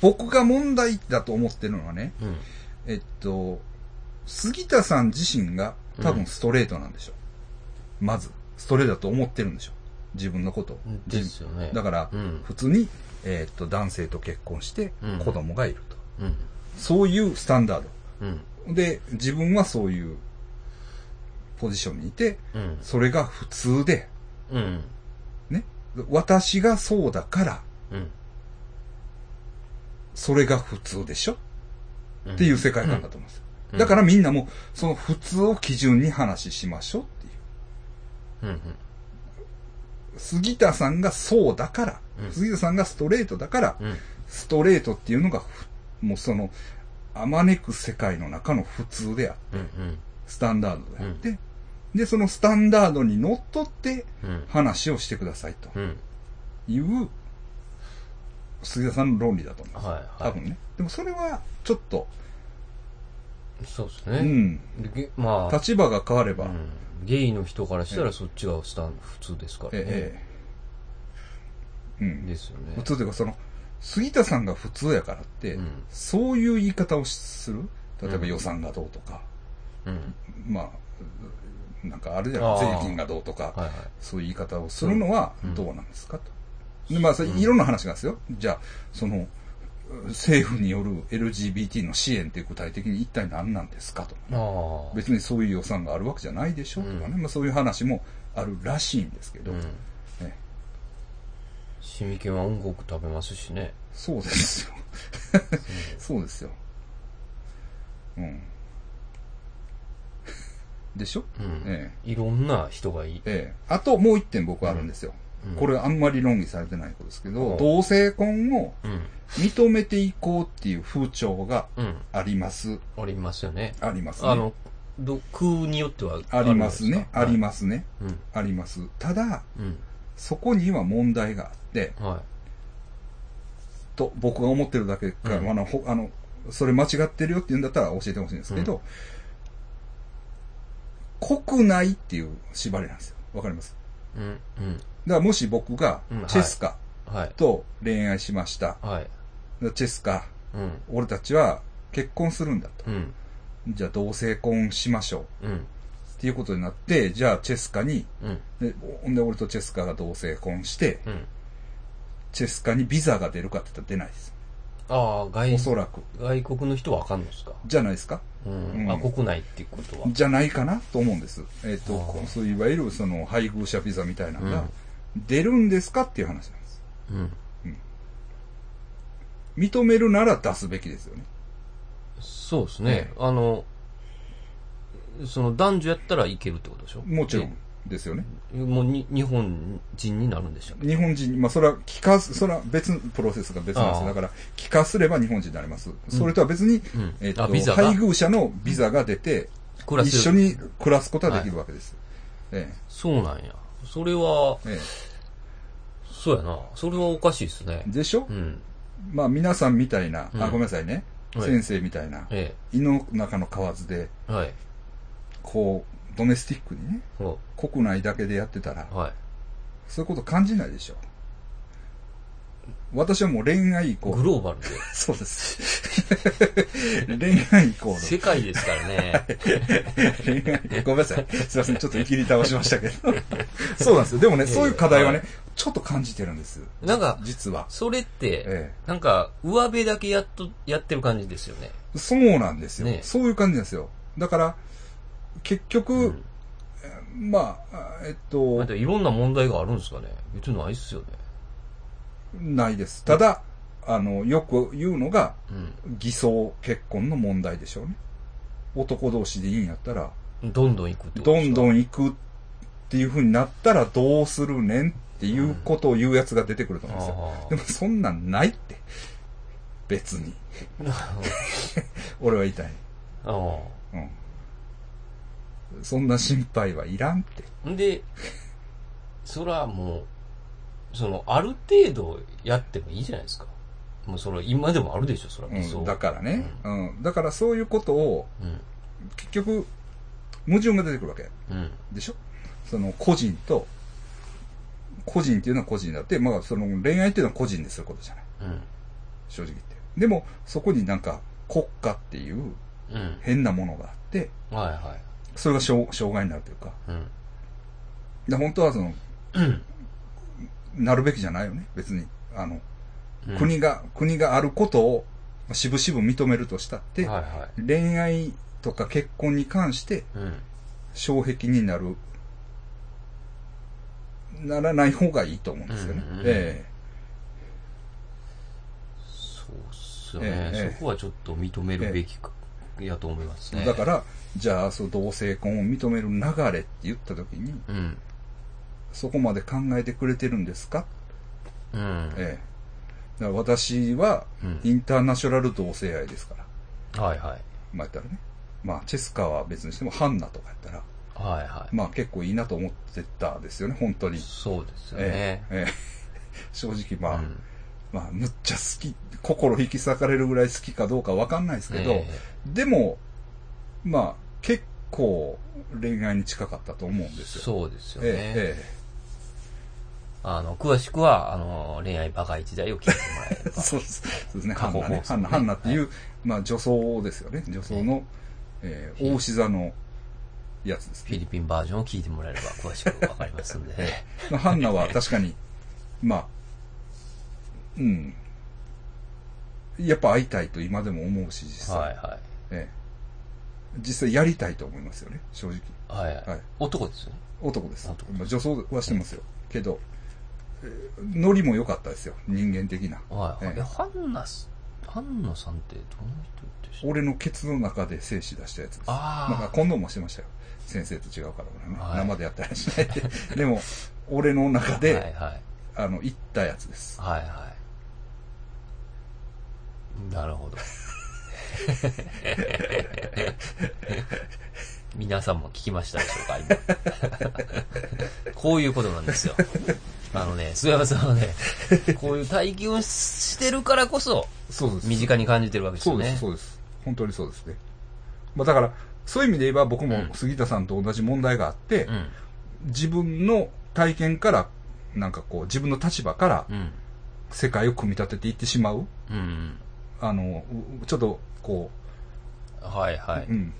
Speaker 1: 僕が問題だと思ってるのはね、
Speaker 2: うん。
Speaker 1: えっと、杉田さん自身が多分ストレートなんでしょう。まず、ストレートだと思ってるんでしょう。自分のことを。
Speaker 2: ですよね。
Speaker 1: だから、
Speaker 2: うん
Speaker 1: 普通に、えっと、男性と結婚して
Speaker 2: うん
Speaker 1: 子供がいると。
Speaker 2: うん。
Speaker 1: そういうスタンダー
Speaker 2: うん。
Speaker 1: ド。で、自分はそういうポジションにいて、
Speaker 2: うん。
Speaker 1: それが普通で、
Speaker 2: うん。
Speaker 1: ね。私がそうだから、
Speaker 2: うん。
Speaker 1: それが普通でしょっていう世界観だと思うんですよ。
Speaker 2: うん
Speaker 1: だからみんなも、その普通を基準に話しましょうっていう。
Speaker 2: うん。
Speaker 1: 杉田さんがそうだから、
Speaker 2: うん
Speaker 1: 杉田さんがストレートだから、
Speaker 2: うん。うん。
Speaker 1: ストレートっていうのがふ、もうその、あまねく世界の中の普通であって、
Speaker 2: うん。
Speaker 1: スタンダードであって、で、そのスタンダードにのっとって
Speaker 2: うん。
Speaker 1: 話をしてくださいと
Speaker 2: うん。
Speaker 1: いう、杉田さんの論理だと思います。
Speaker 2: はい。は
Speaker 1: 多
Speaker 2: い。
Speaker 1: 分ね。でもそれは、ちょっと、
Speaker 2: そうです
Speaker 1: う
Speaker 2: ね。
Speaker 1: ん、
Speaker 2: でげまあ、
Speaker 1: 立場が変われば、
Speaker 2: うんゲイの人からしたらそっちがスタン普通ですからね。
Speaker 1: ええ、うん。
Speaker 2: ですよね
Speaker 1: 普。通というかその杉田さんが普通やからって、
Speaker 2: うん
Speaker 1: そういう言い方をする例えば予算がどうとか、
Speaker 2: うん。
Speaker 1: まあなんかあるじゃ
Speaker 2: あ
Speaker 1: ない
Speaker 2: ー
Speaker 1: 税金がどうとか、
Speaker 2: はいはい。
Speaker 1: そういう言い方をするのは
Speaker 2: うん
Speaker 1: どうなんですかと。でまあ、それいろんな話があるんですよ。じゃあ、その、政府による LGBT の支援って具体的に一体何なんですかとかね、
Speaker 2: ああ。
Speaker 1: 別にそういう予算があるわけじゃないでしょとかね、まあ、そういう話もあるらしいんですけど、
Speaker 2: うん。
Speaker 1: え
Speaker 2: シミケンは音楽食べますしね。
Speaker 1: そうですよ。 そうですよ。うん。でしょ
Speaker 2: うん。
Speaker 1: ええ。
Speaker 2: いろんな人がいい。
Speaker 1: ええ。あともう一点僕あるんですよ。
Speaker 2: うん
Speaker 1: これあんまり論議されてないことですけど、
Speaker 2: うん
Speaker 1: 同性婚を
Speaker 2: うん。
Speaker 1: 認めていこうっていう風潮が
Speaker 2: うん。
Speaker 1: あります。
Speaker 2: ありますよね。
Speaker 1: ありますね。
Speaker 2: あの、ど、空によっては
Speaker 1: ありますね。あり
Speaker 2: ま
Speaker 1: ますね。
Speaker 2: すか。はい
Speaker 1: あります。ただ、
Speaker 2: うん。
Speaker 1: そこには問題があって、
Speaker 2: うん。はい。
Speaker 1: と僕が思ってるだけから、
Speaker 2: うん
Speaker 1: あのほあのそれ間違ってるよって言うんだったら教えてほしいんですけど、国内っていう縛りなんですよ。わかります
Speaker 2: うん。うん。
Speaker 1: だからもし僕が
Speaker 2: うんはい
Speaker 1: チェスカ
Speaker 2: はい。
Speaker 1: と恋愛しました。
Speaker 2: はい。
Speaker 1: チェスカ、
Speaker 2: うん。
Speaker 1: 俺たちは結婚するんだと。
Speaker 2: うん。
Speaker 1: じゃあ同性婚しましょう。
Speaker 2: うん。
Speaker 1: っていうことになって、じゃあチェスカに、
Speaker 2: うん。
Speaker 1: でほんで俺とチェスカが同性婚して、
Speaker 2: うん。
Speaker 1: チェスカにビザが出るかって言ったら出ないです。
Speaker 2: ああ、
Speaker 1: お
Speaker 2: 外、
Speaker 1: そらく。
Speaker 2: 外国の人はあかんのですか
Speaker 1: じゃないですか
Speaker 2: う
Speaker 1: う
Speaker 2: ん。
Speaker 1: ん
Speaker 2: あ、国内っていうことは。
Speaker 1: じゃないかなと思うんです。えっ、と、
Speaker 2: あー
Speaker 1: こうそういわゆるその配偶者ビザみたいなの
Speaker 2: う
Speaker 1: が
Speaker 2: ん
Speaker 1: 出るんですかっていう話なんです。
Speaker 2: うん。
Speaker 1: 認めるなら出すべきですよね。
Speaker 2: そうですね
Speaker 1: ええ。
Speaker 2: あの、その男女やったらいけるってことでしょ
Speaker 1: もちろんですよね。
Speaker 2: でもうに日本人になるんでしたっけ
Speaker 1: 日本人に、まあそれは聞かす、それは別のプロセスが別なんです
Speaker 2: あ
Speaker 1: よ
Speaker 2: ー
Speaker 1: だから、聞かすれば日本人になります。それとは別に、
Speaker 2: ん
Speaker 1: えっ、
Speaker 2: あビ
Speaker 1: と、
Speaker 2: ザが
Speaker 1: 配偶者のビザが出て、
Speaker 2: 暮らせ
Speaker 1: 一緒
Speaker 2: る
Speaker 1: に暮らすことはできるわけです。え
Speaker 2: そうなんや。それは、
Speaker 1: ええ
Speaker 2: そうやな。それはおかしいですね
Speaker 1: え。でしょ、
Speaker 2: うん。
Speaker 1: まあ皆さんみたいな、
Speaker 2: うん
Speaker 1: あ、ごめんなさいね。
Speaker 2: はい
Speaker 1: 先生みたいな、
Speaker 2: え
Speaker 1: 胃の中の蛙で、
Speaker 2: え。はい。
Speaker 1: こう、ドメスティックにね、
Speaker 2: ほ
Speaker 1: 国内だけでやってたら
Speaker 2: う、はい。
Speaker 1: そういうこと感じないでしょ。私はもう恋愛イコー
Speaker 2: グ
Speaker 1: ル。
Speaker 2: ローバルで。
Speaker 1: そうです。 恋愛イコー
Speaker 2: 世界ですからね。
Speaker 1: ル。恋愛。ごめんなさい。すいません。ちょっといきり倒しました けど。そうなんですよ。でもね、
Speaker 2: いやいや
Speaker 1: そういう課題はね
Speaker 2: は、
Speaker 1: ちょっと感じてるんです。
Speaker 2: なんか
Speaker 1: 実は。
Speaker 2: それって
Speaker 1: え、
Speaker 2: なんか、上辺だけやっと、やってる感じですよね。
Speaker 1: そうなんですよ
Speaker 2: ね。
Speaker 1: そういう感じなんですよ。だから、結局
Speaker 2: ん、
Speaker 1: まあ、えっ
Speaker 2: だ
Speaker 1: と
Speaker 2: っ、ていろんな問題があるんですかね。別にないっすよね。
Speaker 1: ないです。ただ、あの、よく言うのが、
Speaker 2: う
Speaker 1: 偽装結婚の問題でしょうね。男同士でいいんやったら、
Speaker 2: ん。どんどん行くってこ
Speaker 1: ど
Speaker 2: とです
Speaker 1: ん
Speaker 2: か
Speaker 1: どん行くっていう風になったらどうするねんっていうことを言うやつが出てくると思うん
Speaker 2: あ
Speaker 1: です
Speaker 2: ー
Speaker 1: よ。でもそんなんないって。別に。俺は言いたい。
Speaker 2: あ
Speaker 1: うん。そんな心配はいらんって。
Speaker 2: あ。んで、そらもう、その、ある程度やってもいいじゃないですか。もうそれ、今でもあるでしょ、そら、
Speaker 1: うん
Speaker 2: そう。
Speaker 1: だからね、うん。だからそういうことを、
Speaker 2: うん。
Speaker 1: 結局、矛盾が出てくるわけ
Speaker 2: うん。
Speaker 1: でしょその個人と、個人っていうのは個人だって、まあその恋愛っていうのは個人ですることじゃない。
Speaker 2: うん。
Speaker 1: 正直言って。でも、そこになんか国家っていう
Speaker 2: うん。
Speaker 1: 変なものがあって、
Speaker 2: はいは
Speaker 1: それが障障害になるというか。
Speaker 2: い。うん。
Speaker 1: で本当はその、なるべきじゃないよね、別に。あの、
Speaker 2: うん
Speaker 1: 国が、国があることを、まあ渋々認めるとしたって、
Speaker 2: はいは
Speaker 1: 恋愛とか結婚に関して、
Speaker 2: い。うん。
Speaker 1: 障壁になる、ならない方がいいと思うんですよね。
Speaker 2: うんうんうん
Speaker 1: え
Speaker 2: そうっすよね
Speaker 1: え。えええ
Speaker 2: そこはちょっと認めるべきか、やと思います
Speaker 1: え
Speaker 2: ね。
Speaker 1: だから、じゃあ、そう、同性婚を認める流れって言った時に、
Speaker 2: ら。うん。
Speaker 1: そこまで考えてくれてるんですか
Speaker 2: うん。
Speaker 1: ええだから私は
Speaker 2: うん、
Speaker 1: インターナショナル同性愛ですから。
Speaker 2: はいはい。
Speaker 1: まあ言ったらね。まあ、チェスカーは別にしても、ハンナとかやったら、
Speaker 2: はいはい。
Speaker 1: まあ結構いいなと思ってたですよね、本当に。
Speaker 2: そうですよ
Speaker 1: え
Speaker 2: ね。
Speaker 1: えええ正直、まあ、
Speaker 2: うん
Speaker 1: まあ、むっちゃ好き、心引き裂かれるぐらい好きかどうかわかんないですけど、
Speaker 2: え
Speaker 1: でも、まあ、結構恋愛に近かったと思うん
Speaker 2: え
Speaker 1: ですよ。
Speaker 2: そうですよ
Speaker 1: え
Speaker 2: ね。
Speaker 1: え
Speaker 2: あの、詳しくは、あの、恋愛バカ一代を聞いてもらえれ
Speaker 1: ええ
Speaker 2: ば。
Speaker 1: そうです。そうですね。ハ
Speaker 2: 過
Speaker 1: ン
Speaker 2: 去
Speaker 1: ナね
Speaker 2: 放。送
Speaker 1: ハンナ、ハンナっていう、まあ女装ですよね。女装の、ええ大志座のやつです
Speaker 2: フィ
Speaker 1: ね。
Speaker 2: リピンバージョンを聞いてもらえれば詳しくわかりますんで。
Speaker 1: まあ、ハンナは確かに、まあ、うん。やっぱ会いたいと今でも思うし、実際。
Speaker 2: はいは
Speaker 1: ええ実際やりたいと思いますよね、正直。
Speaker 2: い。はいはい。
Speaker 1: はい。
Speaker 2: 男ですよね。
Speaker 1: 男です
Speaker 2: 男。
Speaker 1: まあ、女装はしてますよ。けど、えーノリも良かったですよ。人間的な。
Speaker 2: はいはい。
Speaker 1: ええ
Speaker 2: え、ハンナス、ハンナさんってどの人でした
Speaker 1: 俺のケツの中で精子出したやつです。
Speaker 2: あー
Speaker 1: なんか今度もしてましたよ。先生と違うから俺ね。
Speaker 2: はい
Speaker 1: 生でやったりしないで。 でも、俺の中で、
Speaker 2: はいはい。
Speaker 1: あの、行ったやつです。
Speaker 2: はいはい。なるほ ど。皆さんも聞きましたでしょうか、今。こういうことなんですよ。あのね、菅山さんはね、こういう体験をしてるからこそ、
Speaker 1: そうで
Speaker 2: 身近に感じてるわけです
Speaker 1: そ
Speaker 2: よ
Speaker 1: うで
Speaker 2: ね。
Speaker 1: す、そうです。本当にそうですね。まあだから、そういう意味で言えば僕も杉田さんと同じ問題があって、
Speaker 2: うん。
Speaker 1: 自分の体験から、なんかこう、自分の立場から
Speaker 2: うん。
Speaker 1: 世界を組み立てていってしまう。
Speaker 2: うん。
Speaker 1: あの、うちょっと、こ、
Speaker 2: はいはいう
Speaker 1: う。ん、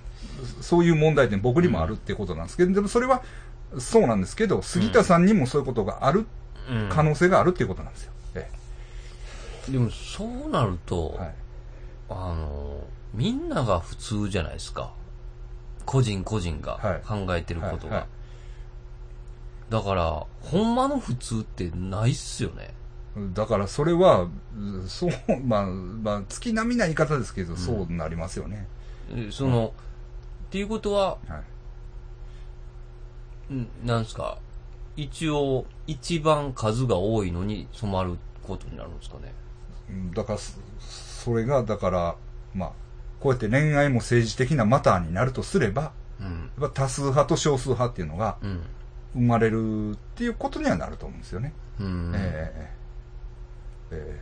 Speaker 1: そういう問題点僕にもあるってことなんですけど、でもそれは、そうなんですけど、杉田さんにもそういうことがある、
Speaker 2: うん
Speaker 1: 可能性があるっていうことなんですよ。え
Speaker 2: でも、そうなると、
Speaker 1: えはい。
Speaker 2: あの、みんなが普通じゃないですか。個人個人
Speaker 1: はい
Speaker 2: が考えてることが。
Speaker 1: はいはい
Speaker 2: だから、ほんまの普通ってないっすよね。
Speaker 1: だからそれは、うんそう、まあ、まあ、月並みな言い方ですけど、そうなりますよね。
Speaker 2: えその、っていうことは、
Speaker 1: はい。
Speaker 2: んなんですか、一応、一番数が多いのに染まることになるんですかね。
Speaker 1: うんだからそ、それが、だから、まあ、こうやって恋愛も政治的なマターになるとすれば、
Speaker 2: うん。
Speaker 1: やっぱ多数派と少数派っていうのが
Speaker 2: うん。
Speaker 1: 生まれるっていうことにはなると思うんですよね。
Speaker 2: うん。
Speaker 1: ええ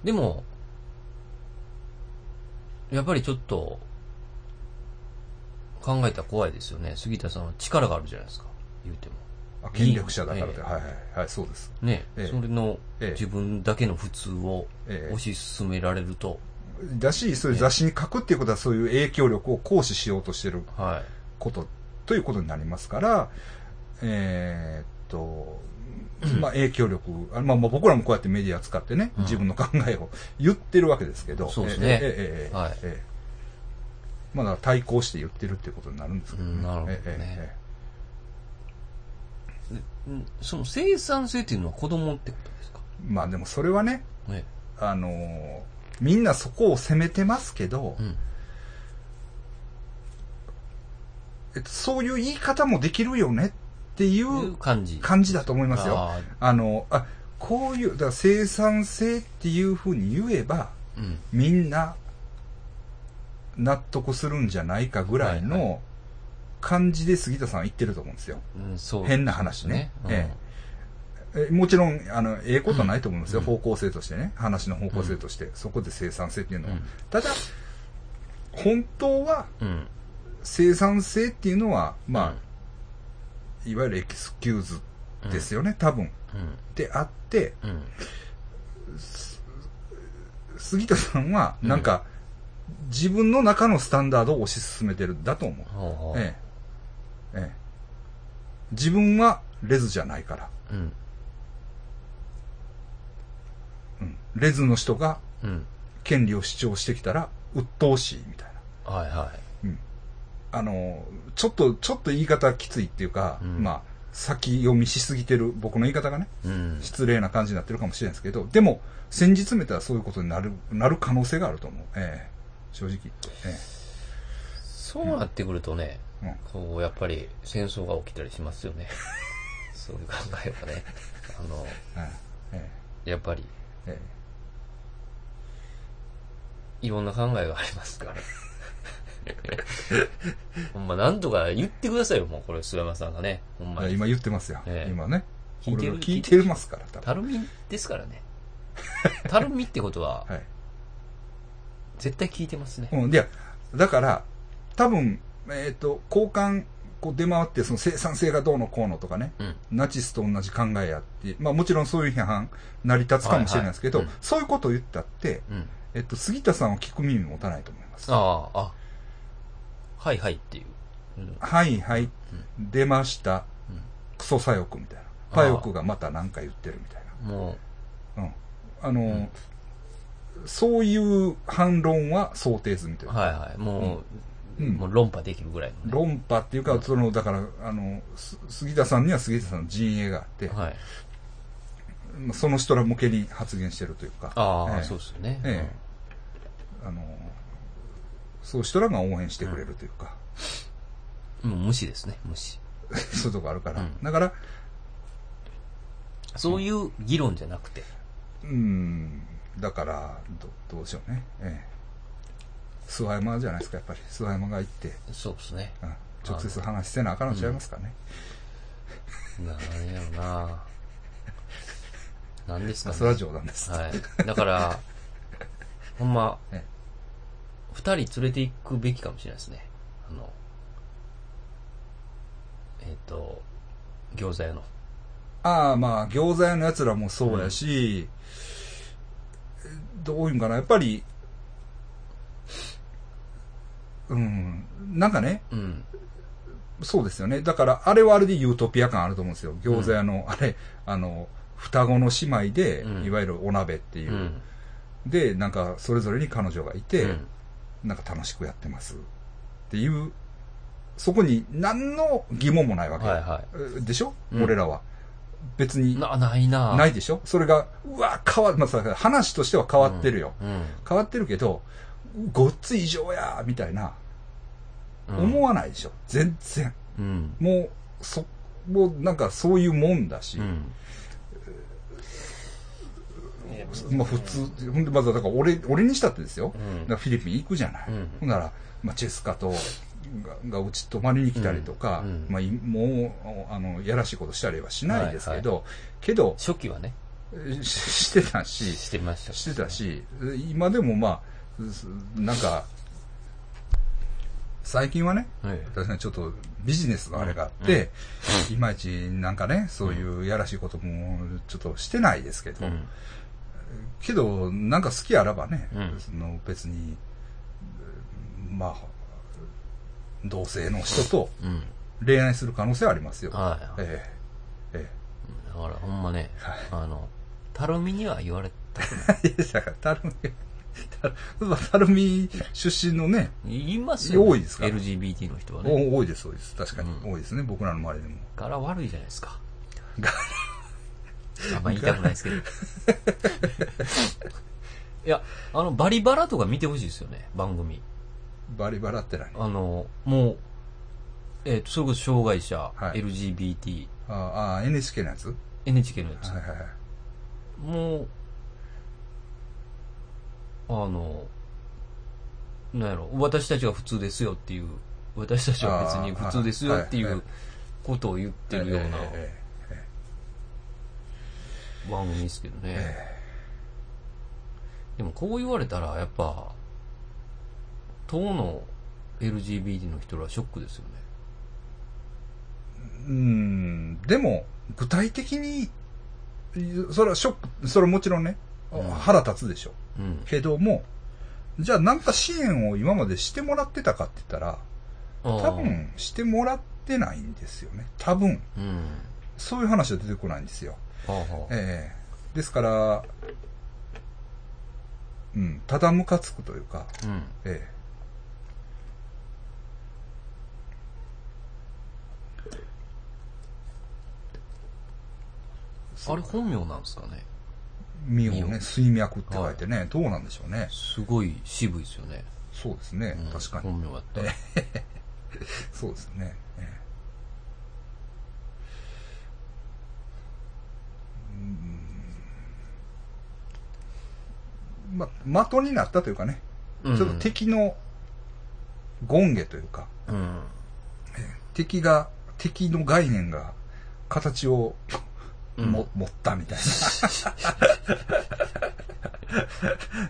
Speaker 1: え
Speaker 2: でも、やっぱりちょっと、考えたら怖いですよね。杉田さんは力があるじゃないですか。言うても。
Speaker 1: えあ権力者だからで、
Speaker 2: ええ
Speaker 1: はいはいはいそうです、
Speaker 2: ね、
Speaker 1: ええ
Speaker 2: それの
Speaker 1: ええ
Speaker 2: 自分だけの普通を
Speaker 1: ええ
Speaker 2: 推し進められると、
Speaker 1: だしそういう雑誌に書くっていうことはそういう影響力を行使しようとしてる
Speaker 2: はい。
Speaker 1: ことということになりますからえーっとまあ影響力、あまあ、まあ僕らもこうやってメディア使ってね、
Speaker 2: うん
Speaker 1: 自分の考えを言ってるわけですけど、
Speaker 2: そうですね
Speaker 1: ええええええ
Speaker 2: はい
Speaker 1: ええまあ、だから対抗して言ってるっていうことになるんですけどね。
Speaker 2: うんなるほどね
Speaker 1: ええええ
Speaker 2: うんその生産性っていうのは子供ってことですか
Speaker 1: まあでもそれはね、
Speaker 2: ね。
Speaker 1: あのーみんなそこを責めてますけど、
Speaker 2: うん。
Speaker 1: えっと、そういう言い方もできるよねってい
Speaker 2: いうう感じ。
Speaker 1: 感じだと思いますよ。
Speaker 2: あ
Speaker 1: あの、あ、こういう、だから生産性っていうふうに言えば、
Speaker 2: ーうん。
Speaker 1: みんな納得するんじゃないかぐらい
Speaker 2: はい
Speaker 1: の感じで杉田さんは言ってると思うんですよ。
Speaker 2: うん、そう。
Speaker 1: 変な話ね
Speaker 2: うん
Speaker 1: ええもちろん、あの、ええことないと思うんですよ。
Speaker 2: うん
Speaker 1: 方向性としてね。話の方向性として。そこで生産性っていうのは。
Speaker 2: うん
Speaker 1: ただ、本当は
Speaker 2: うん。
Speaker 1: 生産性っていうのは、まあ、いわゆるエキスキューズですよね、多分。であって、
Speaker 2: うん。うん。
Speaker 1: 杉田さんは、なんか、自分の中のスタンダードを推し進めてるんだと思う。
Speaker 2: ほうほう。
Speaker 1: ええ。ええ。自分はレズじゃないから。
Speaker 2: うん。
Speaker 1: うん。レズの人が
Speaker 2: うん。
Speaker 1: 権利を主張してきたら、鬱陶しいみたいな。
Speaker 2: はいは
Speaker 1: あの、ちょっと、ちょっと言い方きついっていうか、
Speaker 2: うん
Speaker 1: まあ、先読みしすぎてる僕の言い方がね、
Speaker 2: い。うん。
Speaker 1: 失礼な感じになってるかもしれないですけど、でも、先日めたらそういうことになる、なる可能性があると思う。ええ。正直言って。え
Speaker 2: そうなってくるとね、
Speaker 1: え。うん。
Speaker 2: こう、やっぱり戦争が起きたりします よね。そういう考えはね。あの、
Speaker 1: ええ。
Speaker 2: やっぱり、
Speaker 1: ええ。
Speaker 2: いろんな考えがあります から。ほんま、なんとか言ってくださいよ、もう、これ、菅山さんがね。ほんま
Speaker 1: いや
Speaker 2: に。
Speaker 1: 今言ってますよ。
Speaker 2: ええ
Speaker 1: 今ね。
Speaker 2: 聞いて
Speaker 1: こ
Speaker 2: る
Speaker 1: れを聞いてますから、多
Speaker 2: た
Speaker 1: 分。
Speaker 2: るみですか らね。たるみってことは、
Speaker 1: はい。
Speaker 2: 絶対聞いてますね。
Speaker 1: うん、いや、だから、多分、えっ、と、交換、こう出回って、その生産性がどうのこうのとかね、
Speaker 2: うん。
Speaker 1: ナチスと同じ考えやって、まあもちろんそういう批判、成り立つかもしれないですけど、
Speaker 2: はいはい
Speaker 1: そういうことを言ったって、
Speaker 2: うん。
Speaker 1: えっと、杉田さんは聞く耳持たないと思います。
Speaker 2: ああ、あ、はいはいっていう。うん。
Speaker 1: はいはい、出ました、
Speaker 2: うん
Speaker 1: クソ左翼みたいな。
Speaker 2: あ
Speaker 1: 左翼がまた何か言ってるみたい
Speaker 2: も
Speaker 1: な。うん。あの、そういう反論は想定済みという
Speaker 2: う、
Speaker 1: か
Speaker 2: はいはい。
Speaker 1: う
Speaker 2: もう、
Speaker 1: ん
Speaker 2: もう論破できるぐらいのね。
Speaker 1: 論破っていうか、その、だから、あの、す杉田さんには杉田さんの陣営があって、
Speaker 2: はい。
Speaker 1: まあその人ら向けに発言してるというか、
Speaker 2: ああ、
Speaker 1: ええ
Speaker 2: そうですよね。
Speaker 1: えあの、そういう人らが応援してくれるというか、
Speaker 2: うんもう無視ですね、無視。
Speaker 1: そういうとこあるから、
Speaker 2: うん
Speaker 1: だから、
Speaker 2: そういう議論じゃなくて、
Speaker 1: うん、だから、どどうでしょうね。ええ諏訪山じゃないですか、やっぱり。諏訪山が行って、
Speaker 2: そうですね。
Speaker 1: うん直接話せなあかんのちゃいますかね。
Speaker 2: なんやろななんです
Speaker 1: まあ
Speaker 2: かね。
Speaker 1: それは冗談です。
Speaker 2: はい。だから、ほんま
Speaker 1: ええ、
Speaker 2: 二人連れて行くべきかもしれないですね。あの、えっ、と、餃子屋の。
Speaker 1: ああ、まあ、餃子屋の奴らもそうやし、どういうんかな、やっぱり、うん、なんかね、
Speaker 2: うん。
Speaker 1: そうですよね。だから、あれはあれでユートピア感あると思うんですよ。餃子屋の、 あれ、あの、双子の姉妹で、
Speaker 2: うん
Speaker 1: いわゆるお鍋っていうう。
Speaker 2: ん。
Speaker 1: で、なんか、それぞれに彼女がいて、
Speaker 2: うん
Speaker 1: なんか楽しくやってます。っていう、そこに何の疑問もないわけ。
Speaker 2: はいは
Speaker 1: でしょ、
Speaker 2: うん
Speaker 1: 俺らは。別
Speaker 2: い。
Speaker 1: に、
Speaker 2: な、ないな。
Speaker 1: ないいでしょそれが、うわ、変わ、まあ、さ話としては変わってるよ。
Speaker 2: うん。
Speaker 1: 変わってるけど、ごっつい異常やみたいな、
Speaker 2: うん
Speaker 1: 思わないでしょ全然。
Speaker 2: うん。
Speaker 1: もう、そ、もうなんかそういうもんだし、
Speaker 2: うん。
Speaker 1: まあ普通、ほんでまずはだから俺、俺にしたってですよ。
Speaker 2: うん
Speaker 1: だからフィリピン行くじゃない。
Speaker 2: うん
Speaker 1: ほんなら、まあ、チェスカと、ががうち泊まりに来たりとか、
Speaker 2: うんうん
Speaker 1: まあ、いもうあのやらしいことしたりはしないですけど、けど
Speaker 2: 初期はね、
Speaker 1: し してたし
Speaker 2: してました。
Speaker 1: してたし、今でもまあ、すなんか、最近はね、
Speaker 2: ええ
Speaker 1: 確かにちょっとビジネスのあれがあって、いまいちなんかね、そういうやらしいこともちょっとしてないですけど、
Speaker 2: うん。
Speaker 1: けど、なんか好きあらばね、
Speaker 2: うん
Speaker 1: その別に、まあ、同性の人と
Speaker 2: うん。
Speaker 1: 恋愛する可能性はありますよ。
Speaker 2: はいはい。
Speaker 1: えええ
Speaker 2: だからほんまね
Speaker 1: はい、
Speaker 2: あの、たるみには言われたくない。
Speaker 1: え いやだから、たるみ、たるまあたるみ出身のね、
Speaker 2: 言いますよ、
Speaker 1: 多いですから
Speaker 2: LGBT の人はね。
Speaker 1: お多いです、多いです。確かに、多いですね、僕らの周りでも。
Speaker 2: 柄悪いじゃないですか。 あんま言いたくないです けど。いや、あの、バリバラとか見てほしいですよね、番組。
Speaker 1: バリバラって何あ
Speaker 2: あの、もう、えっ、と、それこそ障害者、
Speaker 1: い
Speaker 2: LGBT、
Speaker 1: ああ、NHK のやつは
Speaker 2: NHK のや
Speaker 1: い
Speaker 2: つ。
Speaker 1: はいはい。
Speaker 2: もう、あの、なんやろ、私たちは普通ですよっていう、私たちは別に普通ですよってい
Speaker 1: あーは
Speaker 2: う
Speaker 1: い
Speaker 2: ことを言ってるような
Speaker 1: え
Speaker 2: 番組ですけど
Speaker 1: えええ
Speaker 2: ね。
Speaker 1: え
Speaker 2: でもこう言われたら、やっぱ、当の LGBT の人らはショックですよね。
Speaker 1: えうん、でも、具体的に、それはショック、それはもちろんね、
Speaker 3: うん
Speaker 1: 腹立つでしょ。
Speaker 3: うん。
Speaker 1: けども、じゃあなんか支援を今までしてもらってたかって言ったら、多
Speaker 3: 多。
Speaker 1: 分してもらってないんですよね。多分。
Speaker 3: うん。
Speaker 1: そういう話は出てこないんですよ。
Speaker 3: ほうほう
Speaker 1: ええですから、うん、ただムカつくというか、
Speaker 3: うん。
Speaker 1: ええ
Speaker 3: あれ本名なんですかね。
Speaker 1: 身を
Speaker 3: 身を
Speaker 1: ね、水脈って書いてね、どうなんでしょうね。
Speaker 3: すごい渋いですよね。
Speaker 1: そうですね、
Speaker 3: うん
Speaker 1: 確かに。
Speaker 3: 本名だったら。
Speaker 1: そうですね。ええうーんま、的になったというかね、
Speaker 3: うん
Speaker 1: ちょっと。敵の権下というか、
Speaker 3: うん。
Speaker 1: 敵が、敵の概念が形を
Speaker 3: うん
Speaker 1: も、持ったみたい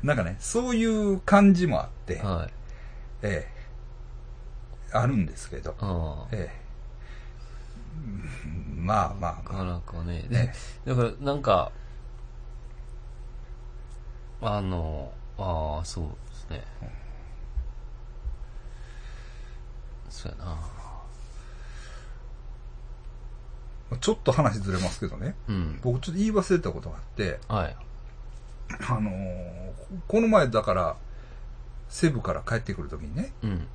Speaker 1: な。なん かね、そういう感じもあって、
Speaker 3: はい。
Speaker 1: ええ、あるんですけど、
Speaker 3: ああ。
Speaker 1: ええ、うんまあま
Speaker 3: な
Speaker 1: あま
Speaker 3: かなかね。
Speaker 1: あ、ね、
Speaker 3: だから、なんか、あの、ああ、そうですね。そうやな。
Speaker 1: ちょっと話ずれますけどね、
Speaker 3: うん。
Speaker 1: 僕ちょっと言い忘れたことがあって、
Speaker 3: はい。
Speaker 1: あのーこの前だから、セブから帰ってくるときにね、
Speaker 3: うん。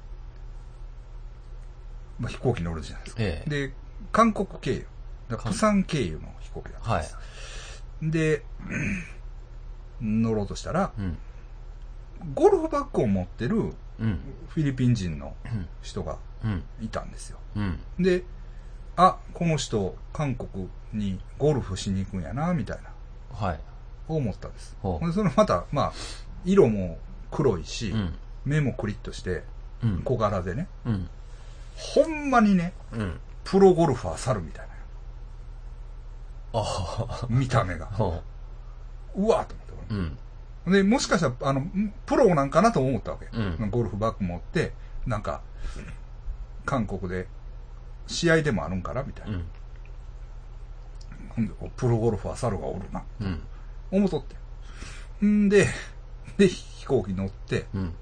Speaker 1: まあ、飛行機乗るじゃないですか。
Speaker 3: ええ。
Speaker 1: で、韓国経由。だから
Speaker 3: 韓
Speaker 1: 釜山経由の飛行機だったん
Speaker 3: は
Speaker 1: で
Speaker 3: い
Speaker 1: す。。で、乗ろうとしたら、
Speaker 3: うん。
Speaker 1: ゴルフバッグを持ってる
Speaker 3: うん。
Speaker 1: フィリピン人の
Speaker 3: うん
Speaker 1: 人が
Speaker 3: うん。
Speaker 1: いたんですよ。
Speaker 3: うん。
Speaker 1: で、あ、この人、韓国にゴルフしに行くんやな、みたいな、
Speaker 3: はい。
Speaker 1: 思ったんです。
Speaker 3: ほ。
Speaker 1: でそのまた、まあ、色も黒いうし、
Speaker 3: うん。
Speaker 1: 目もクリッとして、
Speaker 3: うん。
Speaker 1: 小柄でね、
Speaker 3: うん。
Speaker 1: ほんまにね、
Speaker 3: うん。
Speaker 1: プロゴルファー猿みたい
Speaker 3: ああ。
Speaker 1: な、見た目が。
Speaker 3: ほ
Speaker 1: うわーと思って俺
Speaker 3: う。うん。
Speaker 1: で、もしかしたら、あの、んプロなんかなと思ったわけ。
Speaker 3: うん
Speaker 1: ゴルフバッグ持って、なんか、韓国で、試合でもあるんかなみたいうな。
Speaker 3: ん。
Speaker 1: ほんで、おプロゴルファー猿がおるな。
Speaker 3: うん。
Speaker 1: 思っとって。んで、 で、飛行機乗って、
Speaker 3: うん。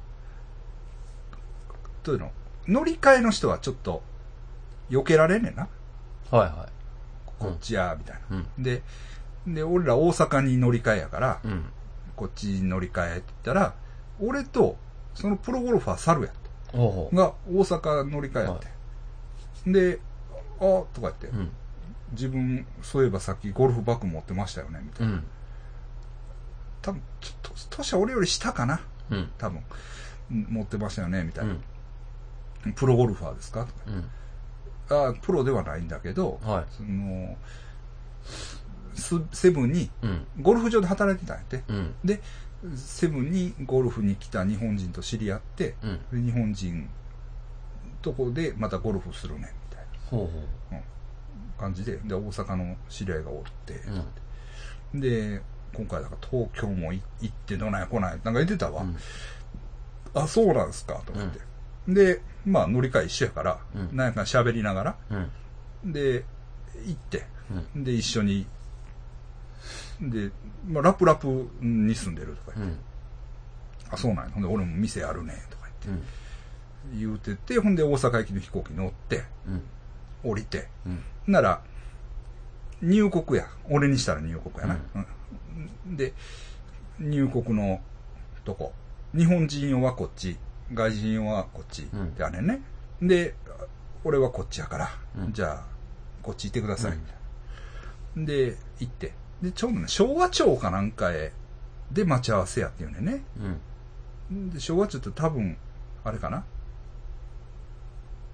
Speaker 1: というの、乗り換えの人はちょっと、避けられんねんな。
Speaker 3: はいは
Speaker 1: こっちや、みたい
Speaker 3: い。うん。
Speaker 1: な。で、で、俺ら大阪に乗り換えやから、
Speaker 3: うん。
Speaker 1: こっちに乗り換えって言ったら、俺と、そのプロゴルファー猿やって。
Speaker 3: ほうほう。
Speaker 1: が大阪乗り換えやって、で「あとか言って、
Speaker 3: うん。
Speaker 1: 自分そういえばさっきゴルフバッグ持ってましたよね」みたいうな、
Speaker 3: ん。
Speaker 1: 多分ちょっと年は俺より下かな
Speaker 3: うん。
Speaker 1: 多分うん持ってましたよねみた
Speaker 3: う
Speaker 1: い
Speaker 3: ん
Speaker 1: な、。プロゴルファーですか?」とか
Speaker 3: うん。
Speaker 1: あプロではないんだけど、
Speaker 3: はい
Speaker 1: そのスセブンに
Speaker 3: うん。
Speaker 1: ゴルフ場で働いてたんやって
Speaker 3: うん。
Speaker 1: でセブンにゴルフに来た日本人と知り合って
Speaker 3: うん。
Speaker 1: で日本人とこでまたゴルフするねみたいな
Speaker 3: ほうほ
Speaker 1: 感じで、で、大阪の知り合いがおって、
Speaker 3: う。うん。
Speaker 1: で、今回だから東京もい行ってどない来ない、なんか言ってたわ。
Speaker 3: うん
Speaker 1: あ、そうなんすか、と思って。で、まあ乗り換え一緒やから、
Speaker 3: うん
Speaker 1: なんやかんや喋りながら、
Speaker 3: うん。
Speaker 1: で、行って、
Speaker 3: うん。
Speaker 1: で、一緒に、で、まあラップラップに住んでるとか
Speaker 3: う
Speaker 1: 言って、
Speaker 3: ん。
Speaker 1: あ、そうなんや。ほんで、俺も店あるね、とか
Speaker 3: うん。
Speaker 1: 言って、言うてて、ほんで大阪行きの飛行機乗って、
Speaker 3: うん。
Speaker 1: 降りて、
Speaker 3: うん。
Speaker 1: なら、入国や。俺にしたら入国やな。うんで、入国のとこ。日本人用はこっち、外人用はこっち、
Speaker 3: うん
Speaker 1: ってあれね。で、俺はこっちやから、
Speaker 3: うん
Speaker 1: じゃあ、こっち行ってください、みたいな。で、行って。で、ちょうどね、昭和町かなんかへ、で待ち合わせやっていうねんね。
Speaker 3: うん。
Speaker 1: で昭和町って多分、あれかな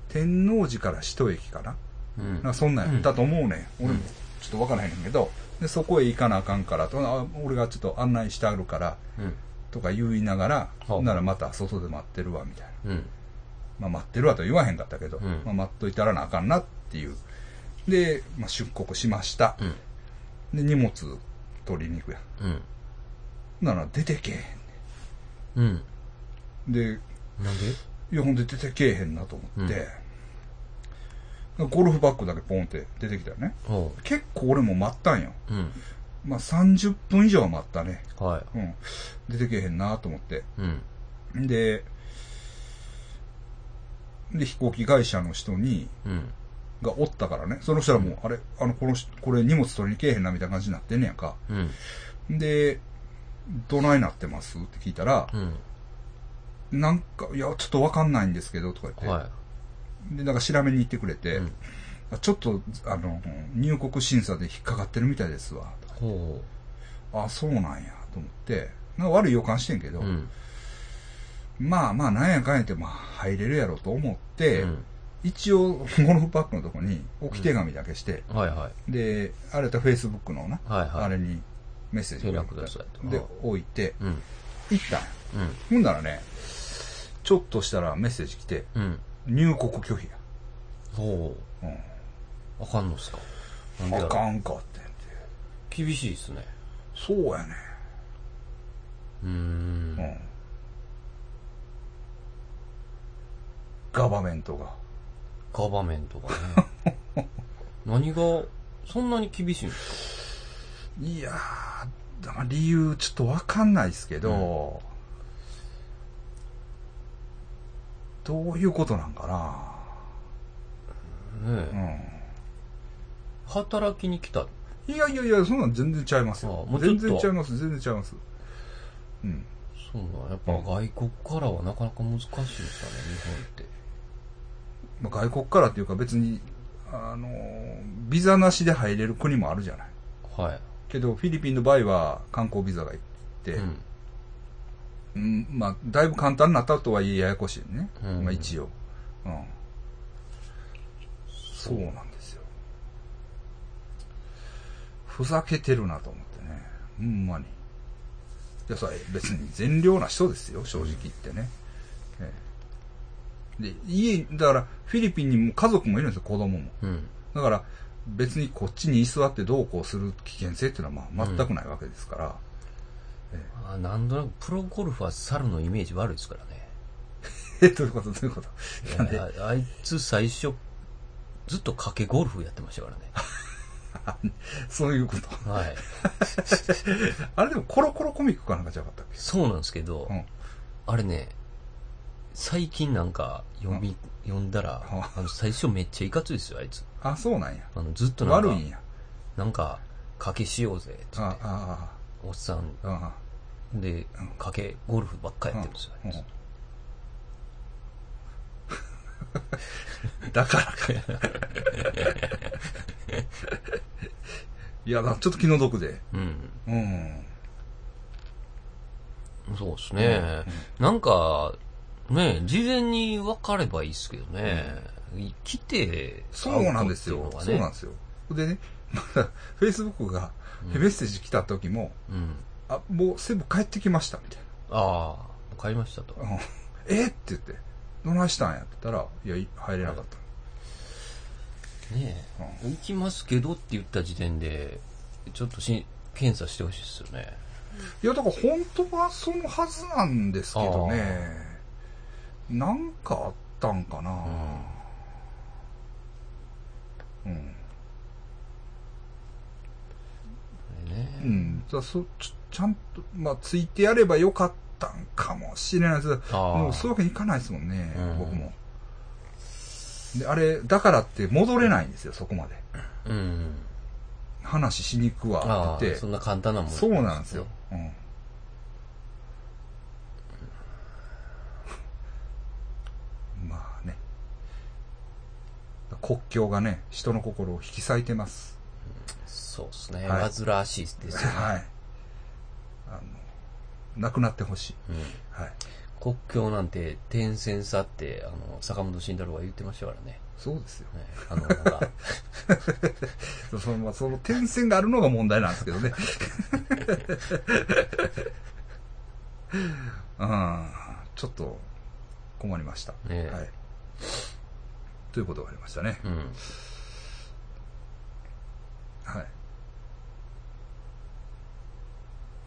Speaker 1: 天王寺から一駅かな
Speaker 3: うん。
Speaker 1: なんかそんなんやったと思うね、ん、俺もちょっと分からへんねんけどでそこへ行かなあかんからとあ俺がちょっと案内してあるから
Speaker 3: うん。
Speaker 1: とか言いながら、
Speaker 3: はあ
Speaker 1: ならまた外で待ってるわみたいな、
Speaker 3: うん。
Speaker 1: まあ、待ってるわとは言わへんかったけど、
Speaker 3: うん
Speaker 1: まあ、待っといたらなあかんなっていうで、まあ、出国しました
Speaker 3: う、ん。
Speaker 1: で荷物取りに行くや
Speaker 3: うん。
Speaker 1: なら出てけえ
Speaker 3: うん。
Speaker 1: へんで
Speaker 3: なんで
Speaker 1: いやほんで出てけえへんなと思って、ゴルフバッグだけポンって出てきたよね。
Speaker 2: おう
Speaker 1: 結構俺も待ったんよ。
Speaker 2: うん。
Speaker 1: まあ、30分以上は待ったね。
Speaker 2: は
Speaker 1: うん。出てけへんなと思って。
Speaker 2: い。うん。
Speaker 1: で、で、飛行機会社の人に、
Speaker 2: うん。
Speaker 1: がおったからね。その人はもう、あれ、あの、この人、これ荷物取りに来えへんなみたいな感じになってんねやんか。
Speaker 2: うん。
Speaker 1: で、どないなってますって聞いたら、
Speaker 2: うん。
Speaker 1: なんか、いや、ちょっとわかんないんですけど、とか言って。
Speaker 2: は
Speaker 1: で、なんか調べに行ってくれ
Speaker 2: い。
Speaker 1: て、
Speaker 2: うん。
Speaker 1: ちょっと、あの、入国審査で引っかかってるみたいですわ。とか
Speaker 2: ほ
Speaker 1: あ、そうなんや、と思って、なんか悪い予感してんけ
Speaker 2: う。
Speaker 1: ど、
Speaker 2: うん。
Speaker 1: まあまあ、なんやかんやって、まあ、入れるやろと思っ
Speaker 2: う
Speaker 1: て、
Speaker 2: ん。
Speaker 1: 一応、ゴルフバッグのとこに置き手紙だけして、
Speaker 2: はいはい。
Speaker 1: で、あれだったら Facebook のな、
Speaker 2: はい
Speaker 1: あ
Speaker 2: はい。
Speaker 1: れにメッセージ
Speaker 2: 連絡くださいと
Speaker 1: で
Speaker 2: あ、
Speaker 1: 置いて、
Speaker 2: うん。
Speaker 1: 行ったんや
Speaker 2: うん。
Speaker 1: ほんならね、ちょっとしたらメッセージ来て、
Speaker 2: うん。
Speaker 1: 入国拒否や。
Speaker 2: ほう。あかんのっすかな
Speaker 1: うんん。
Speaker 2: でや
Speaker 1: あ
Speaker 2: ろ
Speaker 1: かんかってんて。
Speaker 2: 厳しいっすね。
Speaker 1: そうやね。
Speaker 2: うーん
Speaker 1: う。ん。ガバメントが。
Speaker 2: ガバメントがね。 何が、そんなに厳しいんですか
Speaker 1: いやー、だから理由ちょっとわかんないですけど、どういうことなんか
Speaker 2: ね
Speaker 1: な、
Speaker 2: え働きに来た。
Speaker 1: うん。いやいやいや、そんなん全然ちゃいますよ
Speaker 2: あ。もうちょ
Speaker 1: 全
Speaker 2: っと
Speaker 1: 然ちゃいます、全然ちゃいます。うん。
Speaker 2: そうなんやっぱ外国からはなかなか難しいんですかね、日本って。
Speaker 1: まあ、外国からっていうか別に、あのー、ビザなしで入れる国もあるじゃない。
Speaker 2: は
Speaker 1: けど、フィリピンの場合は観光ビザがいっ
Speaker 2: い。
Speaker 1: て、
Speaker 2: うん。
Speaker 1: うんまあ、だいぶ簡単になったとはいえややこしいね。
Speaker 2: うん
Speaker 1: まあ、一応。うん。そうなんですよ。ふざけてるなと思ってね。ほんまに。いや、それ別に善良な人ですよ、正直言ってね。ええで、家、だから、フィリピンにも家族もいるんですよ、子供も。
Speaker 2: うん。
Speaker 1: だから、別にこっちに居座ってどうこうする危険性っていうのはまあ全くないわけですから。
Speaker 2: あなんとなくプロゴルファー猿のイメージ悪いですからね。
Speaker 1: え、 どういうことどういうことなん で
Speaker 2: いやああいつ最初、ずっと賭けゴルフやってましたから ね。
Speaker 1: そういうこと。
Speaker 2: はい。
Speaker 1: あれでもコロコロコミックかなんかじゃなかったっけ
Speaker 2: そうなんですけど、
Speaker 1: うん
Speaker 2: あれね、最近なんか読み、読んだら、
Speaker 1: は
Speaker 2: あの最初めっちゃいかついですよ、あいつ。
Speaker 1: あ、そうなんや。
Speaker 2: あのずっとなんか、
Speaker 1: 悪いんや。
Speaker 2: なんか、賭けしようぜ、つって
Speaker 1: あ、あ、
Speaker 2: おっさん
Speaker 1: あ、あ、
Speaker 2: で、賭け、ゴルフばっかやってるんですよ
Speaker 1: う
Speaker 2: あ
Speaker 1: ん
Speaker 2: いつ。
Speaker 1: うんだからか。 いや、だちょっと気の毒で。
Speaker 2: うん。
Speaker 1: うん。
Speaker 2: そうですね。なんか、ね、事前に分かればいいですけどね。来て、
Speaker 1: そうなんです
Speaker 2: 会
Speaker 1: よ。
Speaker 2: うとって
Speaker 1: そ
Speaker 2: いうの
Speaker 1: なん
Speaker 2: がね
Speaker 1: ですよ。でね、まだ、Facebook がメッセージ来た時も、
Speaker 2: うん。
Speaker 1: あ、もう全部帰ってきました、みたいな。
Speaker 2: ああ、買いましたと。
Speaker 1: うんえって言って、どないしたんやって言ったら、いや、い入れなかった。
Speaker 2: ねえ、行きますけどって言った時点で、ちょっとし検査してほしいですよね。
Speaker 1: いや、だから本当はそのはずなんですけどね。なんかあったんかな。うん。
Speaker 2: これ
Speaker 1: う
Speaker 2: ね。
Speaker 1: ん。じゃあそちょ、ちゃんと、まあ、ついてやればよかったんかもしれないですけど
Speaker 2: ああ
Speaker 1: もうそういうわけにいかないですもんね、
Speaker 2: うん
Speaker 1: 僕も。で、あれ、だからって戻れないんですよ、そこまで。
Speaker 2: うん。
Speaker 1: 話しに行くわ
Speaker 2: あ
Speaker 1: っ
Speaker 2: あ
Speaker 1: て言、って
Speaker 2: そんな簡単なもん。
Speaker 1: そうなんですよ。うん。まあね。国境がね、人の心を引き裂いてます。
Speaker 2: そうですね。
Speaker 1: はい
Speaker 2: 煩わしいですよ、ね。
Speaker 1: はい。あの、なくなってほしい。
Speaker 2: うん
Speaker 1: はい。
Speaker 2: 国境なんて点線差って、あの、坂本慎太郎が言ってましたからね。
Speaker 1: そうですよ。
Speaker 2: ねあの、なん か、
Speaker 1: その、まあ、その点線があるのが問題なんですけどね。 うん。ちょっと困りました。
Speaker 2: ね
Speaker 1: はい。ということがありましたね。
Speaker 2: うん。
Speaker 1: はい。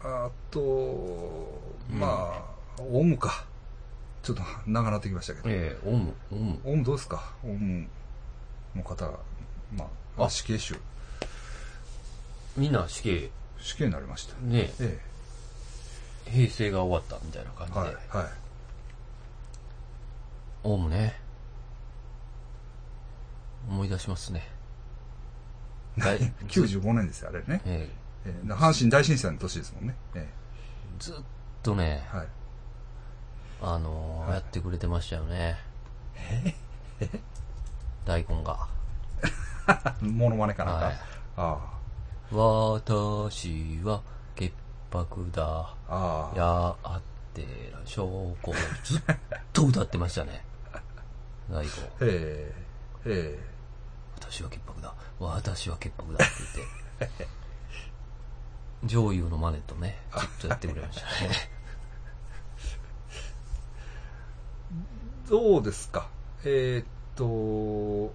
Speaker 1: あと、まあ、オウムか。ちょっと長なってきましたけど。
Speaker 2: ええオウム、オウム。
Speaker 1: オウムどうですかオウム。の方が、まあ、死刑囚、
Speaker 2: みんな死刑、
Speaker 1: 死刑になりました。
Speaker 2: ね、
Speaker 1: え
Speaker 2: 平成が終わったみたいな感
Speaker 1: え、
Speaker 2: じで。
Speaker 1: はい、はい。
Speaker 2: オウムね。思い出しますね。 だい
Speaker 1: 95年ですよ、あれね。
Speaker 2: え
Speaker 1: ええ阪神大震災の年ですもんね。え
Speaker 2: えずっとね
Speaker 1: え、はい。
Speaker 2: あのーやってくれてましたよね。大根が。
Speaker 1: モノマネかなんか。
Speaker 2: はい
Speaker 1: あ
Speaker 2: 私は潔白だ。
Speaker 1: あ、ああ、
Speaker 2: やあってら証拠。ずっと歌ってまし たね。大根。
Speaker 1: ええ、え
Speaker 2: 私は潔白だ。私は潔白だって言って。 上優のマネとね、ずっとやってくれましたね。
Speaker 1: え、どうですか。えーっと、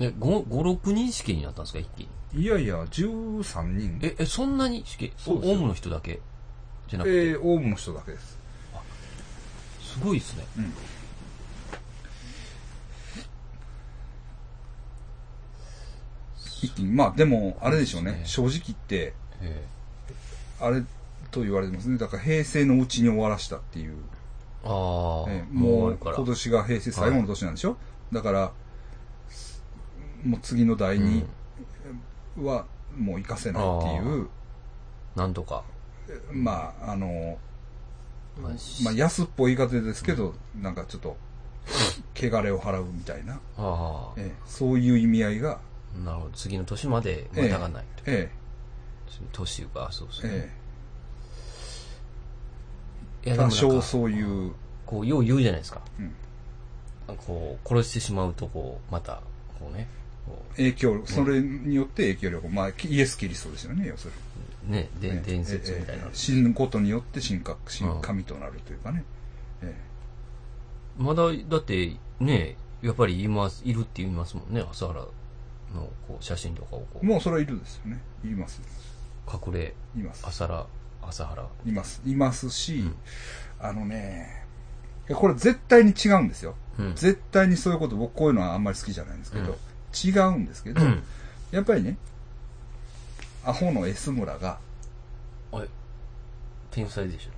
Speaker 2: え、5、5、6人死刑になったんですか、一気に。
Speaker 1: いやいや、13人。
Speaker 2: え、え、そんなに死刑
Speaker 1: そ
Speaker 2: オ
Speaker 1: うですよ
Speaker 2: ウムの人だけじゃなくて、
Speaker 1: ええ、オウムの人だけです。
Speaker 2: すごいですね。
Speaker 1: うん一気にまあでも、あれでしょうね。正直言って、
Speaker 2: え
Speaker 1: あれと言われてますね。だから平成のうちに終わらしたっていう。
Speaker 2: えああ、
Speaker 1: ええ
Speaker 2: も
Speaker 1: も
Speaker 2: う終わ
Speaker 1: う
Speaker 2: るから。
Speaker 1: 今年が平成最後の年なんでしょ、だから、すもう次の代にはもう生かせないっていう、
Speaker 2: なんとか。
Speaker 1: まあ、あの、
Speaker 2: まあ
Speaker 1: まあ、安っぽい言い方ですけど、なんかちょっと、汚れを払うみたいな、
Speaker 2: ああ、
Speaker 1: ええそういう意味合いが、
Speaker 2: なるほど。次の年までまたがないと。
Speaker 1: え
Speaker 2: 次の年が、そうです
Speaker 1: え、
Speaker 2: ね。
Speaker 1: え
Speaker 2: いや
Speaker 1: え、
Speaker 2: で
Speaker 1: 多
Speaker 2: もなん
Speaker 1: 少
Speaker 2: か、
Speaker 1: そういう、
Speaker 2: こう、よう言うじゃないですか。
Speaker 1: うん
Speaker 2: こう、殺してしまうと、こう、また、こうね、こ
Speaker 1: 影響力、それによって影響力、まあ、イエス・キリストですよね、要するに。
Speaker 2: う、ね、で
Speaker 1: ええ
Speaker 2: 伝説みたいな
Speaker 1: えええ。え死ぬことによって神格、神神となるというかね。え
Speaker 2: まだ、だって、ね、やっぱりいます、いるって言いますもんね、朝原の、こう、写真とかをこ
Speaker 1: えもうそれはいるですよね。います。
Speaker 2: う、隠れ、
Speaker 1: います。
Speaker 2: 朝原、朝原。
Speaker 1: います。いますし、あのね、いやこれ絶対に違うんですよ。
Speaker 2: うん。
Speaker 1: 絶対にそういうこと、僕こういうのはあんまり好きじゃないんですけど、違うんですけど、
Speaker 2: うん
Speaker 1: やっぱりね、アホの S 村が、
Speaker 2: あれ 天才でしょ。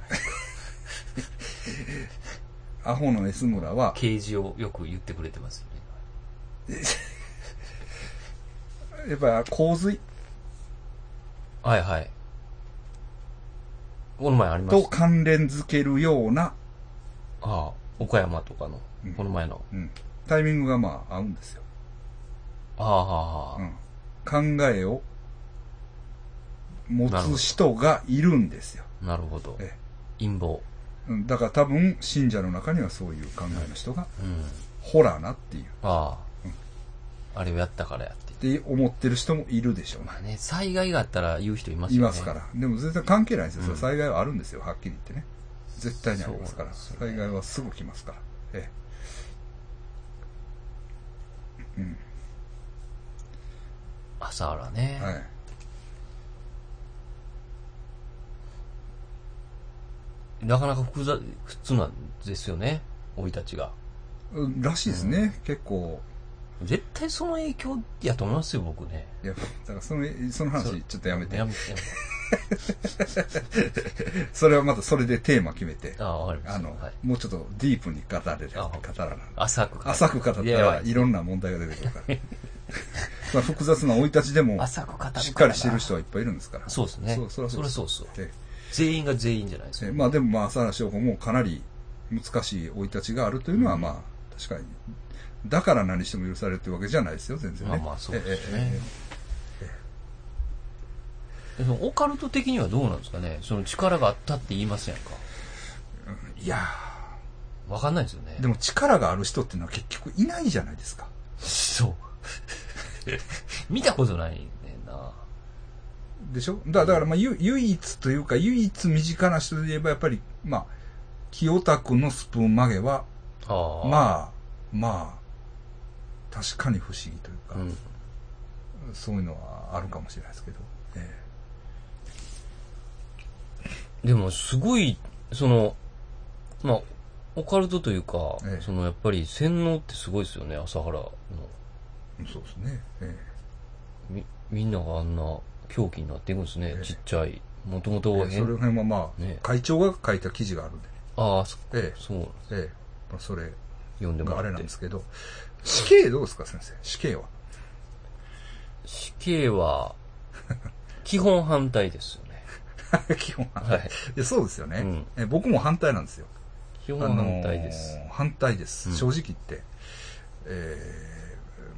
Speaker 1: アホの S 村は、
Speaker 2: 刑事をよく言ってくれてますよね。
Speaker 1: やっぱり洪水
Speaker 2: はいはい。この前ありま
Speaker 1: と
Speaker 2: した。
Speaker 1: 関連づけるような、
Speaker 2: ああ、岡山とかの
Speaker 1: うん、
Speaker 2: この前の。
Speaker 1: うん、タイミングがまあ合うんですよ。
Speaker 2: ああ、ああああ、
Speaker 1: うん、考えを持つ人がいるんですよ。
Speaker 2: なるほど
Speaker 1: え。
Speaker 2: 陰謀。
Speaker 1: うんだから多分、信者の中にはそういう考えの人が、
Speaker 2: うん。
Speaker 1: ホラーなっていう。
Speaker 2: ああ。あれをやったからやって。
Speaker 1: って思ってる人もいるでしょうね。
Speaker 2: まあね、災害があったら言う人います
Speaker 1: い
Speaker 2: よね。
Speaker 1: ますから。でも全然関係ないですよ。
Speaker 2: うん
Speaker 1: 災害はあるんですよ、はっきり言ってね。絶対にありますから。
Speaker 2: そうですね
Speaker 1: 災害はすぐ来ますから。え
Speaker 2: 朝原ね
Speaker 1: え。。はい。
Speaker 2: なかなか複雑、普通なんですよね。生い立ちが。
Speaker 1: うんらしいですね。結構。
Speaker 2: 絶対その影響やと思いますよ、僕ね。
Speaker 1: いや、だからその、その
Speaker 2: そう
Speaker 1: 話、ちょっとやめて
Speaker 2: や。めて。
Speaker 1: それはまたそれでテーマ決めて。
Speaker 2: ああ、わかりま
Speaker 1: あ
Speaker 2: し
Speaker 1: の、
Speaker 2: た。はい。
Speaker 1: もうちょっとディープに語れる、
Speaker 2: あ
Speaker 1: 語らない。
Speaker 2: 浅く。
Speaker 1: 浅く語った
Speaker 2: いや
Speaker 1: らいろんな問題が出てくるから。 まあ複雑な生い立ちでも、
Speaker 2: 浅く語るから
Speaker 1: しっかりしてる人はいっぱいいるんですから。
Speaker 2: そうですね。
Speaker 1: そうそらそうです
Speaker 2: そうですよ。
Speaker 1: ええ
Speaker 2: 全員が全員じゃないです
Speaker 1: え
Speaker 2: よ。
Speaker 1: ーまあでもまあ朝原翔子もかなり難しい生い立ちがあるというのはまあ確かにだから何しても許されるというわけじゃないですよ全然ね
Speaker 2: まあまあそうです
Speaker 1: えー
Speaker 2: ね
Speaker 1: えーえー
Speaker 2: でもオカルト的にはどうなんですかねその力があったって言いませんか
Speaker 1: いや
Speaker 2: わかんないですよね
Speaker 1: ー。でも力がある人っていうのは結局いないじゃないですか
Speaker 2: そう。 見たことないねんな。
Speaker 1: でしょだだからまあゆ唯一というか唯一身近な人で言えばやっぱりまあ清田君のスプーン曲げは
Speaker 2: ああ。
Speaker 1: まあまあ確かに不思議というか、
Speaker 2: うん。
Speaker 1: そういうのはあるかもしれないですけど、え
Speaker 2: でも、すごい、その、まあ、オカルトというか、
Speaker 1: ええ
Speaker 2: そのやっぱり洗脳ってすごいですよね、朝原の。
Speaker 1: そうですね。え
Speaker 2: み、みんながあんな狂気になっていくんですね、
Speaker 1: ええ
Speaker 2: ちっちゃい。もとも
Speaker 1: え
Speaker 2: と
Speaker 1: それ
Speaker 2: 変。
Speaker 1: 辺はまあ、
Speaker 2: ね
Speaker 1: 会長が書いた記事があるんで、
Speaker 2: ああ、そ
Speaker 1: え
Speaker 2: そう、
Speaker 1: えええまあ、それ
Speaker 2: 読んでも
Speaker 1: があれ
Speaker 2: ら
Speaker 1: な
Speaker 2: っ
Speaker 1: ん
Speaker 2: て
Speaker 1: で。すけど、死刑どうですか、先生。死刑は。
Speaker 2: 死刑は、基本反対ですよ ね。
Speaker 1: 基本反
Speaker 2: は
Speaker 1: 対。
Speaker 2: い。
Speaker 1: いやそうですよね、
Speaker 2: うん
Speaker 1: え。僕も反対なんですよ。
Speaker 2: 基本
Speaker 1: あのー
Speaker 2: 反対です。
Speaker 1: 反対です。
Speaker 2: うん
Speaker 1: 正直言って。え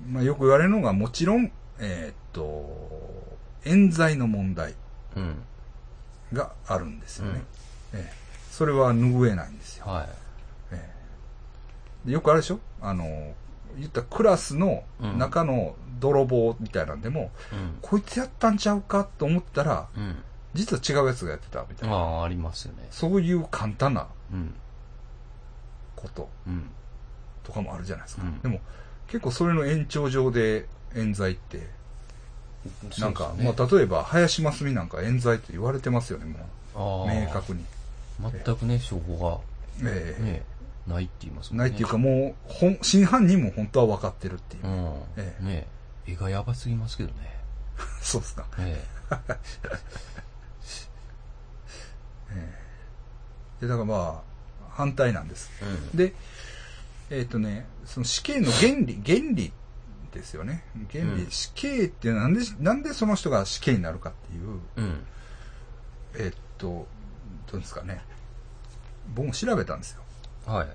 Speaker 1: ーまあ、よく言われるのが、もちろん、えーっと、冤罪の問題
Speaker 2: うん。
Speaker 1: があるんですよね。ええそれは拭えないんですよ。
Speaker 2: は
Speaker 1: ええでよくあれでしょあのー、言ったらクラスの中の泥棒みたいなんでも、
Speaker 2: い。うん。
Speaker 1: こいつやったんちゃうかと思ったら、
Speaker 2: うん。
Speaker 1: 実は違うやつがやってたみたい
Speaker 2: あ
Speaker 1: な。
Speaker 2: あ、ありますよね。
Speaker 1: そういう簡単な
Speaker 2: うん。
Speaker 1: こと
Speaker 2: うん。
Speaker 1: とかもあるじゃないですか。
Speaker 2: うん
Speaker 1: でも、結構それの延長上で冤罪って、なんか、
Speaker 2: そうですね
Speaker 1: まあ、例えば、林真澄なんか冤罪って言われてますよね、もう。
Speaker 2: ああ
Speaker 1: 明確に。
Speaker 2: 全くね、証拠
Speaker 1: え
Speaker 2: が、
Speaker 1: え
Speaker 2: ね、ないって言いますもんね。
Speaker 1: ないっていうか、もう、ほん真犯人も本当は分かってるっていう。
Speaker 2: うん。
Speaker 1: ええ
Speaker 2: ね絵がやばすぎますけどね。
Speaker 1: そうっすか。
Speaker 2: え
Speaker 1: で、だからまあ、反対なんです。
Speaker 2: え。うん。
Speaker 1: で、えっ、とね、その死刑の原理、原理ですよね。原理、
Speaker 2: うん
Speaker 1: 死刑ってなんで、なんでその人が死刑になるかっていう、
Speaker 2: うん。
Speaker 1: えっ、と、どうですかね。僕も調べたんですよ。
Speaker 2: はい。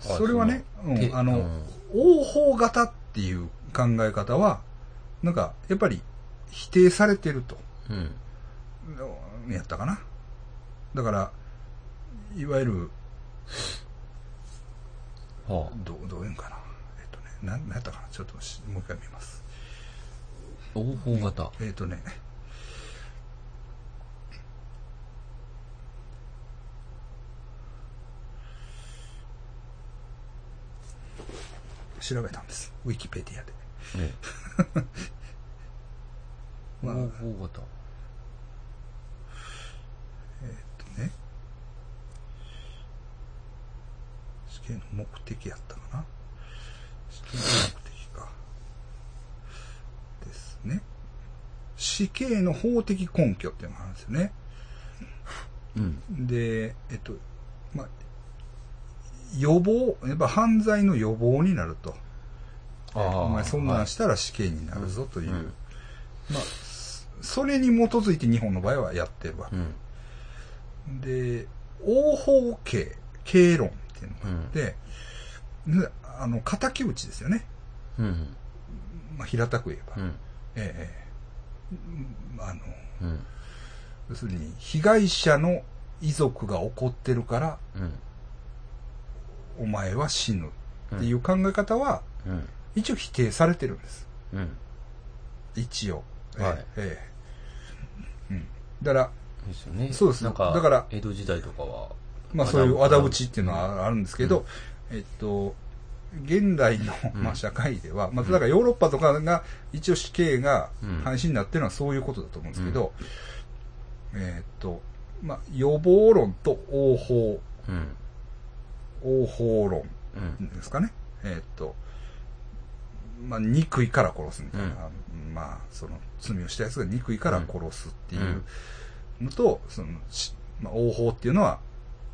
Speaker 1: それはね、
Speaker 2: そうのて
Speaker 1: ん、あの、
Speaker 2: うん
Speaker 1: 応報型っていう考え方は、なんか、やっぱり否定されてると、
Speaker 2: うん。
Speaker 1: やったかな。だから、いわゆる、
Speaker 2: はあ。
Speaker 1: どう、どういうんかな。えっとね、なんなんやったかな。ちょっとしもう一回見ます。
Speaker 2: 応報型。
Speaker 1: えっ、とね、調べたんです。ウィキペディアで。
Speaker 2: ね応
Speaker 1: まあ
Speaker 2: 報型。
Speaker 1: ね。試験の目的やったかな。試験の目的か。ですね。死刑の法的根拠っていうのがあるんですよね。
Speaker 2: うん。
Speaker 1: で、えっと、まあ、予防、やっぱ犯罪の予防になると。
Speaker 2: ああ
Speaker 1: お前そん
Speaker 2: は
Speaker 1: ないんしたら死刑になるぞという。
Speaker 2: うん
Speaker 1: まあ、そそれに基づいて日本の場合はやってるわけ
Speaker 2: うん。
Speaker 1: で、応報刑、刑論っていうのがあって、であの、敵討ちですよね。
Speaker 2: うん。
Speaker 1: まあ、平たく言えば。
Speaker 2: うん。
Speaker 1: ええうんあの、
Speaker 2: うん。
Speaker 1: 要するに、被害者の遺族が怒ってるから、
Speaker 2: うん。
Speaker 1: お前は死ぬっていう考え方は、
Speaker 2: うん。
Speaker 1: 一応否定されてるんです。
Speaker 2: うん。
Speaker 1: 一応。
Speaker 2: はい
Speaker 1: ええええうん。だから、
Speaker 2: ですよね。
Speaker 1: そうです
Speaker 2: なんか、
Speaker 1: だから
Speaker 2: 江戸時代とかは、
Speaker 1: まあ
Speaker 2: 仇
Speaker 1: そういう仇討ちっていうのはあるんですけど、えっと、現代の、
Speaker 2: うん
Speaker 1: まあ、社会では、まあ、だからヨーロッパとかが一応死刑が
Speaker 2: うん
Speaker 1: 廃止になってるのはそういうことだと思うんですけど、えっと、まあ、予防論と応報、
Speaker 2: うん。
Speaker 1: 応報論
Speaker 2: うん。
Speaker 1: ですかね。えっと、まあ、憎いから殺すみたいな、まあ、その罪をしたやつが憎いから殺すっていうのと、その、しまあ、応報っていうのは、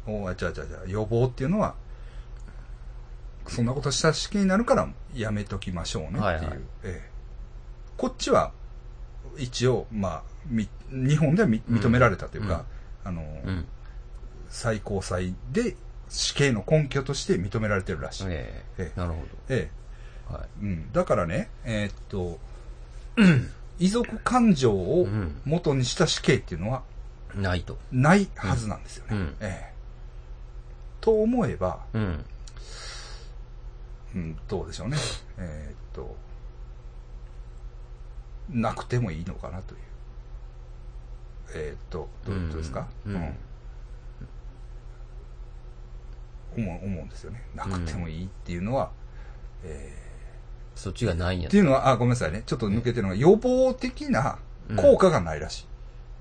Speaker 1: おあ、ちゃうちゃうちゃう、予防っていうのは、そんなことしたら死刑になるからやめときましょうねっていう。
Speaker 2: はいはい
Speaker 1: ええこっちは、一応、まあ、み日本ではみ認められたというか、あの、
Speaker 2: うん。
Speaker 1: 最高裁で死刑の根拠として認められてるらしい。
Speaker 2: え
Speaker 1: え
Speaker 2: え。
Speaker 1: え
Speaker 2: なるほ
Speaker 1: ええ
Speaker 2: ど。はい。
Speaker 1: うん、だからね、えーっ と、遺族感情を
Speaker 2: うん
Speaker 1: 元にした死刑っていうのは
Speaker 2: ないと。
Speaker 1: ないはずなんですよね。
Speaker 2: うん
Speaker 1: ええと思えば、
Speaker 2: うん。
Speaker 1: うん、どうでしょうね。えーっと、なくてもいいのかなという。えーっと、どうどうですか、
Speaker 2: うんうん
Speaker 1: 思う思うんですよね。なくてもいいっていうのは、えー
Speaker 2: そっちがないんや
Speaker 1: っていうのは、あ、ごめんなさいね。ちょっと抜けてるのが、予防的な効果がないらしい。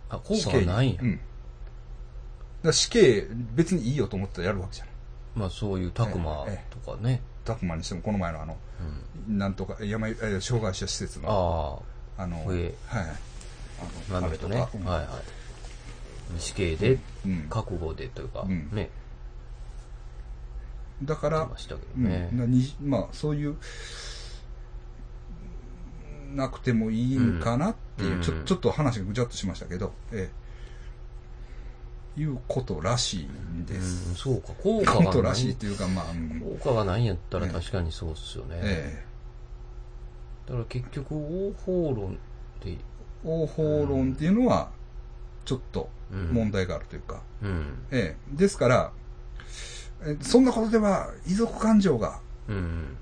Speaker 2: あ、効果がないんや
Speaker 1: う。ん。ら死刑、別にいいよと思ってたらやるわけじゃない。
Speaker 2: まあそういうタクマ
Speaker 1: え
Speaker 2: とかね。
Speaker 1: たくまにしても、この前のあの、
Speaker 2: うん、
Speaker 1: なんとか、山、えー障害者施設の、
Speaker 2: あ
Speaker 1: あの、
Speaker 2: ほ
Speaker 1: はい
Speaker 2: え。あ、
Speaker 1: あ
Speaker 2: 今
Speaker 1: の、
Speaker 2: の
Speaker 1: あれ
Speaker 2: 人
Speaker 1: と
Speaker 2: ね。は
Speaker 1: か
Speaker 2: い、
Speaker 1: うん
Speaker 2: はい。死刑で、
Speaker 1: うん
Speaker 2: 覚悟でというか、
Speaker 1: うん
Speaker 2: ね、
Speaker 1: だか
Speaker 2: 言っ
Speaker 1: ら
Speaker 2: てま、したけど
Speaker 1: うん
Speaker 2: ね。
Speaker 1: なにまあ、そういう、なくてもいいんかなっていう、
Speaker 2: うん
Speaker 1: ちょ
Speaker 2: うん
Speaker 1: ちょっと話がぐちゃっとしましたけど、ええ、いうことらしいん
Speaker 2: う
Speaker 1: で
Speaker 2: ん、
Speaker 1: す。
Speaker 2: そうか、効果
Speaker 1: こと
Speaker 2: が
Speaker 1: ら
Speaker 2: な
Speaker 1: しいっ
Speaker 2: い。
Speaker 1: ていうか、まあ、うん
Speaker 2: 効果がないんやったら
Speaker 1: ね
Speaker 2: 確かにそうっすよね。
Speaker 1: え
Speaker 2: だから結局、応報論って、
Speaker 1: え、応報論っていうのは、ちょっと
Speaker 2: うん
Speaker 1: 問題があるというか、
Speaker 2: うん。
Speaker 1: ええ、ですから、えそんなことでは遺族感情が
Speaker 2: うん。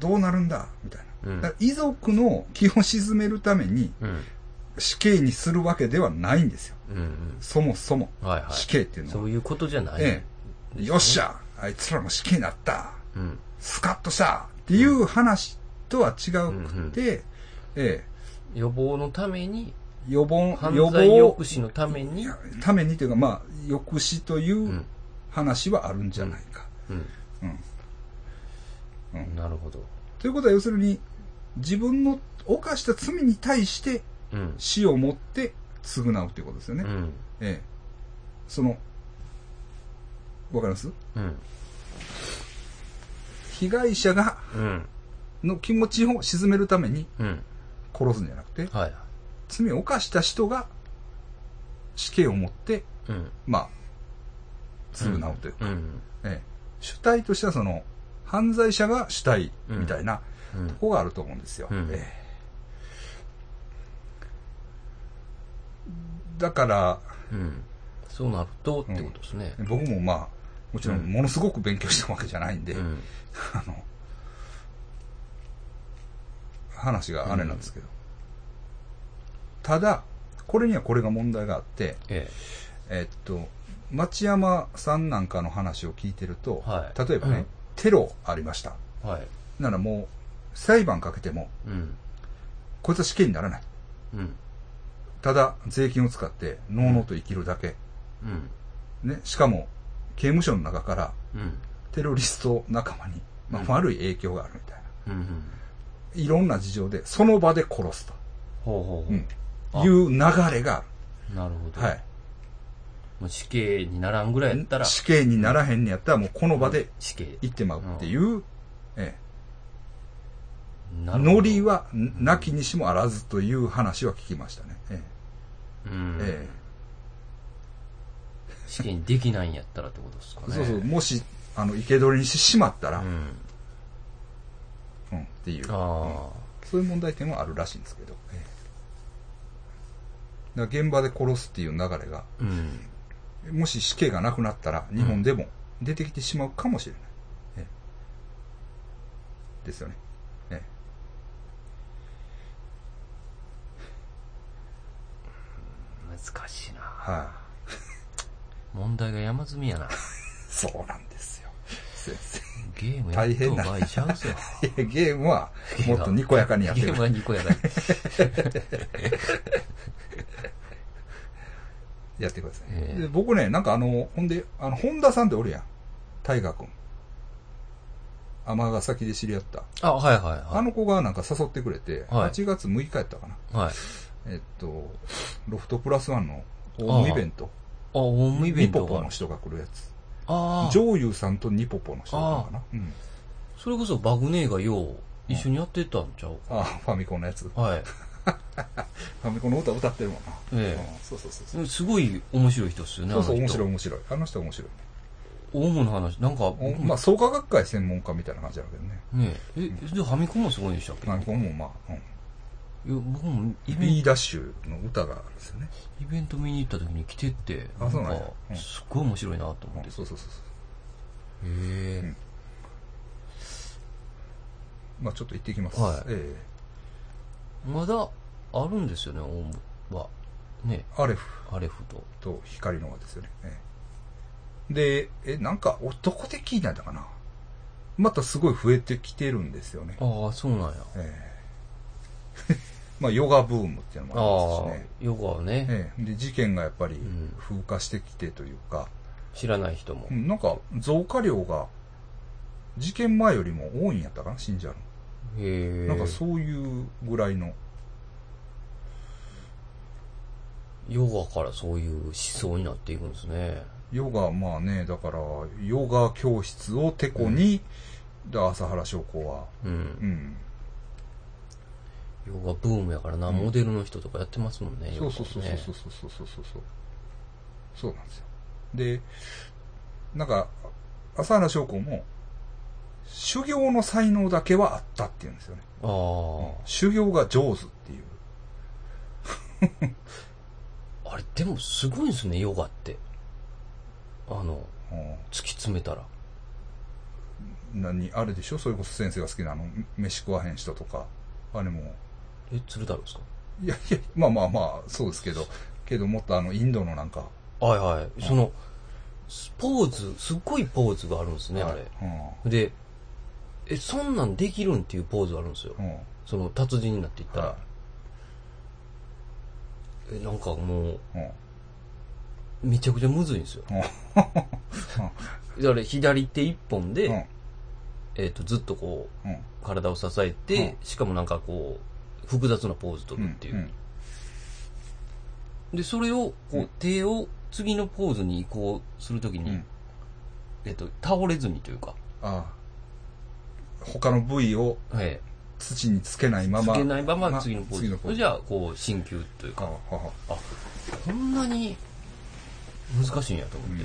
Speaker 1: どうなるんだみたいな。
Speaker 2: うん
Speaker 1: だから遺族の気を沈めるために
Speaker 2: うん。
Speaker 1: 死刑にするわけではないんですよ。
Speaker 2: うん。
Speaker 1: そもそも。
Speaker 2: はいは
Speaker 1: 死刑っていう
Speaker 2: い。
Speaker 1: の
Speaker 2: そ
Speaker 1: は。
Speaker 2: ういうことじゃない。
Speaker 1: ええよっしゃあいつらも死刑になった
Speaker 2: うん。
Speaker 1: スカッとしたっていう話とは違うくて、ええ
Speaker 2: 予防のために、
Speaker 1: 予防、
Speaker 2: 犯
Speaker 1: 予
Speaker 2: 罪抑
Speaker 1: 防
Speaker 2: 止のために、。
Speaker 1: ためにというか、まあ、抑止といううん話はあるんじゃないか。うん
Speaker 2: う
Speaker 1: うん
Speaker 2: ん。なるほど。
Speaker 1: ということは要するに、自分の犯した罪に対して
Speaker 2: うん。
Speaker 1: 死をもって償うということですよね。
Speaker 2: うん。
Speaker 1: ええ。その、わかります
Speaker 2: うん。
Speaker 1: 被害者が、
Speaker 2: うん。
Speaker 1: の気持ちを鎮めるために
Speaker 2: うん。
Speaker 1: 殺すんじゃなくて、
Speaker 2: はいはい。
Speaker 1: 罪を犯した人が死刑をもって、
Speaker 2: うん。
Speaker 1: まあ、償うという、
Speaker 2: うん。
Speaker 1: ええ、主体としてはその、犯罪者が主体みたいな
Speaker 2: うん
Speaker 1: と。こがあると思うんですよ。
Speaker 2: うん
Speaker 1: ええだから、
Speaker 2: うん。そうなると、ってことですね。
Speaker 1: 僕もまあ、もちろんものすごく勉強したわけじゃないんで、
Speaker 2: うん。
Speaker 1: あの、話があれなんですけど。ただ、これにはこれが問題があって、
Speaker 2: え
Speaker 1: えっと、町山さんなんかの話を聞いてると、
Speaker 2: はい
Speaker 1: 例えばね、
Speaker 2: うん
Speaker 1: テロありました。
Speaker 2: え。はい。
Speaker 1: ならもう、裁判かけても、
Speaker 2: うん。
Speaker 1: こいつは死刑にならない。
Speaker 2: うん。
Speaker 1: ただ、税金を使って、のうのうと生きるだけ。
Speaker 2: うん。
Speaker 1: ね、しかも、刑務所の中から、
Speaker 2: うん。
Speaker 1: テロリスト仲間に、まあ
Speaker 2: うん
Speaker 1: 悪い影響があるみたいな。
Speaker 2: うん。
Speaker 1: いろんな事情で、その場で殺すと。
Speaker 2: ほうほう
Speaker 1: うん
Speaker 2: あ
Speaker 1: いう流れが
Speaker 2: ほう。なるほ
Speaker 1: あ
Speaker 2: ど。
Speaker 1: る。はい。
Speaker 2: もう死刑にならんぐらいやったら、
Speaker 1: 死刑にならへんにやったら、もうこの場で
Speaker 2: 死刑。
Speaker 1: 行ってまうっていう、ええ、
Speaker 2: なるほど
Speaker 1: ノリ、は、んなきにしもあらずという話は聞きましたね。え
Speaker 2: うん
Speaker 1: ええ
Speaker 2: 死刑にできないんやったらってことですか
Speaker 1: え
Speaker 2: ね。
Speaker 1: そうそう、もし、あの、生け捕りにしてしまったら、
Speaker 2: う
Speaker 1: うん
Speaker 2: ん。
Speaker 1: っていう、
Speaker 2: あ
Speaker 1: そういう問題点はあるらしいんですけど、ええだから現場で殺すっていう流れが、
Speaker 2: あ。うん。
Speaker 1: もし死刑がなくなったら、日本でも出てきてしまうかもしれない。ええですよね。え
Speaker 2: 難しい
Speaker 1: え
Speaker 2: な。
Speaker 1: はい、
Speaker 2: 問題が山積みやな。
Speaker 1: そうなんですよ。先生。
Speaker 2: ゲームやっとう場合ちゃうぞ。
Speaker 1: い やゲームはもっとにこやかにやって
Speaker 2: ゲ
Speaker 1: る
Speaker 2: ーム。は2個やから。
Speaker 1: やってください。
Speaker 2: ええ
Speaker 1: で僕ね、なんかあの、ほんで、あの、本田さんっておるやん。大河君。尼崎で知り合った。
Speaker 2: あ、はいはい
Speaker 1: あ
Speaker 2: は
Speaker 1: の子がなんか誘ってくれて、
Speaker 2: はい
Speaker 1: 8月6日やったかな。
Speaker 2: い。はい。
Speaker 1: えっと、ロフトプラスワンのホームイベント。
Speaker 2: あ、ホームイベ
Speaker 1: ニ
Speaker 2: ン
Speaker 1: ポ
Speaker 2: ト
Speaker 1: ポ
Speaker 2: があ
Speaker 1: の
Speaker 2: る。
Speaker 1: 人が来るやつ。
Speaker 2: ああ。
Speaker 1: 上優さんとニポポの人だったかな。うん。
Speaker 2: それこそバグネーがよう、一緒にやってたんちゃう
Speaker 1: ああ、ファミコンのやつ。フ
Speaker 2: はい。
Speaker 1: ァミコンの歌歌ってるもんな。
Speaker 2: え
Speaker 1: うんそうそうそうそう。
Speaker 2: え。すごい面白い人っすよね、
Speaker 1: そうそう、
Speaker 2: あの
Speaker 1: 面
Speaker 2: 人
Speaker 1: 白い面白い。あの人面白い。
Speaker 2: オウムの話、なんか、
Speaker 1: おまあ、創価学会専門家みたいな感じだけどね。
Speaker 2: ねえ、え、で、ハミコンもすごいんでしたっけい
Speaker 1: まあ、これもまあ、うん
Speaker 2: や僕もイベン
Speaker 1: ビーダッシュの歌があるんですよね。
Speaker 2: イベント見に行った時に来てって、
Speaker 1: あそうなんや
Speaker 2: か
Speaker 1: うん
Speaker 2: すっごい面白いなと思って。へ
Speaker 1: そうそうそうそう。
Speaker 2: え。
Speaker 1: まあ、ちょっと行ってきます。
Speaker 2: はい
Speaker 1: え
Speaker 2: まだあるんですよね、オウムは。ね、
Speaker 1: えアレフ
Speaker 2: アレフと。
Speaker 1: と光の輪ですよね。ええで、え、なんか、男的になったかな。またすごい増えてきてるんですよね。
Speaker 2: ああ、そうなんや。
Speaker 1: え えまあ、ヨガブームっていうの
Speaker 2: あ
Speaker 1: もありますし
Speaker 2: あ
Speaker 1: ね。、
Speaker 2: ヨガはね。
Speaker 1: ええで、事件がやっぱり
Speaker 2: ん
Speaker 1: 風化してきてというか、
Speaker 2: 知らない人も
Speaker 1: う。んなんか増加量が事件前よりも多いんやったかな信者の、
Speaker 2: へ
Speaker 1: なんか
Speaker 2: え。
Speaker 1: そういうぐらいの
Speaker 2: ヨガからそういう思想になっていくんですね。
Speaker 1: ヨガまあねだからヨガ教室をてこに、だ朝原将校は
Speaker 2: うん
Speaker 1: う。ん
Speaker 2: ヨガブームやからな、
Speaker 1: うん
Speaker 2: モデルの人とかやってますもんね。
Speaker 1: そうそうそうそうそう
Speaker 2: う。
Speaker 1: そうそうそうそうそうなんですよでなんか朝原将校も修行の才能だけはあったっていうんですよね
Speaker 2: ああ
Speaker 1: 修行が上手っていう
Speaker 2: あれ、でもすごいですね、ヨガって。あの、
Speaker 1: うん
Speaker 2: 突き詰めたら。
Speaker 1: 何あれでしょそれこそ先生が好きなあの飯食わへん人とかあれも
Speaker 2: え、鶴太郎ですか
Speaker 1: いやいやまあまあまあそうですけどけどもっとあのインドのなんか
Speaker 2: はいはい。その、スポーズ、すっごいポーズがあるんですね、あれ。
Speaker 1: う
Speaker 2: で、え、そんなんできるんっていうポーズがあるんですよ。
Speaker 1: んうん
Speaker 2: その、達人になっていったら
Speaker 1: は。
Speaker 2: え、なんかもう、
Speaker 1: いうん
Speaker 2: めちゃくちゃむずいんですよ。だから左手一本で、
Speaker 1: うん
Speaker 2: えっ、と、ずっとこう、
Speaker 1: うん
Speaker 2: 体を支えて、しかもなんかこう、複雑なポーズ取
Speaker 1: う
Speaker 2: るっ
Speaker 1: ん
Speaker 2: ていう。で、それを、こう、
Speaker 1: うん
Speaker 2: 手を次のポーズに移行するとき
Speaker 1: う
Speaker 2: に、
Speaker 1: ん
Speaker 2: えっと、倒れずにというか、
Speaker 1: ああ他の部位を
Speaker 2: はい。
Speaker 1: 土につけないま
Speaker 2: つ
Speaker 1: ま
Speaker 2: けないま
Speaker 1: ま
Speaker 2: ま
Speaker 1: あ
Speaker 2: 次のポーズ。
Speaker 1: 次のポーズ
Speaker 2: じゃあ、こう、進級という
Speaker 1: ああ
Speaker 2: か、
Speaker 1: はは
Speaker 2: こんなに難しいんやと思
Speaker 1: う
Speaker 2: っ
Speaker 1: ん
Speaker 2: て。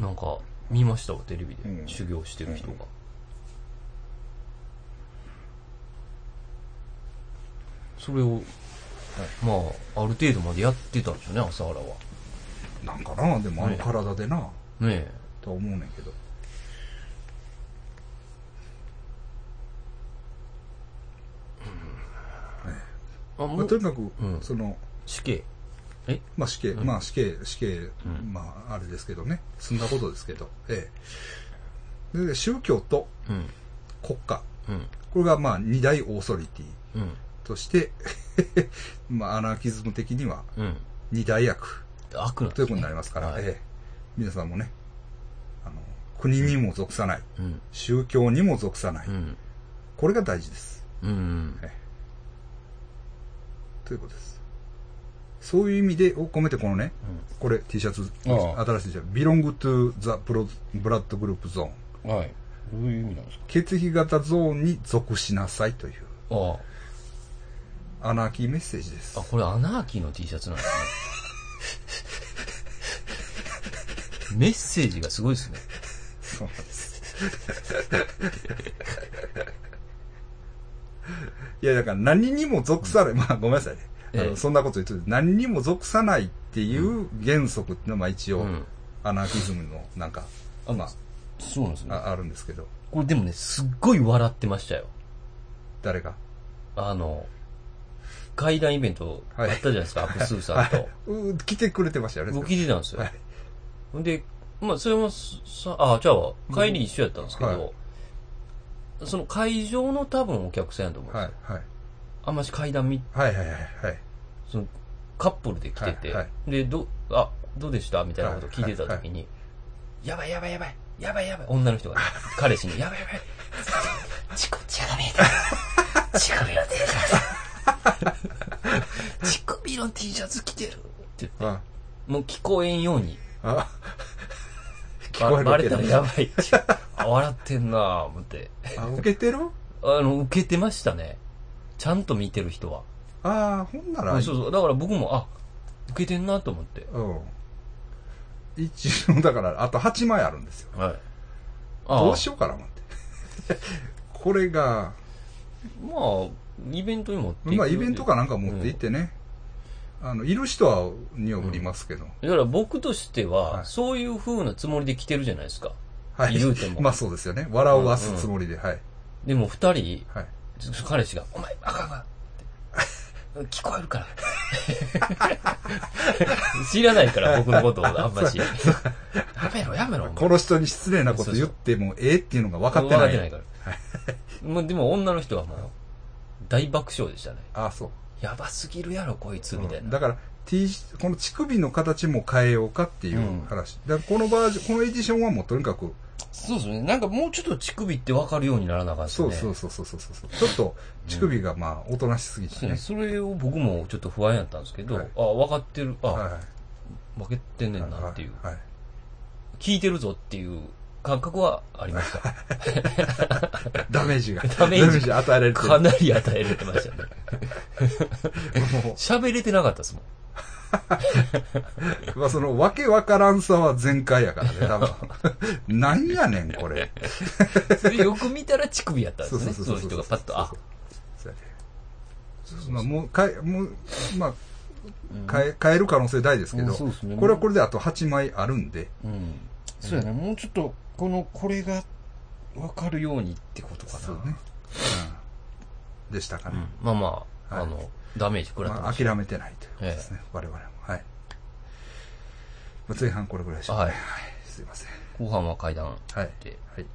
Speaker 2: なんか、見ましたわ、テレビで。
Speaker 1: うん
Speaker 2: 修行してる人が。それを、まあ、ある程度までやってたんですよね、朝原は。ね
Speaker 1: なんかなでもあの体でな、
Speaker 2: え。
Speaker 1: とは思うねんけど
Speaker 2: あ、も
Speaker 1: まあ、と
Speaker 2: う、
Speaker 1: にかく、
Speaker 2: うん
Speaker 1: その
Speaker 2: 死刑。え
Speaker 1: まあ死刑、まあ死刑、死刑、
Speaker 2: うん
Speaker 1: まああれですけどね、済んだことですけど、ええ。で、宗教と
Speaker 2: うん。
Speaker 1: 国家、
Speaker 2: うん。
Speaker 1: これがまあ二大オーソリティ
Speaker 2: うん。
Speaker 1: として、 まあアナーキズム的には
Speaker 2: うん。
Speaker 1: 二大悪
Speaker 2: 悪なん
Speaker 1: とい
Speaker 2: で
Speaker 1: うこと
Speaker 2: す
Speaker 1: に
Speaker 2: ね
Speaker 1: なりますから、
Speaker 2: はい
Speaker 1: ええ。皆さんもね、あの、国にも属さない、
Speaker 2: うん。
Speaker 1: 宗教にも属さない、
Speaker 2: うん。
Speaker 1: これが大事です。
Speaker 2: うん。
Speaker 1: ということです。そういう意味で、を込めてこのね、これ T シャツ、
Speaker 2: ああ
Speaker 1: 新しいじゃん。belong to the Bro- blood group zone。
Speaker 2: うん。はい。どういう意味なんですか
Speaker 1: 血液型ゾーンに属しなさいという、
Speaker 2: あ
Speaker 1: アナーキーメッセージです
Speaker 2: あ。あ、。これアナーキーの T シャツなんですね。メッセージがすごいですね。
Speaker 1: そうなんです。 いや、だから何にも属さない、まあごめんなさいね。あの
Speaker 2: ええ
Speaker 1: そんなこと言ってて何にも属さないっていう原則っていうのは、まあ一応、
Speaker 2: うん
Speaker 1: アナーキズムのなんか、
Speaker 2: あ
Speaker 1: ま
Speaker 2: そうなんです
Speaker 1: あ、
Speaker 2: ね。
Speaker 1: ああるんですけど、
Speaker 2: これでもね、すっごい笑ってましたよ。
Speaker 1: 誰が。
Speaker 2: あの、階段イベントあったじゃないですか、アップスーさんと。
Speaker 1: うー来てくれてましたよね。
Speaker 2: 僕聞いてたんですよ
Speaker 1: はい。
Speaker 2: ほんで、まあ、それもさ、あ、じゃあ、帰り一緒やったんですけど、
Speaker 1: うんは
Speaker 2: その会場の多分お客さんやと思うんです
Speaker 1: はい、
Speaker 2: よ。
Speaker 1: はい。
Speaker 2: あんまし階段見
Speaker 1: はいはいはいはい。
Speaker 2: そのカップルで来てて、
Speaker 1: はいは
Speaker 2: で、ど、あ、どうでしたみたいなこと聞いてたときに、やばいやばいやばい、やばいやばい、女の人が、彼氏に、やばいやばい、チコちゃダメだ。乳首の T シャツ。乳首の T シャツ着てる。って言って、
Speaker 1: あ、
Speaker 2: もう聞こえんように、
Speaker 1: あ、聞こ
Speaker 2: ば
Speaker 1: えるわ
Speaker 2: バ
Speaker 1: け
Speaker 2: レた
Speaker 1: な
Speaker 2: ら
Speaker 1: い
Speaker 2: やばいって。あ、笑ってんなぁ、思って。
Speaker 1: あ、受けてる
Speaker 2: あの、受けてましたね。ちゃんと見てる人は。
Speaker 1: ああ、ほんなら、
Speaker 2: そうそう。だから僕も、あ、受けてんなと思って。
Speaker 1: うん。一応、だから、あと8枚あるんですよ。
Speaker 2: はい。あ
Speaker 1: どうしようかな、思って。 これが、
Speaker 2: まあ、イベントに持っていく
Speaker 1: まあ、イベントかなんか持って行ってね、あの、いる人は、には売りますけど。
Speaker 2: だから僕としては、
Speaker 1: はい
Speaker 2: そういう風なつもりで来てるじゃないですか。
Speaker 1: はい。
Speaker 2: 言うて も
Speaker 1: まあ、そうですよね。笑わすつもりで、はい。
Speaker 2: でも二人、
Speaker 1: はい。
Speaker 2: 彼氏が、お前、あかんあかんって。聞こえるから。 知らないから、僕のことをあんまし。やめろ、やめろ。お前
Speaker 1: この人に失礼なこと言ってもええっていうのが分かってない。
Speaker 2: から。もうでも女の人はもう、大爆笑でしたね。
Speaker 1: ああ、そう。
Speaker 2: やばすぎるやろ、こいつ、みたいな。
Speaker 1: だから T この乳首の形も変えようかっていう話、だからこのバージョンこのエディションはもうとにかく
Speaker 2: そうですね。なんかもうちょっと乳首ってわかるようにならなあかったです
Speaker 1: そ
Speaker 2: ね。
Speaker 1: うそうそうそうそうそうちょっと乳首がまあおとなしすぎて
Speaker 2: そう
Speaker 1: ね
Speaker 2: ね、それを僕もちょっと不安やったんですけど、
Speaker 1: はい
Speaker 2: あ、分かってる、あ、
Speaker 1: は
Speaker 2: 負けてんね
Speaker 1: い
Speaker 2: んなっていう、
Speaker 1: はいはい
Speaker 2: 聞いてるぞっていう感覚はありま した。
Speaker 1: ダメージが
Speaker 2: ダメージ
Speaker 1: 与えられてる
Speaker 2: かなり与えられてましたね。
Speaker 1: も
Speaker 2: 喋れてなかったですもん。
Speaker 1: うまあそのわけわからんさは全開やからね多分 なんやねんこれ
Speaker 2: それよく見たら乳首やったんですね。
Speaker 1: そ
Speaker 2: そう
Speaker 1: そうそうそ
Speaker 2: の
Speaker 1: う
Speaker 2: 人がパッと、あ、
Speaker 1: そうやねまあもうかえもうまあ変え変える可能性大ですけ
Speaker 2: う
Speaker 1: ど、
Speaker 2: んそうですね
Speaker 1: これはこれであと8枚あるんで、
Speaker 2: うん。そうやね、もうちょっと、この、これがわかるようにってことかな。
Speaker 1: そうね、うん、でしたかね、
Speaker 2: まあまあ、
Speaker 1: はい
Speaker 2: あの、ダメージ食らって
Speaker 1: まあ、
Speaker 2: まし。
Speaker 1: 諦めてないということですね、我々もはいまあ前半これぐらいでしたょう、
Speaker 2: はい。
Speaker 1: すいません
Speaker 2: 後半は階段
Speaker 1: はい
Speaker 2: で、
Speaker 1: はい